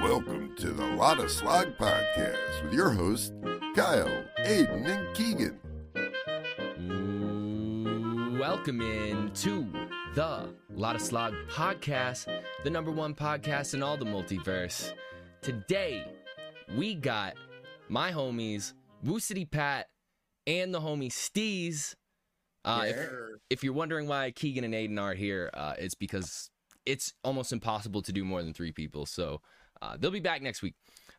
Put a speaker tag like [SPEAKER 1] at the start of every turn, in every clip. [SPEAKER 1] Welcome to the Lot of Slog podcast with your hosts, Kyle, Aiden, and Keegan.
[SPEAKER 2] Welcome in to the Lot of Slog podcast, the number one podcast in all the multiverse. Today, we got my homies, Woo City Pat, and the homie Steez. Uh, if- if you're wondering why Keegan and Aiden are here, uh, it's because it's almost impossible to do more than three people. So uh, they'll be back next week.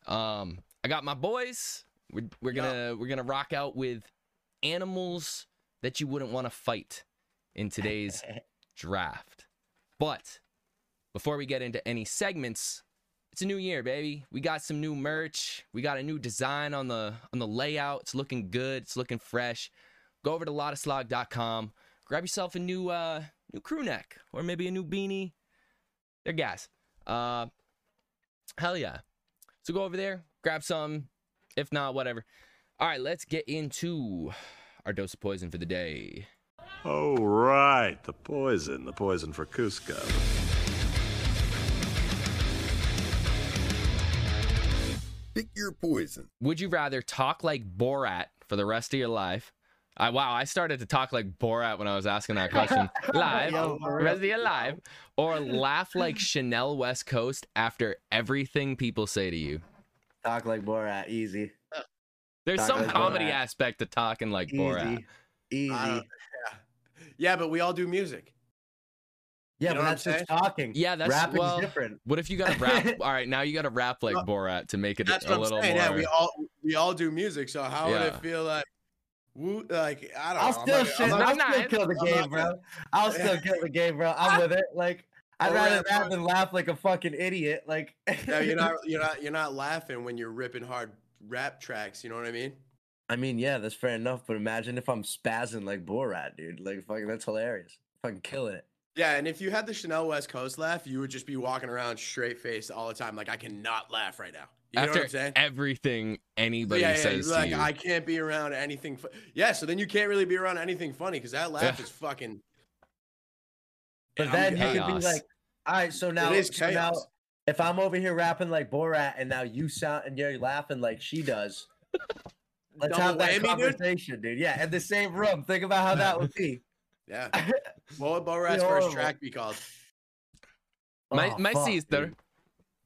[SPEAKER 2] Um, I got my boys. We're, we're gonna we're gonna rock out with animals that you wouldn't want to fight in today's draft. But before we get into any segments, it's a new year, baby. We got some new merch. We got a new design on the on the layout. It's looking good. It's looking fresh. Go over to lotuslog.com. Grab yourself a new uh new crew neck or maybe a new beanie. They're gas. Uh hell yeah. So go over there, grab some. If not, whatever. All right, let's get into our dose of poison for the day.
[SPEAKER 3] Oh, right. The poison. The poison for Cusco.
[SPEAKER 1] Pick your poison.
[SPEAKER 2] Would you rather talk like Borat for the rest of your life? I, wow, I started to talk like Borat when I was asking that question. Live,
[SPEAKER 4] Yo, for real.
[SPEAKER 2] rest of your life, or laugh like Chanel West Coast after everything people say to you.
[SPEAKER 4] Talk like Borat, easy,
[SPEAKER 2] There's
[SPEAKER 4] Talk
[SPEAKER 2] some
[SPEAKER 4] like
[SPEAKER 2] comedy
[SPEAKER 4] Borat.
[SPEAKER 2] aspect to talking like Borat.
[SPEAKER 4] easy, easy.
[SPEAKER 5] I don't- yeah. yeah, but we all do music.
[SPEAKER 4] yeah,
[SPEAKER 5] you know
[SPEAKER 4] but
[SPEAKER 5] what
[SPEAKER 4] that's
[SPEAKER 5] I'm
[SPEAKER 4] just talking.
[SPEAKER 2] Yeah, that's
[SPEAKER 4] rapping's
[SPEAKER 2] well.
[SPEAKER 4] different.
[SPEAKER 2] What if you got to rap? All right, now you got to rap like
[SPEAKER 5] Well,
[SPEAKER 2] Borat to make it
[SPEAKER 5] That's
[SPEAKER 2] a
[SPEAKER 5] what I'm
[SPEAKER 2] little
[SPEAKER 5] saying.
[SPEAKER 2] more.
[SPEAKER 5] Yeah, we all we all do music. So how would
[SPEAKER 2] Yeah.
[SPEAKER 5] it feel like? Woo, like I don't
[SPEAKER 4] I'll
[SPEAKER 5] know.
[SPEAKER 4] still,
[SPEAKER 5] Oh,
[SPEAKER 4] shit,
[SPEAKER 5] I'm not- I'm
[SPEAKER 2] not-
[SPEAKER 4] I'll
[SPEAKER 2] I'm not-
[SPEAKER 4] still kill the
[SPEAKER 5] I'm
[SPEAKER 4] game,
[SPEAKER 5] not-
[SPEAKER 4] bro. I'll still kill the game, bro. I'm with it. Like, I'd
[SPEAKER 5] Or
[SPEAKER 4] rather
[SPEAKER 5] rap,
[SPEAKER 4] laugh
[SPEAKER 5] bro.
[SPEAKER 4] than laugh like a fucking idiot. Like,
[SPEAKER 5] not- Oh, no, you're not you're not you're not laughing when you're ripping hard rap tracks. You know what I mean?
[SPEAKER 4] I mean, yeah, that's fair enough. But imagine if I'm spazzing like Borat, dude. Like, fucking, that's hilarious. Fucking killing it.
[SPEAKER 5] Yeah, and if you had the Chanel West Coast laugh, you would just be walking around straight faced all the time. Like I cannot laugh right now. You know what
[SPEAKER 2] after
[SPEAKER 5] I'm saying?
[SPEAKER 2] everything anybody
[SPEAKER 5] yeah, yeah,
[SPEAKER 2] says to
[SPEAKER 5] like
[SPEAKER 2] you.
[SPEAKER 5] I can't be around anything. Fu- yeah, so then you can't really be around anything funny because that laugh
[SPEAKER 2] Yeah.
[SPEAKER 5] is fucking.
[SPEAKER 4] But
[SPEAKER 5] I'm-
[SPEAKER 4] then
[SPEAKER 2] getting
[SPEAKER 4] you could be
[SPEAKER 2] chaos.
[SPEAKER 4] like, all right, so now,
[SPEAKER 5] is
[SPEAKER 4] so now
[SPEAKER 5] chaos.
[SPEAKER 4] if I'm over here rapping like Borat and now you sound and you're laughing like she does, let's
[SPEAKER 5] Double
[SPEAKER 4] have that
[SPEAKER 5] whammy, dude.
[SPEAKER 4] conversation, dude. Yeah, in the same room. Think about how that would be.
[SPEAKER 5] Yeah. What would Borat's first
[SPEAKER 4] horrible.
[SPEAKER 5] track be called?
[SPEAKER 2] my
[SPEAKER 4] Oh,
[SPEAKER 2] my
[SPEAKER 4] fuck,
[SPEAKER 2] sister.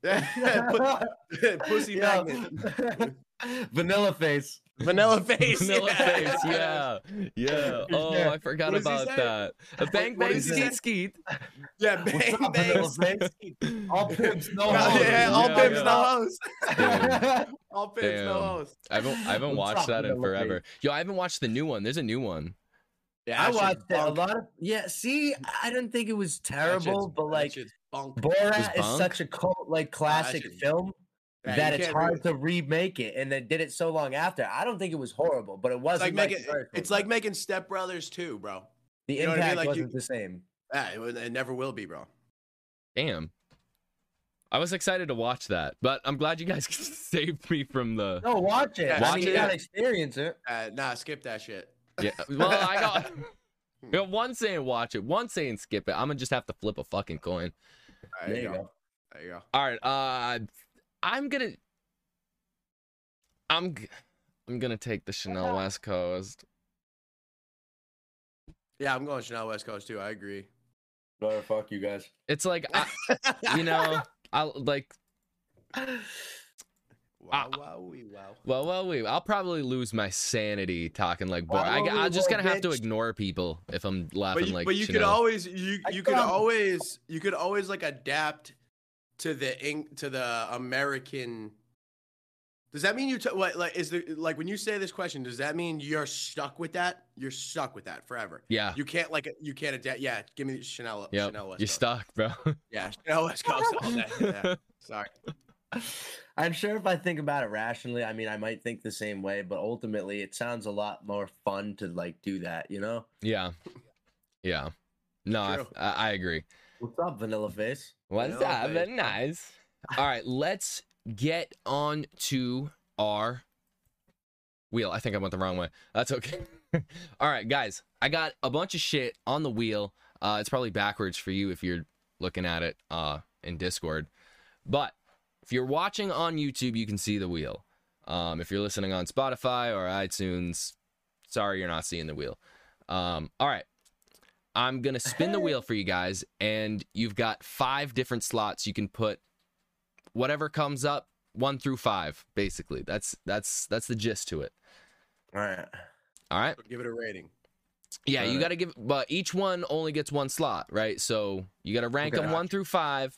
[SPEAKER 4] dude.
[SPEAKER 5] Pu- Pussy
[SPEAKER 4] Yo.
[SPEAKER 5] magnet.
[SPEAKER 4] Vanilla face.
[SPEAKER 5] Vanilla face.
[SPEAKER 2] Vanilla
[SPEAKER 5] yeah.
[SPEAKER 2] face, yeah, yeah. Oh, I forgot
[SPEAKER 5] What does he
[SPEAKER 2] about
[SPEAKER 5] say?
[SPEAKER 2] that. A bang
[SPEAKER 5] what
[SPEAKER 2] bang
[SPEAKER 5] does he
[SPEAKER 2] skeet skeet.
[SPEAKER 5] Yeah, bang,
[SPEAKER 4] What's up,
[SPEAKER 5] bang.
[SPEAKER 4] vanilla face? All pimps, no
[SPEAKER 5] Oh, Yeah,
[SPEAKER 4] hoes.
[SPEAKER 5] yeah, all
[SPEAKER 2] Yeah,
[SPEAKER 5] pimps
[SPEAKER 2] yeah.
[SPEAKER 5] no hoes.
[SPEAKER 2] Dude.
[SPEAKER 5] All pimps no
[SPEAKER 2] Damn.
[SPEAKER 5] hoes.
[SPEAKER 2] I haven't I haven't
[SPEAKER 4] What's
[SPEAKER 2] watched
[SPEAKER 4] up,
[SPEAKER 2] that in
[SPEAKER 4] vanilla
[SPEAKER 2] forever. Yo, I haven't watched the new one. There's a new one.
[SPEAKER 5] Yeah,
[SPEAKER 4] I
[SPEAKER 5] that shit's
[SPEAKER 4] watched it. A
[SPEAKER 5] bunk.
[SPEAKER 4] lot of yeah. See, I didn't think it was
[SPEAKER 5] That shit's-
[SPEAKER 4] terrible, but
[SPEAKER 5] that
[SPEAKER 4] like
[SPEAKER 5] shit's bunk.
[SPEAKER 4] Borat is
[SPEAKER 2] bunk?
[SPEAKER 4] such a cult like classic
[SPEAKER 5] shit's-
[SPEAKER 4] film
[SPEAKER 5] Yeah,
[SPEAKER 4] that
[SPEAKER 5] you
[SPEAKER 4] it's
[SPEAKER 5] can't
[SPEAKER 4] hard
[SPEAKER 5] really-
[SPEAKER 4] to remake it, and they did it so long after. I don't think it was horrible, but it
[SPEAKER 5] It's like
[SPEAKER 4] wasn't like,
[SPEAKER 5] making
[SPEAKER 4] the first
[SPEAKER 5] it's
[SPEAKER 4] one.
[SPEAKER 5] like making Step Brothers too, bro.
[SPEAKER 4] the
[SPEAKER 5] you know what I mean?
[SPEAKER 4] impact
[SPEAKER 5] Like, you-
[SPEAKER 4] wasn't the same.
[SPEAKER 5] Yeah, it, was- it never will be, bro.
[SPEAKER 2] Damn. I was excited to watch that, but I'm glad you guys saved me from the.
[SPEAKER 4] No, watch it. I
[SPEAKER 2] Watch
[SPEAKER 4] mean, you
[SPEAKER 2] it.
[SPEAKER 4] gotta experience it.
[SPEAKER 5] Uh, nah, skip that shit.
[SPEAKER 2] Yeah. Well, I got. I got one saying watch it, one saying skip it. I'm gonna just have to flip a fucking coin.
[SPEAKER 5] There,
[SPEAKER 4] There
[SPEAKER 5] you
[SPEAKER 4] you
[SPEAKER 5] go.
[SPEAKER 4] go.
[SPEAKER 5] There you go.
[SPEAKER 2] All right, uh, I'm gonna, I'm, g- I'm gonna take the Chanel West Coast.
[SPEAKER 5] Yeah, I'm going Chanel West Coast too. I agree.
[SPEAKER 4] Brother, fuck you guys.
[SPEAKER 2] It's like, I, you know, I'll like,
[SPEAKER 5] Wow, wow, wee, wow.
[SPEAKER 2] well, well, we, I'll probably lose my sanity talking like boy.
[SPEAKER 4] Why
[SPEAKER 2] I,
[SPEAKER 4] don't we
[SPEAKER 2] I'm just
[SPEAKER 4] roll,
[SPEAKER 2] gonna have to
[SPEAKER 4] bitch?
[SPEAKER 2] ignore people if I'm laughing
[SPEAKER 5] but you,
[SPEAKER 2] like.
[SPEAKER 5] but you could
[SPEAKER 2] Chanel.
[SPEAKER 5] always you
[SPEAKER 4] I
[SPEAKER 5] you could
[SPEAKER 4] found-
[SPEAKER 5] always you could always like adapt to the ing- to the American. Does that mean you t- what like is there like when you say this question? Does that mean you're stuck with that? You're stuck with that forever.
[SPEAKER 2] Yeah.
[SPEAKER 5] You can't like you can't adapt. Yeah, give me Chanel.
[SPEAKER 2] Yep.
[SPEAKER 5] Chanel West
[SPEAKER 2] You're
[SPEAKER 5] Coast.
[SPEAKER 2] stuck, bro.
[SPEAKER 5] Yeah, Chanel West Coast all day. Yeah. Sorry.
[SPEAKER 4] I'm sure if I think about it rationally, I mean, I might think the same way, but ultimately, it sounds a lot more fun to like do that, you know?
[SPEAKER 2] yeah. Yeah. No, I,
[SPEAKER 5] True.
[SPEAKER 2] I, I agree.
[SPEAKER 4] What's up, Vanilla Face?
[SPEAKER 2] What's
[SPEAKER 5] Vanilla
[SPEAKER 2] up?
[SPEAKER 5] face.
[SPEAKER 2] Nice. All right, let's get on to our wheel. I think I went the wrong way. That's okay. All right, guys, I got a bunch of shit on the wheel. Uh, it's probably backwards for you if you're looking at it uh, in Discord, but If you're watching on YouTube, you can see the wheel. Um, if you're listening on Spotify or iTunes, sorry you're not seeing the wheel. Um, all right. I'm going to spin the wheel for you guys, and you've got five different slots. You can put whatever comes up one through five basically that's that's that's the gist to it
[SPEAKER 4] All right.
[SPEAKER 2] all right
[SPEAKER 5] Give it a rating.
[SPEAKER 2] yeah
[SPEAKER 4] Got
[SPEAKER 2] you
[SPEAKER 4] it.
[SPEAKER 2] got to give but each one only gets one slot right so you got to rank
[SPEAKER 4] Okay.
[SPEAKER 2] them one through five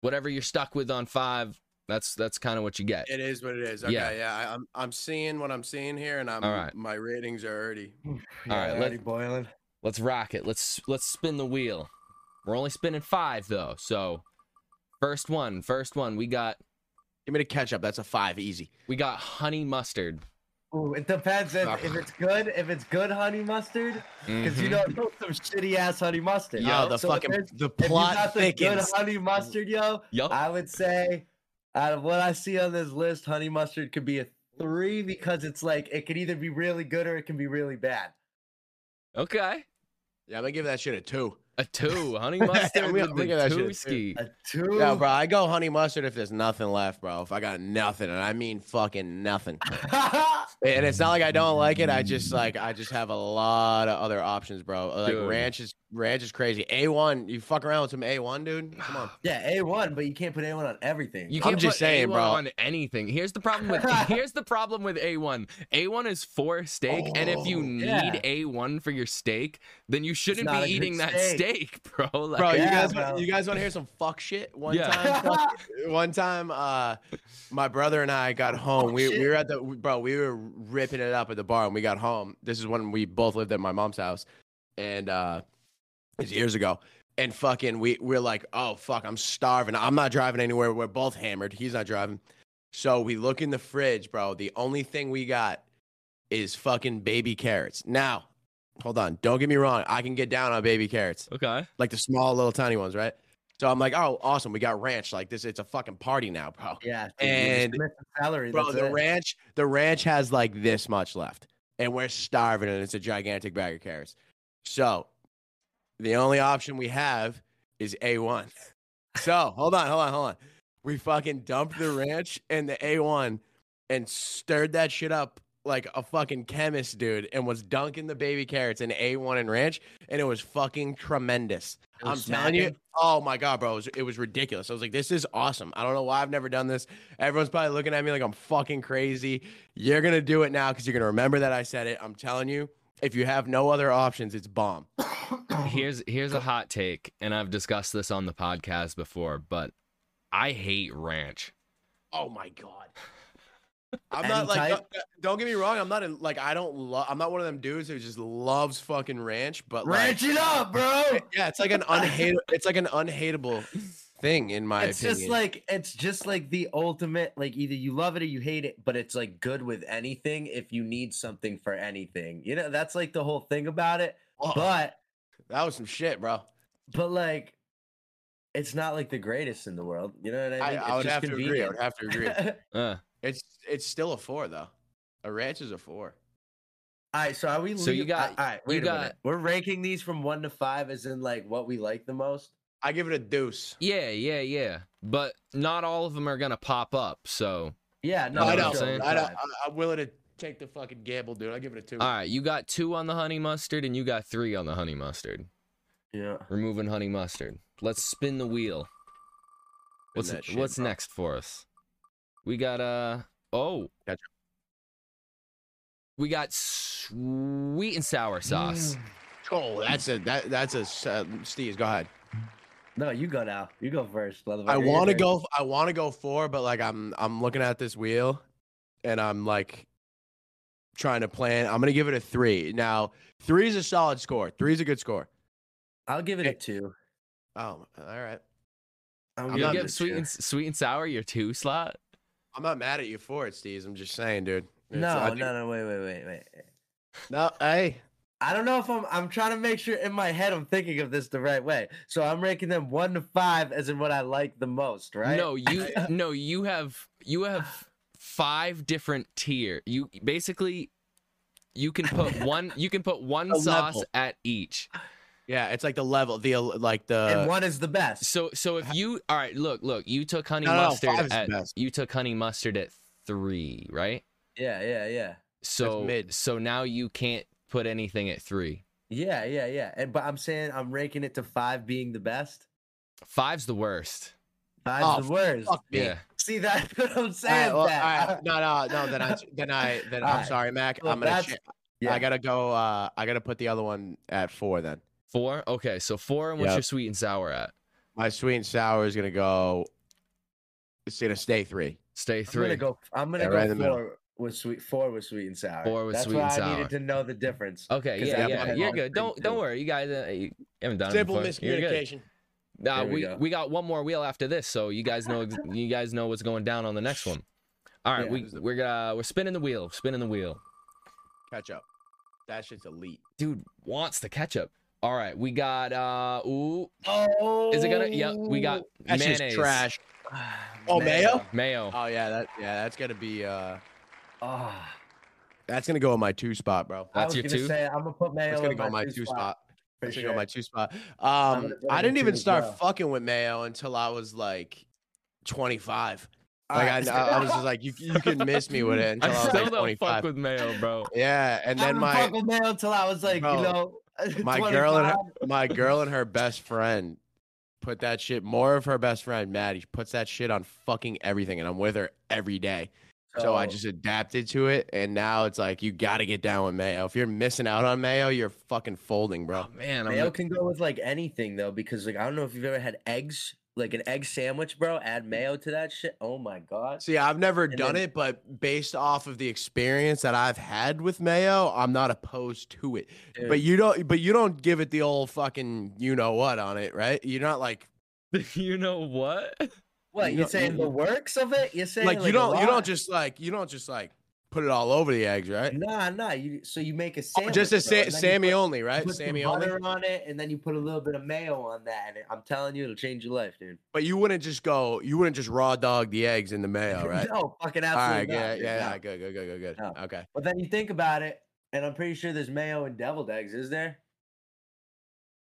[SPEAKER 2] whatever you're stuck with on five that's that's kind of what you get
[SPEAKER 5] It is what it is. Okay,
[SPEAKER 2] Yeah.
[SPEAKER 5] yeah. I, I'm I'm seeing what I'm seeing here, and I'm
[SPEAKER 2] All right.
[SPEAKER 5] my ratings are already.
[SPEAKER 2] All right,
[SPEAKER 4] they're
[SPEAKER 2] let-
[SPEAKER 4] already boiling.
[SPEAKER 2] let's rock it let's let's spin the wheel we're only spinning five though so first one first one we got
[SPEAKER 5] Give me the ketchup. That's a five, easy.
[SPEAKER 2] we got honey mustard
[SPEAKER 4] Ooh, it depends if, if it's good. If it's good honey mustard,
[SPEAKER 5] Mm-hmm.
[SPEAKER 4] because you
[SPEAKER 2] Mhm.
[SPEAKER 4] know it's some shitty ass honey mustard.
[SPEAKER 5] Yo, the
[SPEAKER 4] So if
[SPEAKER 5] fucking
[SPEAKER 4] it's-
[SPEAKER 5] the
[SPEAKER 4] if you
[SPEAKER 5] plot
[SPEAKER 4] got the
[SPEAKER 5] thickens. Oh.
[SPEAKER 4] good honey mustard, yo,
[SPEAKER 2] Yup.
[SPEAKER 4] I would say out of what I see on this list, honey mustard could be a three because it's like it could either be really good or it can be really bad.
[SPEAKER 2] okay
[SPEAKER 5] Yeah, I'm gonna give that shit a two.
[SPEAKER 2] a two honey mustard
[SPEAKER 5] We-
[SPEAKER 2] with
[SPEAKER 5] look
[SPEAKER 2] the
[SPEAKER 5] at that shit, too.
[SPEAKER 2] Tooski.
[SPEAKER 4] A two.
[SPEAKER 5] Yeah, bro, I go honey mustard if there's nothing left, bro. If I got nothing, and I mean fucking nothing. And it's not like I don't like it. I just like I just have a lot of other options, bro. Like
[SPEAKER 2] Dude.
[SPEAKER 5] ranch is ranch is crazy. A one, you fuck around with some A one, dude. Come on.
[SPEAKER 4] yeah, a one, but you can't put anyone on everything.
[SPEAKER 2] You
[SPEAKER 5] I'm
[SPEAKER 2] can't
[SPEAKER 5] just
[SPEAKER 2] put
[SPEAKER 5] saying,
[SPEAKER 2] A1
[SPEAKER 5] bro.
[SPEAKER 2] on anything. Here's the problem with here's the problem with A1. A1 is for steak, and if you
[SPEAKER 5] Oh,
[SPEAKER 2] need
[SPEAKER 4] yeah.
[SPEAKER 2] A1 for your steak, then you shouldn't
[SPEAKER 4] not a
[SPEAKER 2] be
[SPEAKER 4] good
[SPEAKER 2] eating that
[SPEAKER 4] steak.
[SPEAKER 2] steak, bro. Like,
[SPEAKER 5] Bro, you
[SPEAKER 4] Yeah,
[SPEAKER 5] guys,
[SPEAKER 4] bro.
[SPEAKER 5] Want, you guys want to hear some fuck shit? One
[SPEAKER 2] Yeah.
[SPEAKER 5] time, fuck- one time, uh, my brother and I got home. we, we
[SPEAKER 4] shit.
[SPEAKER 5] were at the bro, we were ripping it up at the bar, and we got home. This is when we both lived at my mom's house, and uh, it's years ago. And fucking, we we're like, oh fuck, I'm starving. I'm not driving anywhere. We're both hammered. He's not driving. So we look in the fridge, bro. The only thing we got is fucking baby carrots. Now, hold on. Don't get me wrong. I can get down on baby carrots
[SPEAKER 2] Okay.
[SPEAKER 5] like the small little tiny ones, right? So I'm like, oh, awesome, we got ranch. Like this, it's a fucking party now, bro.
[SPEAKER 4] yeah, dude, you just
[SPEAKER 5] and-
[SPEAKER 4] missed the salary.
[SPEAKER 5] Bro,
[SPEAKER 4] that's
[SPEAKER 5] the
[SPEAKER 4] it.
[SPEAKER 5] ranch, the ranch has like this much left, and we're starving, and it's a gigantic bag of carrots. So the only option we have is A1. So hold on, hold on, hold on. We fucking dumped the ranch and the A1 and stirred that shit up like a fucking chemist, dude, and was dunking the baby carrots in A1 and ranch, and it was fucking tremendous.
[SPEAKER 4] It
[SPEAKER 5] I'm
[SPEAKER 4] was
[SPEAKER 5] telling you,
[SPEAKER 4] smacking.
[SPEAKER 5] oh my god, bro, it was, it was ridiculous. I was like, this is awesome. I don't know why I've never done this. Everyone's probably looking at me like I'm fucking crazy. You're gonna do it now because you're gonna remember that I said it. I'm telling you, if you have no other options, it's bomb.
[SPEAKER 2] Here's here's a hot take, and I've discussed this on the podcast before, but I hate ranch.
[SPEAKER 5] Oh my god. I'm
[SPEAKER 4] Any
[SPEAKER 5] not like
[SPEAKER 4] type?
[SPEAKER 5] don't, don't get me wrong. I'm not a, like I don't love. I'm not one of them dudes who just loves fucking ranch. But
[SPEAKER 4] ranch it up, bro.
[SPEAKER 5] like, yeah, it's like an unhateable. It's like an unhateable thing in my
[SPEAKER 4] it's
[SPEAKER 5] opinion.
[SPEAKER 4] just like it's just like the ultimate like either you love it or you hate it but it's like good with anything if you need something for anything you know that's like the whole thing about it
[SPEAKER 5] Whoa,
[SPEAKER 4] but
[SPEAKER 5] that was some shit, bro.
[SPEAKER 4] but like it's not like the greatest in the world you know what i
[SPEAKER 5] I,
[SPEAKER 4] mean
[SPEAKER 5] I
[SPEAKER 4] It's
[SPEAKER 5] would
[SPEAKER 4] just
[SPEAKER 5] have to agree. I
[SPEAKER 4] convenient.
[SPEAKER 5] would have to agree.
[SPEAKER 2] Uh,
[SPEAKER 5] it's it's still a four though. A ranch is a four.
[SPEAKER 4] all right so are we
[SPEAKER 2] So you
[SPEAKER 4] leave-
[SPEAKER 2] got-
[SPEAKER 4] all right
[SPEAKER 2] you
[SPEAKER 4] wait a
[SPEAKER 2] got-
[SPEAKER 4] minute we're ranking these from one to five as in like what we like the most
[SPEAKER 5] I give it a deuce.
[SPEAKER 2] yeah, yeah, yeah. But not all of them are gonna pop up. So
[SPEAKER 4] yeah no
[SPEAKER 2] what
[SPEAKER 5] No, I
[SPEAKER 4] for
[SPEAKER 2] I'm
[SPEAKER 5] don't.
[SPEAKER 4] sure,
[SPEAKER 2] saying?
[SPEAKER 5] I don't.
[SPEAKER 4] five.
[SPEAKER 5] I- I'm willing to take the fucking gamble, dude. I give it a two.
[SPEAKER 2] all right, you got two on the honey mustard, and you got three on the honey mustard.
[SPEAKER 4] yeah
[SPEAKER 2] Removing honey mustard. Let's spin the wheel. What's
[SPEAKER 5] that shit,
[SPEAKER 2] what's
[SPEAKER 5] bro.
[SPEAKER 2] next for us? We got uh oh.
[SPEAKER 5] Ketchup.
[SPEAKER 2] We got sweet and sour sauce.
[SPEAKER 5] Oh, that's a that that's a s- uh, Steve. Go ahead.
[SPEAKER 4] no you go now you go first
[SPEAKER 5] I
[SPEAKER 4] motherfucker. You're
[SPEAKER 5] want to
[SPEAKER 4] first.
[SPEAKER 5] go. I want to go four, but like I'm I'm looking at this wheel, and I'm like trying to plan. I'm gonna give it a three. Now three is a solid score. Three is a good score.
[SPEAKER 4] i'll give it a
[SPEAKER 5] Okay.
[SPEAKER 4] two
[SPEAKER 5] Oh, all right.
[SPEAKER 4] I'm
[SPEAKER 5] I'm
[SPEAKER 2] You
[SPEAKER 4] giving it
[SPEAKER 5] not
[SPEAKER 2] give
[SPEAKER 4] a
[SPEAKER 2] sweet
[SPEAKER 4] two.
[SPEAKER 2] and sweet and sour your two slot.
[SPEAKER 5] I'm not mad at you for it, Steve. I'm just saying, dude. It's- I
[SPEAKER 4] No,
[SPEAKER 5] think-
[SPEAKER 4] no, no, wait, wait, wait, wait.
[SPEAKER 5] no. Hey,
[SPEAKER 4] I don't know if I'm I'm trying to make sure in my head I'm thinking of this the right way. So I'm ranking them one to five as in what I like the most, right?
[SPEAKER 2] No, you no you have you have five different tier. You basically you can put one you can put one
[SPEAKER 5] A
[SPEAKER 2] sauce
[SPEAKER 5] level.
[SPEAKER 2] at each.
[SPEAKER 3] Yeah, it's like the level, the like the
[SPEAKER 5] uh,
[SPEAKER 4] and one is the best.
[SPEAKER 2] So so if you all right, look, look, you took honey
[SPEAKER 5] No, no, no, five
[SPEAKER 2] mustard
[SPEAKER 5] is the
[SPEAKER 2] at
[SPEAKER 5] best.
[SPEAKER 2] you took honey mustard at three, right?
[SPEAKER 4] yeah, yeah, yeah,
[SPEAKER 2] So
[SPEAKER 3] mid.
[SPEAKER 2] so now you can't put anything at three.
[SPEAKER 4] yeah, yeah, yeah. And but I'm saying I'm ranking it to five being the best.
[SPEAKER 2] Five's the worst.
[SPEAKER 4] Five's
[SPEAKER 5] Oh,
[SPEAKER 4] the worst.
[SPEAKER 5] Fuck me.
[SPEAKER 2] Yeah.
[SPEAKER 4] See, that's what I'm
[SPEAKER 5] All right,
[SPEAKER 4] saying.
[SPEAKER 5] well,
[SPEAKER 4] that.
[SPEAKER 5] all right, no, no, no. Then I, then I, then
[SPEAKER 4] All
[SPEAKER 5] I'm
[SPEAKER 4] right.
[SPEAKER 5] sorry, Mac.
[SPEAKER 4] Well,
[SPEAKER 5] I'm gonna,
[SPEAKER 4] that's-
[SPEAKER 5] cha-
[SPEAKER 4] yeah.
[SPEAKER 5] I gotta go. Uh, I gotta put the other one at four. Then
[SPEAKER 2] Four? Okay, so four and what's
[SPEAKER 5] Yep.
[SPEAKER 2] your sweet and sour at?
[SPEAKER 5] my sweet and sour is gonna go. It's gonna stay three.
[SPEAKER 2] Stay
[SPEAKER 4] I'm
[SPEAKER 2] three.
[SPEAKER 4] gonna go. I'm gonna
[SPEAKER 5] Yeah, right
[SPEAKER 4] go
[SPEAKER 5] in the middle.
[SPEAKER 4] four with sweet. Four with sweet and sour.
[SPEAKER 2] Four with
[SPEAKER 4] That's
[SPEAKER 2] sweet
[SPEAKER 4] why
[SPEAKER 2] and
[SPEAKER 4] I
[SPEAKER 2] sour.
[SPEAKER 4] needed to know the difference.
[SPEAKER 2] Okay,
[SPEAKER 4] 'Cause
[SPEAKER 2] yeah,
[SPEAKER 4] I
[SPEAKER 2] yeah,
[SPEAKER 4] had
[SPEAKER 2] you're
[SPEAKER 4] all
[SPEAKER 2] good.
[SPEAKER 4] three,
[SPEAKER 2] Don't don't
[SPEAKER 4] too.
[SPEAKER 2] worry, you guys. Uh, you haven't done
[SPEAKER 5] Simple
[SPEAKER 2] it before. You're good.
[SPEAKER 5] miscommunication.
[SPEAKER 2] Nah,
[SPEAKER 4] There we
[SPEAKER 2] we
[SPEAKER 4] go.
[SPEAKER 2] we got one more wheel after this, so you guys know ex- you guys know what's going down on the next one. All right,
[SPEAKER 4] Yeah.
[SPEAKER 2] we we're gonna we're spinning the wheel, spinning the wheel.
[SPEAKER 5] Catch up. That shit's elite.
[SPEAKER 2] Dude wants the ketchup. All right, we got uh ooh,
[SPEAKER 4] Oh,
[SPEAKER 2] is it gonna? Yep, we got
[SPEAKER 5] That's
[SPEAKER 2] mayonnaise,
[SPEAKER 5] just trash.
[SPEAKER 4] Oh,
[SPEAKER 5] Oh, mayo?
[SPEAKER 2] mayo.
[SPEAKER 5] Oh yeah, that yeah, that's gonna be. uh
[SPEAKER 4] Ah,
[SPEAKER 5] That's gonna go in my two spot, bro.
[SPEAKER 4] I
[SPEAKER 2] That's
[SPEAKER 4] was
[SPEAKER 2] your
[SPEAKER 4] gonna
[SPEAKER 2] two?
[SPEAKER 4] Say, I'm gonna put mayo.
[SPEAKER 5] That's gonna
[SPEAKER 4] in
[SPEAKER 5] go in my two spot.
[SPEAKER 4] for
[SPEAKER 5] That's gonna go in my
[SPEAKER 4] sure.
[SPEAKER 5] two spot.
[SPEAKER 4] gonna
[SPEAKER 5] Um,
[SPEAKER 4] put it
[SPEAKER 5] I
[SPEAKER 4] in
[SPEAKER 5] didn't
[SPEAKER 4] two
[SPEAKER 5] even
[SPEAKER 4] as
[SPEAKER 5] start
[SPEAKER 4] well.
[SPEAKER 5] fucking with mayo until I was like 25. Like
[SPEAKER 4] Alright.
[SPEAKER 5] I, I was just like, you, you can miss me with it until
[SPEAKER 2] I
[SPEAKER 5] I, was
[SPEAKER 2] still
[SPEAKER 5] like
[SPEAKER 2] don't fuck
[SPEAKER 5] 25.
[SPEAKER 2] with mayo, bro.
[SPEAKER 5] Yeah, and
[SPEAKER 4] I
[SPEAKER 5] then
[SPEAKER 4] didn't
[SPEAKER 5] my
[SPEAKER 4] fuck with mayo until I was like,
[SPEAKER 5] Bro,
[SPEAKER 4] you know,
[SPEAKER 5] my girl and her-
[SPEAKER 4] 25.
[SPEAKER 5] my girl and her best friend put that shit. More of her best friend Maddie puts that shit on fucking everything, and I'm with her every day. So I
[SPEAKER 4] So-
[SPEAKER 5] just adapted to it, and now it's like you got to get down with mayo. If you're missing out on mayo, you're fucking folding, bro.
[SPEAKER 4] Um,
[SPEAKER 2] Oh man, I'm
[SPEAKER 4] Mayo can go with like anything though, because like I don't know if you've ever had eggs, like an egg sandwich, bro.
[SPEAKER 5] Mm.
[SPEAKER 4] Add mayo to that shit. Oh my god.
[SPEAKER 5] See, I've never
[SPEAKER 4] And
[SPEAKER 5] done
[SPEAKER 4] then-
[SPEAKER 5] it, but based off of the experience that I've had with mayo, I'm not opposed to it. But
[SPEAKER 4] Dude.
[SPEAKER 5] you don't, but you don't give it the old fucking you know what on it, right? You're not like
[SPEAKER 2] you know what?
[SPEAKER 4] what
[SPEAKER 5] you
[SPEAKER 4] you're
[SPEAKER 5] don't-
[SPEAKER 4] saying the works of it? You're saying
[SPEAKER 5] like,
[SPEAKER 4] like,
[SPEAKER 5] you
[SPEAKER 4] a
[SPEAKER 5] don't you don't
[SPEAKER 4] lot?
[SPEAKER 5] just like you don't just like put it all over the eggs, right?
[SPEAKER 4] nah nah. You so you make a
[SPEAKER 5] Oh,
[SPEAKER 4] sandwich.
[SPEAKER 5] just a
[SPEAKER 4] bro,
[SPEAKER 5] sa-
[SPEAKER 4] and then you
[SPEAKER 5] Sammy
[SPEAKER 4] put-
[SPEAKER 5] only,
[SPEAKER 4] you
[SPEAKER 5] right?
[SPEAKER 4] put some
[SPEAKER 5] Sammy only.
[SPEAKER 4] butter on it, and then you put a little bit of mayo on that, and it, I'm telling you, it'll change your life, dude.
[SPEAKER 5] But you wouldn't just go, you wouldn't just raw dog the eggs in the mayo, right?
[SPEAKER 4] no, fucking
[SPEAKER 5] all right,
[SPEAKER 4] absolutely not,
[SPEAKER 5] yeah,
[SPEAKER 4] dude,
[SPEAKER 5] yeah,
[SPEAKER 4] no.
[SPEAKER 5] yeah, good, good, good, good, good.
[SPEAKER 4] No.
[SPEAKER 5] Okay.
[SPEAKER 4] But then you think about it, and I'm pretty sure there's mayo and deviled eggs, is there?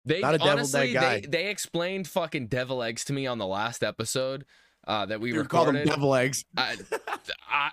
[SPEAKER 2] They
[SPEAKER 5] Not a deviled egg
[SPEAKER 2] honestly,
[SPEAKER 5] guy.
[SPEAKER 2] they they explained fucking devil eggs to me on the last episode uh, that we
[SPEAKER 5] You call them
[SPEAKER 2] recorded.
[SPEAKER 5] devil eggs.
[SPEAKER 2] I, I,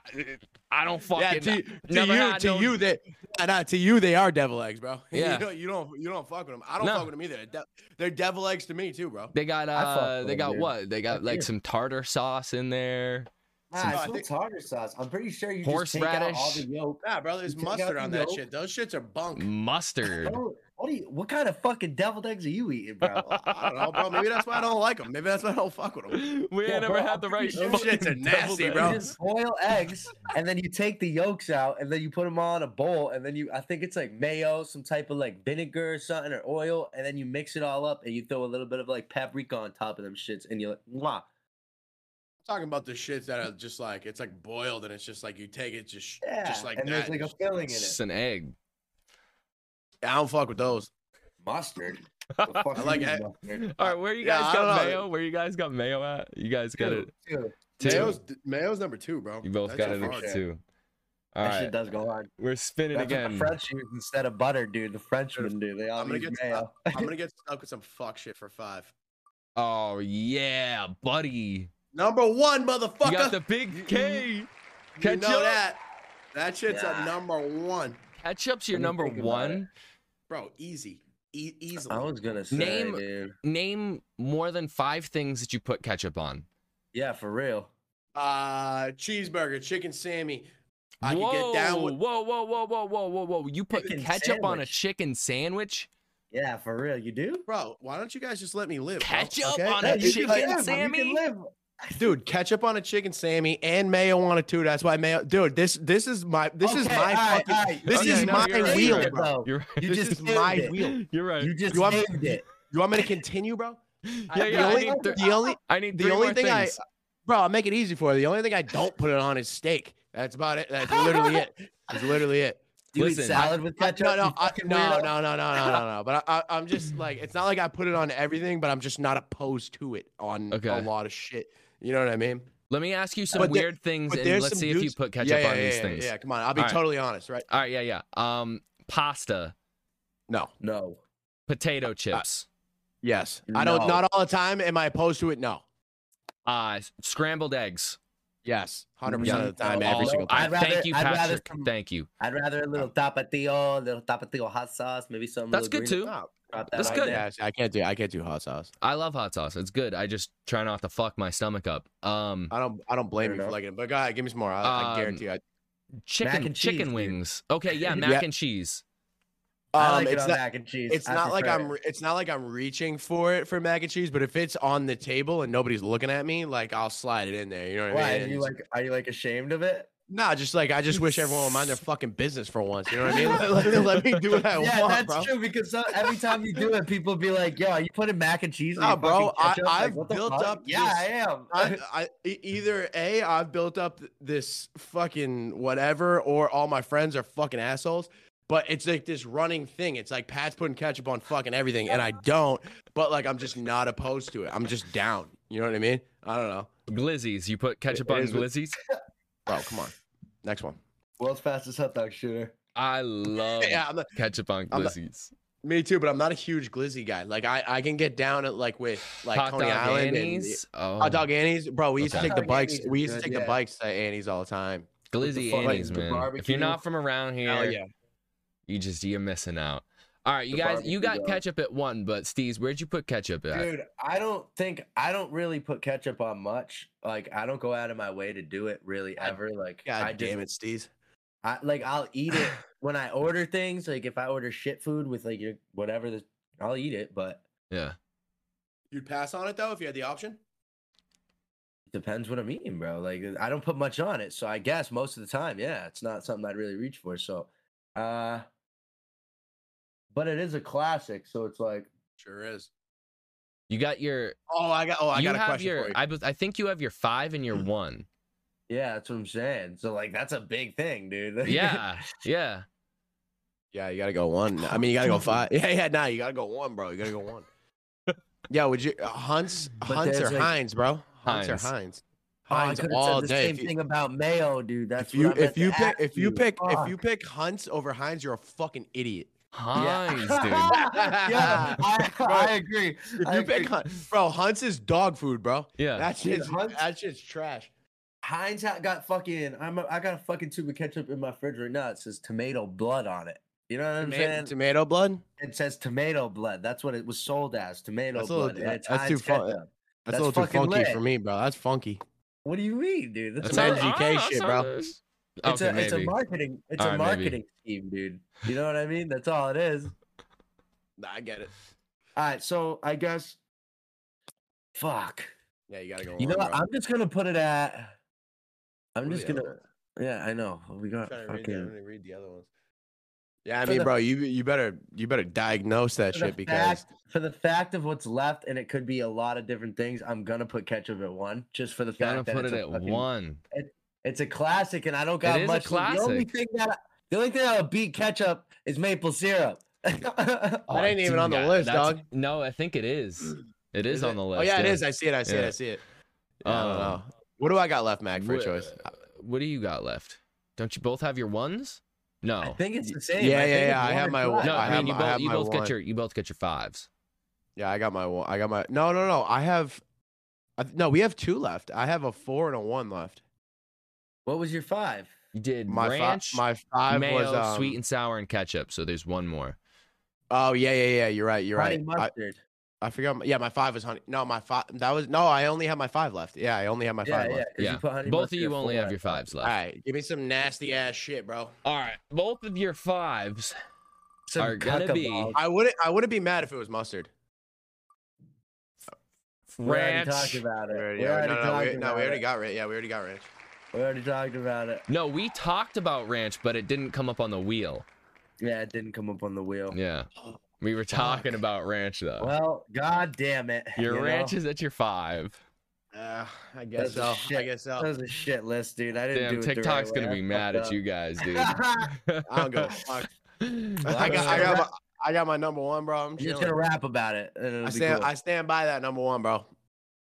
[SPEAKER 2] I don't fucking.
[SPEAKER 5] yeah, to, to
[SPEAKER 2] never
[SPEAKER 5] you,
[SPEAKER 2] had
[SPEAKER 5] to
[SPEAKER 2] no-
[SPEAKER 5] you, they, uh, nah, to you, they are devil eggs, bro.
[SPEAKER 2] Yeah.
[SPEAKER 5] you, don't, you don't, you don't fuck with them. I don't
[SPEAKER 2] No.
[SPEAKER 5] fuck with them either. They're de- They're devil eggs to me too, bro.
[SPEAKER 2] They got
[SPEAKER 4] I fuck
[SPEAKER 2] uh,
[SPEAKER 4] with
[SPEAKER 2] they
[SPEAKER 4] them,
[SPEAKER 2] got
[SPEAKER 4] dude.
[SPEAKER 2] what? They got
[SPEAKER 4] Fuck
[SPEAKER 2] like
[SPEAKER 4] yeah.
[SPEAKER 2] some tartar sauce in there.
[SPEAKER 4] Nah,
[SPEAKER 5] No, I
[SPEAKER 4] it's
[SPEAKER 5] think-
[SPEAKER 4] not tartar sauce. I'm pretty sure you just take out all the
[SPEAKER 2] Horseradish.
[SPEAKER 4] yolk.
[SPEAKER 5] Nah, bro,
[SPEAKER 4] there's
[SPEAKER 5] there's
[SPEAKER 4] You take out mustard
[SPEAKER 5] mustard
[SPEAKER 4] the
[SPEAKER 5] on
[SPEAKER 4] on that
[SPEAKER 5] that
[SPEAKER 4] yolk.
[SPEAKER 5] shit.
[SPEAKER 4] shit.
[SPEAKER 5] Those shits are bunk.
[SPEAKER 2] Mustard.
[SPEAKER 4] Bro, what do you? What kind of fucking deviled eggs are you eating, bro?
[SPEAKER 5] I don't know, bro. Maybe that's why I don't like them. Maybe that's why I don't fuck with them.
[SPEAKER 2] we ain't
[SPEAKER 4] Yeah,
[SPEAKER 2] never
[SPEAKER 4] bro,
[SPEAKER 2] had
[SPEAKER 4] I'm
[SPEAKER 2] the right
[SPEAKER 4] pretty sure-
[SPEAKER 2] fucking
[SPEAKER 5] Shit's are
[SPEAKER 2] deviled
[SPEAKER 5] nasty,
[SPEAKER 4] You
[SPEAKER 5] bro.
[SPEAKER 2] eggs.
[SPEAKER 4] just boil eggs, and then you take the yolks out, and then you put them all in a bowl, and then you. I think it's like mayo, some type of like vinegar or something, or oil, and then you mix it all up, and you throw a little bit of like paprika on top of them shits, and you're like, mwah.
[SPEAKER 5] Talking about the shits that are just like it's like boiled and it's just like you take it just
[SPEAKER 4] Yeah,
[SPEAKER 5] just like
[SPEAKER 4] and
[SPEAKER 5] that.
[SPEAKER 4] there's like a
[SPEAKER 5] just-
[SPEAKER 4] filling in
[SPEAKER 2] It's
[SPEAKER 4] it.
[SPEAKER 2] just an egg.
[SPEAKER 5] I don't fuck with those.
[SPEAKER 4] Mustard. The fuck
[SPEAKER 5] I
[SPEAKER 4] you
[SPEAKER 5] like
[SPEAKER 4] use
[SPEAKER 5] it.
[SPEAKER 4] mustard?
[SPEAKER 2] All right, where you
[SPEAKER 5] Yeah,
[SPEAKER 2] guys
[SPEAKER 5] I don't
[SPEAKER 2] got
[SPEAKER 5] know.
[SPEAKER 2] mayo? Where you guys got mayo at? You guys got
[SPEAKER 4] Two,
[SPEAKER 2] it.
[SPEAKER 4] two.
[SPEAKER 2] Two.
[SPEAKER 5] Mayo's Mayo's number two, bro.
[SPEAKER 2] you both
[SPEAKER 5] That
[SPEAKER 2] got
[SPEAKER 5] shit's
[SPEAKER 2] it
[SPEAKER 5] hard.
[SPEAKER 2] at
[SPEAKER 4] shit.
[SPEAKER 2] two. All
[SPEAKER 4] That
[SPEAKER 2] right,
[SPEAKER 4] shit does go on.
[SPEAKER 2] we're spinning
[SPEAKER 4] That's what the
[SPEAKER 2] again.
[SPEAKER 4] French use instead of butter, dude. The Frenchmen do. They all
[SPEAKER 5] I'm gonna
[SPEAKER 4] use
[SPEAKER 5] get
[SPEAKER 4] mayo.
[SPEAKER 5] stuck. I'm gonna get stuck with some fuck shit for five.
[SPEAKER 2] Oh yeah, buddy.
[SPEAKER 5] Number one,
[SPEAKER 2] You got
[SPEAKER 5] motherfucker.
[SPEAKER 2] the big K.
[SPEAKER 5] you
[SPEAKER 2] Ketchup.
[SPEAKER 5] know that. That shit's
[SPEAKER 4] Yeah.
[SPEAKER 5] a number one,
[SPEAKER 2] Ketchup's your
[SPEAKER 4] Let me
[SPEAKER 2] number
[SPEAKER 4] think about it.
[SPEAKER 2] one.
[SPEAKER 5] bro. Easy, e- easily.
[SPEAKER 2] Oh.
[SPEAKER 4] I was gonna say,
[SPEAKER 2] Name-
[SPEAKER 4] dude.
[SPEAKER 2] Name more than five things that you put ketchup on.
[SPEAKER 4] Yeah, for real.
[SPEAKER 5] Uh, cheeseburger, chicken Sammy. I
[SPEAKER 2] whoa,
[SPEAKER 5] could get down with.
[SPEAKER 2] whoa, whoa, whoa, whoa, whoa, whoa, whoa! You put
[SPEAKER 4] Chicken
[SPEAKER 2] ketchup on a
[SPEAKER 4] sandwich.
[SPEAKER 2] chicken sandwich?
[SPEAKER 4] Yeah, for real. You do?
[SPEAKER 5] Bro, why don't you guys just let me live? bro?
[SPEAKER 2] Ketchup
[SPEAKER 5] Okay?
[SPEAKER 2] on
[SPEAKER 4] Yeah,
[SPEAKER 2] a
[SPEAKER 4] you can
[SPEAKER 2] chicken
[SPEAKER 4] live, you can
[SPEAKER 2] Sammy?
[SPEAKER 4] live.
[SPEAKER 5] dude, ketchup on a chicken Sammy and mayo on a two. That's why mayo, dude. This this is my this is
[SPEAKER 4] Okay,
[SPEAKER 5] my
[SPEAKER 4] all right,
[SPEAKER 5] fucking
[SPEAKER 4] all right.
[SPEAKER 5] this
[SPEAKER 2] Okay,
[SPEAKER 5] is
[SPEAKER 2] no,
[SPEAKER 5] my
[SPEAKER 2] you're right,
[SPEAKER 5] wheel,
[SPEAKER 2] you're right.
[SPEAKER 5] bro.
[SPEAKER 2] You're right.
[SPEAKER 4] You
[SPEAKER 5] This
[SPEAKER 4] just
[SPEAKER 5] is my
[SPEAKER 4] nailed it.
[SPEAKER 5] wheel.
[SPEAKER 2] You're right.
[SPEAKER 4] You just
[SPEAKER 5] You want me-
[SPEAKER 4] named it.
[SPEAKER 5] You want me to continue, bro?
[SPEAKER 2] yeah,
[SPEAKER 5] the
[SPEAKER 2] yeah. I
[SPEAKER 5] only-
[SPEAKER 2] need, th-
[SPEAKER 5] the only
[SPEAKER 2] I need
[SPEAKER 5] the
[SPEAKER 2] three
[SPEAKER 5] only
[SPEAKER 2] more
[SPEAKER 5] thing I,
[SPEAKER 2] things.
[SPEAKER 5] bro, I'll make it easy for you. The only thing I don't put it on is steak. That's about it. That's literally it. That's literally it.
[SPEAKER 4] You
[SPEAKER 2] Listen,
[SPEAKER 4] eat salad with
[SPEAKER 5] I-
[SPEAKER 4] ketchup?
[SPEAKER 5] no,
[SPEAKER 4] you
[SPEAKER 5] no, I,
[SPEAKER 4] fucking
[SPEAKER 5] no,
[SPEAKER 4] weirdo?
[SPEAKER 5] no, no, no, no, no, no. But I, I, I'm just like, it's not like I put it on everything, but I'm just not opposed to it on
[SPEAKER 2] Okay.
[SPEAKER 5] a lot of shit. You know what I mean?
[SPEAKER 2] Let me ask you some
[SPEAKER 5] But there-
[SPEAKER 2] weird things,
[SPEAKER 5] but
[SPEAKER 2] and
[SPEAKER 5] there's
[SPEAKER 2] let's
[SPEAKER 5] some
[SPEAKER 2] see if you
[SPEAKER 5] dudes-
[SPEAKER 2] put ketchup
[SPEAKER 5] yeah, yeah,
[SPEAKER 2] on
[SPEAKER 5] yeah,
[SPEAKER 2] these
[SPEAKER 5] yeah,
[SPEAKER 2] things.
[SPEAKER 5] Yeah, come on. I'll be
[SPEAKER 2] All right.
[SPEAKER 5] totally honest, right?
[SPEAKER 2] All right, yeah, yeah. Um, pasta.
[SPEAKER 5] No,
[SPEAKER 4] No.
[SPEAKER 2] potato chips,
[SPEAKER 5] Yes. I don't.
[SPEAKER 4] No.
[SPEAKER 5] Not all the time. Am I opposed to it? No.
[SPEAKER 2] uh, scrambled eggs.
[SPEAKER 5] Yes. Hundred percent
[SPEAKER 4] Yeah.
[SPEAKER 5] of the time. Every
[SPEAKER 4] No.
[SPEAKER 5] single
[SPEAKER 4] Oh, I'd
[SPEAKER 2] I
[SPEAKER 5] time.
[SPEAKER 4] rather-
[SPEAKER 2] thank you,
[SPEAKER 4] I'd rather
[SPEAKER 2] Patrick.
[SPEAKER 4] some-
[SPEAKER 2] Thank you.
[SPEAKER 4] I'd rather a little tapatio, a little tapatio hot sauce, maybe some.
[SPEAKER 2] That's
[SPEAKER 4] little
[SPEAKER 2] good
[SPEAKER 4] green-
[SPEAKER 2] too.
[SPEAKER 4] drop that
[SPEAKER 2] That's
[SPEAKER 4] on
[SPEAKER 2] good.
[SPEAKER 4] there.
[SPEAKER 5] Yeah, I can't do. I can't do hot sauce.
[SPEAKER 2] I love hot sauce. It's good. I just try not to fuck my stomach up. Um,
[SPEAKER 5] I don't. I don't blame
[SPEAKER 4] Fair
[SPEAKER 5] you for
[SPEAKER 4] enough.
[SPEAKER 5] liking it. But God, give me some more. I, I
[SPEAKER 2] Um,
[SPEAKER 5] guarantee. You. I,
[SPEAKER 2] chicken
[SPEAKER 4] and cheese,
[SPEAKER 2] chicken
[SPEAKER 4] dude.
[SPEAKER 2] wings. Okay, yeah, mac
[SPEAKER 5] Yeah.
[SPEAKER 2] and cheese.
[SPEAKER 4] I like
[SPEAKER 5] Um,
[SPEAKER 4] it
[SPEAKER 5] it's
[SPEAKER 4] on
[SPEAKER 5] not.
[SPEAKER 4] mac and cheese.
[SPEAKER 5] It's
[SPEAKER 4] I
[SPEAKER 5] not like
[SPEAKER 4] prefer
[SPEAKER 5] I'm.
[SPEAKER 4] it.
[SPEAKER 5] re- It's not like I'm reaching for it for mac and cheese. But if it's on the table and nobody's looking at me, like I'll slide it in there. You know what
[SPEAKER 4] Why
[SPEAKER 5] I
[SPEAKER 4] are
[SPEAKER 5] mean?
[SPEAKER 4] you like? Are you like ashamed of it?
[SPEAKER 5] nah, just like I just wish everyone would mind their fucking business for once. You know what I mean? Let, let- let me do what I
[SPEAKER 4] yeah,
[SPEAKER 5] want,
[SPEAKER 4] that's
[SPEAKER 5] bro.
[SPEAKER 4] true. Because so- every time you do it, people be like, "Yo, are you putting mac and cheese?" in
[SPEAKER 5] Nah,
[SPEAKER 4] your fucking
[SPEAKER 5] bro, I-
[SPEAKER 4] ketchup?" Like,
[SPEAKER 5] I've
[SPEAKER 4] what the
[SPEAKER 5] built
[SPEAKER 4] fuck?
[SPEAKER 5] up
[SPEAKER 4] Yeah,
[SPEAKER 5] this-
[SPEAKER 4] I am.
[SPEAKER 5] I, I e- either a I've built up th- this fucking whatever, or all my friends are fucking assholes. But it's like this running thing. It's like Pat's putting ketchup on fucking everything, and I don't. But like I'm just not opposed to it. I'm just down. You know what I mean? I don't know,
[SPEAKER 2] Glizzies. You put ketchup
[SPEAKER 5] it
[SPEAKER 2] on
[SPEAKER 5] is what-
[SPEAKER 2] glizzies.
[SPEAKER 5] bro. Come on, next one.
[SPEAKER 4] World's fastest hot dog shooter.
[SPEAKER 2] I love
[SPEAKER 5] Yeah, I'm not,
[SPEAKER 2] ketchup on
[SPEAKER 5] I'm not-
[SPEAKER 2] glizzies.
[SPEAKER 5] me too. But I'm not a huge glizzy guy. Like I, I can get down at like with like
[SPEAKER 2] Hot
[SPEAKER 5] Coney
[SPEAKER 2] dog
[SPEAKER 5] Island
[SPEAKER 2] Annie's.
[SPEAKER 5] and
[SPEAKER 2] Oh,
[SPEAKER 5] hot dog Annie's. Bro, we used
[SPEAKER 2] Okay.
[SPEAKER 5] to take the
[SPEAKER 4] Hot dog
[SPEAKER 5] bikes.
[SPEAKER 4] Annie's is
[SPEAKER 5] We used to
[SPEAKER 4] good,
[SPEAKER 5] take
[SPEAKER 4] yeah.
[SPEAKER 5] the bikes to Annie's all the time.
[SPEAKER 2] glizzy
[SPEAKER 4] fuck?
[SPEAKER 2] Annie's,
[SPEAKER 4] The
[SPEAKER 2] man. If
[SPEAKER 4] barbecue.
[SPEAKER 2] you're not from around here,
[SPEAKER 5] Hell yeah.
[SPEAKER 2] you just you're missing out. All right, you
[SPEAKER 4] The
[SPEAKER 2] guys, you
[SPEAKER 4] barbecue,
[SPEAKER 2] got
[SPEAKER 4] bro.
[SPEAKER 2] ketchup at one, but Steez, where'd you put ketchup at?
[SPEAKER 4] Dude, I don't think I don't really put ketchup on much. Like I don't go out of my way to do it really
[SPEAKER 5] God-
[SPEAKER 4] ever. Like
[SPEAKER 5] God
[SPEAKER 4] I
[SPEAKER 5] damn it, Steez.
[SPEAKER 4] I like I'll eat it when I order things. Like if I order shit food with like your whatever, the, I'll eat it. But
[SPEAKER 2] Yeah.
[SPEAKER 3] You'd pass on it though if you had the option.
[SPEAKER 4] it depends what I'm eating, bro. Like I don't put much on it, so I guess most of the time, yeah, it's not something I'd really reach for. So, uh, but it is a classic, so it's like
[SPEAKER 3] Sure is.
[SPEAKER 2] You got your
[SPEAKER 5] Oh, I got. Oh, I
[SPEAKER 2] you
[SPEAKER 5] got a
[SPEAKER 2] have
[SPEAKER 5] question
[SPEAKER 2] your
[SPEAKER 5] for you.
[SPEAKER 2] I bes- I think you have your 5 and your 1.
[SPEAKER 4] yeah, that's what I'm saying. So like that's a big thing, dude. Like,
[SPEAKER 2] Yeah. Yeah.
[SPEAKER 5] Yeah, you gotta go one. I mean, you gotta go five. Yeah, yeah, nah, you gotta go one, bro. You gotta go one. yeah, would you uh, Hunts,
[SPEAKER 4] But
[SPEAKER 5] Hunts or
[SPEAKER 4] there's, like-
[SPEAKER 5] Heinz, bro? Hunts or
[SPEAKER 2] Heinz.
[SPEAKER 5] Heinz?
[SPEAKER 4] Oh, I
[SPEAKER 5] Heinz
[SPEAKER 4] could have
[SPEAKER 5] all
[SPEAKER 4] said the
[SPEAKER 5] day.
[SPEAKER 4] same
[SPEAKER 5] If you-
[SPEAKER 4] thing about mayo, dude. That's
[SPEAKER 5] If you
[SPEAKER 4] what I meant
[SPEAKER 5] if
[SPEAKER 4] to
[SPEAKER 5] you pick
[SPEAKER 4] ask
[SPEAKER 5] if you pick if
[SPEAKER 4] Fuck.
[SPEAKER 5] you pick Hunts over Heinz, you're a fucking idiot.
[SPEAKER 2] Heinz, dude.
[SPEAKER 4] yeah, I,
[SPEAKER 5] Bro,
[SPEAKER 4] I agree.
[SPEAKER 5] If
[SPEAKER 4] I
[SPEAKER 5] you pick
[SPEAKER 4] agree.
[SPEAKER 5] Hunt, bro, Hunts is dog food, bro.
[SPEAKER 2] Yeah.
[SPEAKER 5] That
[SPEAKER 4] Dude,
[SPEAKER 5] shit's
[SPEAKER 4] Hunt's-
[SPEAKER 5] that shit's trash.
[SPEAKER 4] Heinz ha- got fucking. I'm a, I got a fucking tube of ketchup in my fridge right now. It says tomato blood on it. You know what I'm
[SPEAKER 5] Tomato,
[SPEAKER 4] saying?
[SPEAKER 5] tomato blood.
[SPEAKER 4] it says tomato blood. That's what it was sold as. Tomato
[SPEAKER 5] That's a little-
[SPEAKER 4] blood. and it's
[SPEAKER 5] that's too
[SPEAKER 4] Heinz
[SPEAKER 5] fu-
[SPEAKER 4] ketchup.
[SPEAKER 5] That's,
[SPEAKER 4] That's
[SPEAKER 5] a little too
[SPEAKER 4] fucking
[SPEAKER 5] funky
[SPEAKER 4] lit.
[SPEAKER 5] for me, bro. That's funky.
[SPEAKER 4] What do you mean, dude?
[SPEAKER 5] That's
[SPEAKER 4] a
[SPEAKER 5] some
[SPEAKER 4] mar-
[SPEAKER 5] edgy
[SPEAKER 2] I don't know,
[SPEAKER 5] shit,
[SPEAKER 2] some-
[SPEAKER 5] bro.
[SPEAKER 4] It's
[SPEAKER 2] okay,
[SPEAKER 4] a it's a
[SPEAKER 2] maybe.
[SPEAKER 4] marketing it's a
[SPEAKER 2] Alright, maybe.
[SPEAKER 4] marketing scheme, dude. You know what I mean? That's all it is.
[SPEAKER 5] Nah, I get it.
[SPEAKER 4] All right, so I guess. Fuck.
[SPEAKER 5] Yeah, you gotta go.
[SPEAKER 4] You know
[SPEAKER 5] one,
[SPEAKER 4] what?
[SPEAKER 5] bro.
[SPEAKER 4] I'm just gonna put it at. I'm
[SPEAKER 5] What are
[SPEAKER 4] just
[SPEAKER 5] the
[SPEAKER 4] gonna.
[SPEAKER 5] other ones?
[SPEAKER 4] Yeah, I know. We got
[SPEAKER 5] trying to read the- I'm
[SPEAKER 4] fucking.
[SPEAKER 5] gonna read the other ones. Yeah, I
[SPEAKER 4] For
[SPEAKER 5] mean,
[SPEAKER 4] the-
[SPEAKER 5] bro, you you better you better diagnose that
[SPEAKER 4] For the
[SPEAKER 5] shit because
[SPEAKER 4] fact- for the fact of what's left, and it could be a lot of different things. I'm gonna put ketchup at one, just for the
[SPEAKER 2] Gotta
[SPEAKER 4] fact that
[SPEAKER 2] put
[SPEAKER 4] it's
[SPEAKER 2] it
[SPEAKER 4] a
[SPEAKER 2] at
[SPEAKER 4] fucking-
[SPEAKER 2] one.
[SPEAKER 4] It's a classic, and I don't got
[SPEAKER 2] is a
[SPEAKER 4] much. The only
[SPEAKER 2] classic.
[SPEAKER 4] thing that I, the only thing that'll beat ketchup is maple syrup.
[SPEAKER 5] Oh, That ain't even
[SPEAKER 2] dude,
[SPEAKER 5] on the
[SPEAKER 2] yeah,
[SPEAKER 5] list,
[SPEAKER 2] that's-
[SPEAKER 5] dog.
[SPEAKER 2] No, I think it is. It is,
[SPEAKER 5] it?
[SPEAKER 2] on the list.
[SPEAKER 5] Oh yeah, it is. I see it. I see it.
[SPEAKER 2] Yeah.
[SPEAKER 5] I see it. Yeah, I don't
[SPEAKER 2] Um,
[SPEAKER 5] know. What do I got left, Mac, for a
[SPEAKER 2] Wh- uh,
[SPEAKER 5] choice?
[SPEAKER 2] What do you got left? Don't you both have your ones? No.
[SPEAKER 4] I think it's the
[SPEAKER 5] Yeah,
[SPEAKER 4] same. I
[SPEAKER 5] yeah,
[SPEAKER 4] think it's
[SPEAKER 5] yeah. I
[SPEAKER 4] one
[SPEAKER 5] have
[SPEAKER 4] or
[SPEAKER 5] my
[SPEAKER 4] two.
[SPEAKER 5] one.
[SPEAKER 2] no, I,
[SPEAKER 5] have
[SPEAKER 2] mean you
[SPEAKER 5] my-
[SPEAKER 2] both
[SPEAKER 5] have
[SPEAKER 2] you
[SPEAKER 5] my
[SPEAKER 2] both
[SPEAKER 5] one.
[SPEAKER 2] get your you both get your fives.
[SPEAKER 5] Yeah, I got my one. I got my. No, no, no. I have. I, th- no, we have two left. I have a four and a one left.
[SPEAKER 4] What was your five?
[SPEAKER 2] You did
[SPEAKER 5] My five.
[SPEAKER 2] ranch,
[SPEAKER 5] My five
[SPEAKER 2] mayo,
[SPEAKER 5] was um,
[SPEAKER 2] sweet and sour, and ketchup. So there's one more.
[SPEAKER 5] Oh yeah, yeah, yeah. You're right. You're
[SPEAKER 4] Honey
[SPEAKER 5] right. I,
[SPEAKER 4] mustard.
[SPEAKER 5] I forgot. My, yeah, my five was honey. No, my five. That was no. I only have my five left. Yeah, I only have my
[SPEAKER 4] yeah,
[SPEAKER 5] five
[SPEAKER 4] yeah.
[SPEAKER 5] left.
[SPEAKER 4] 'cause you
[SPEAKER 2] Yeah.
[SPEAKER 4] put honey
[SPEAKER 2] Both of
[SPEAKER 4] mustard
[SPEAKER 2] you
[SPEAKER 4] at
[SPEAKER 2] only
[SPEAKER 4] four.
[SPEAKER 2] have your fives
[SPEAKER 5] All
[SPEAKER 2] left.
[SPEAKER 5] right, give me some nasty ass shit, bro.
[SPEAKER 2] All right. Both of your fives.
[SPEAKER 4] Some
[SPEAKER 2] are gonna
[SPEAKER 4] cucka
[SPEAKER 2] be-
[SPEAKER 4] balls.
[SPEAKER 5] I wouldn't. I wouldn't be mad if it was mustard.
[SPEAKER 4] We already
[SPEAKER 2] Ranch.
[SPEAKER 4] talked about it.
[SPEAKER 5] We already-
[SPEAKER 4] We
[SPEAKER 5] yeah,
[SPEAKER 4] already
[SPEAKER 5] no, no, we-
[SPEAKER 4] talked
[SPEAKER 5] no, we
[SPEAKER 4] about
[SPEAKER 5] already
[SPEAKER 4] it.
[SPEAKER 5] got ranch. Yeah, we already got ranch.
[SPEAKER 4] We already talked about it.
[SPEAKER 2] No, we talked about ranch, but it didn't come up on the wheel.
[SPEAKER 4] Yeah, it didn't come up on the wheel.
[SPEAKER 2] Yeah. We were talking about ranch though.
[SPEAKER 4] Well, god damn it.
[SPEAKER 2] your
[SPEAKER 4] you know?
[SPEAKER 2] ranch is at your five.
[SPEAKER 5] Uh, I
[SPEAKER 4] guess
[SPEAKER 5] guess
[SPEAKER 4] so.
[SPEAKER 5] so.
[SPEAKER 4] shit.
[SPEAKER 5] I guess
[SPEAKER 4] that
[SPEAKER 5] so.
[SPEAKER 4] was a shit list, dude. I didn't
[SPEAKER 2] Damn,
[SPEAKER 4] do it. the
[SPEAKER 2] TikTok's
[SPEAKER 4] right
[SPEAKER 2] gonna
[SPEAKER 4] way.
[SPEAKER 2] be
[SPEAKER 4] I
[SPEAKER 2] mad
[SPEAKER 4] fucked
[SPEAKER 2] at you guys, dude.
[SPEAKER 4] up.
[SPEAKER 5] I don't give a fuck. I
[SPEAKER 2] I
[SPEAKER 5] got.
[SPEAKER 4] just
[SPEAKER 5] I
[SPEAKER 4] gonna
[SPEAKER 5] got. My,
[SPEAKER 4] wrap-
[SPEAKER 5] I got my number one, bro. I'm
[SPEAKER 4] I'm just
[SPEAKER 5] chilling.
[SPEAKER 4] gonna rap about it. And it'll
[SPEAKER 5] I
[SPEAKER 4] be
[SPEAKER 5] stand.
[SPEAKER 4] cool.
[SPEAKER 5] I stand by that number one, bro.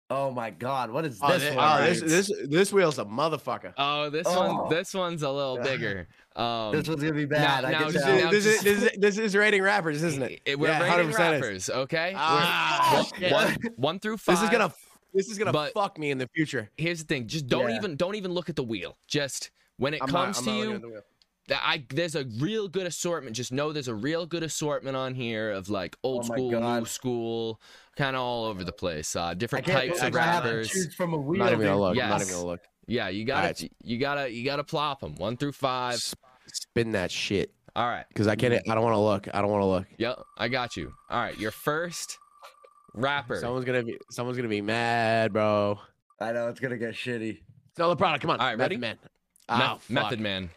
[SPEAKER 4] Oh my god, what is
[SPEAKER 5] Oh,
[SPEAKER 4] this
[SPEAKER 5] thi-
[SPEAKER 4] one?
[SPEAKER 5] oh, this,
[SPEAKER 4] right?
[SPEAKER 5] this, this wheel's a motherfucker.
[SPEAKER 2] Oh, this
[SPEAKER 4] Oh.
[SPEAKER 2] one, this one's a little bigger. Um,
[SPEAKER 4] This one's gonna be bad. I
[SPEAKER 2] now
[SPEAKER 4] can
[SPEAKER 2] just-
[SPEAKER 5] This
[SPEAKER 4] tell.
[SPEAKER 5] is,
[SPEAKER 2] now
[SPEAKER 5] this, is,
[SPEAKER 2] just-
[SPEAKER 5] this, is, this is rating rappers, isn't it?
[SPEAKER 2] it- it- we're
[SPEAKER 5] Yeah,
[SPEAKER 2] rating
[SPEAKER 5] 100% is.
[SPEAKER 2] rappers, okay? We're-
[SPEAKER 5] Ah,
[SPEAKER 2] one,
[SPEAKER 5] shit.
[SPEAKER 2] one, one through five.
[SPEAKER 5] This is gonna this is gonna
[SPEAKER 2] but-
[SPEAKER 5] fuck me in the future.
[SPEAKER 2] Here's the thing: just don't
[SPEAKER 4] Yeah.
[SPEAKER 2] even don't even look at the wheel. Just when it
[SPEAKER 5] I'm not-
[SPEAKER 2] comes
[SPEAKER 5] I'm
[SPEAKER 2] to
[SPEAKER 5] not looking
[SPEAKER 2] you,
[SPEAKER 5] at the wheel.
[SPEAKER 2] that I there's a real good assortment. Just know there's a real good assortment on here of like old
[SPEAKER 4] Oh my
[SPEAKER 2] school, new
[SPEAKER 4] God.
[SPEAKER 2] school, kind of all over the place. Uh,
[SPEAKER 4] I
[SPEAKER 2] different
[SPEAKER 4] can't
[SPEAKER 2] types
[SPEAKER 4] believe
[SPEAKER 2] of
[SPEAKER 4] I have to
[SPEAKER 2] rappers.
[SPEAKER 4] choose from a
[SPEAKER 5] I'm
[SPEAKER 4] wheel.
[SPEAKER 5] not even gonna
[SPEAKER 4] dude.
[SPEAKER 5] look. I'm not
[SPEAKER 2] Yes.
[SPEAKER 5] even gonna look.
[SPEAKER 2] Yeah, you gotta
[SPEAKER 5] Alright.
[SPEAKER 2] you gotta you gotta plop them one through five.
[SPEAKER 5] S- Spin that shit,
[SPEAKER 2] All right.
[SPEAKER 5] cause I can't. I don't want to look. I don't want to look.
[SPEAKER 2] Yep, I got you. All right, your first rapper.
[SPEAKER 5] Someone's gonna be. Someone's gonna be mad, bro.
[SPEAKER 4] I know it's gonna get shitty.
[SPEAKER 5] Sell the product. Come on.
[SPEAKER 2] All right,
[SPEAKER 5] Method
[SPEAKER 2] ready?
[SPEAKER 5] Man. Oh,
[SPEAKER 2] Meth-
[SPEAKER 5] fuck.
[SPEAKER 2] Method Man.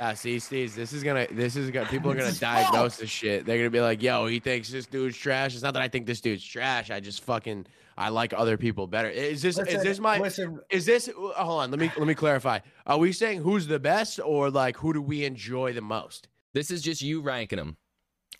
[SPEAKER 5] Ah, see, Steve, this is gonna, this is gonna, people are
[SPEAKER 4] This
[SPEAKER 5] gonna
[SPEAKER 4] is
[SPEAKER 5] diagnose this shit. They're gonna be like, "Yo, he thinks this dude's trash." It's not that I think this dude's trash. I just fucking, I like other people better. Is this, is
[SPEAKER 4] Listen-
[SPEAKER 5] this my,
[SPEAKER 4] listen?
[SPEAKER 5] is this? uh, Hold on, let me, let me clarify. Are we saying who's the best or like who do we enjoy the most?
[SPEAKER 2] This is just you ranking them,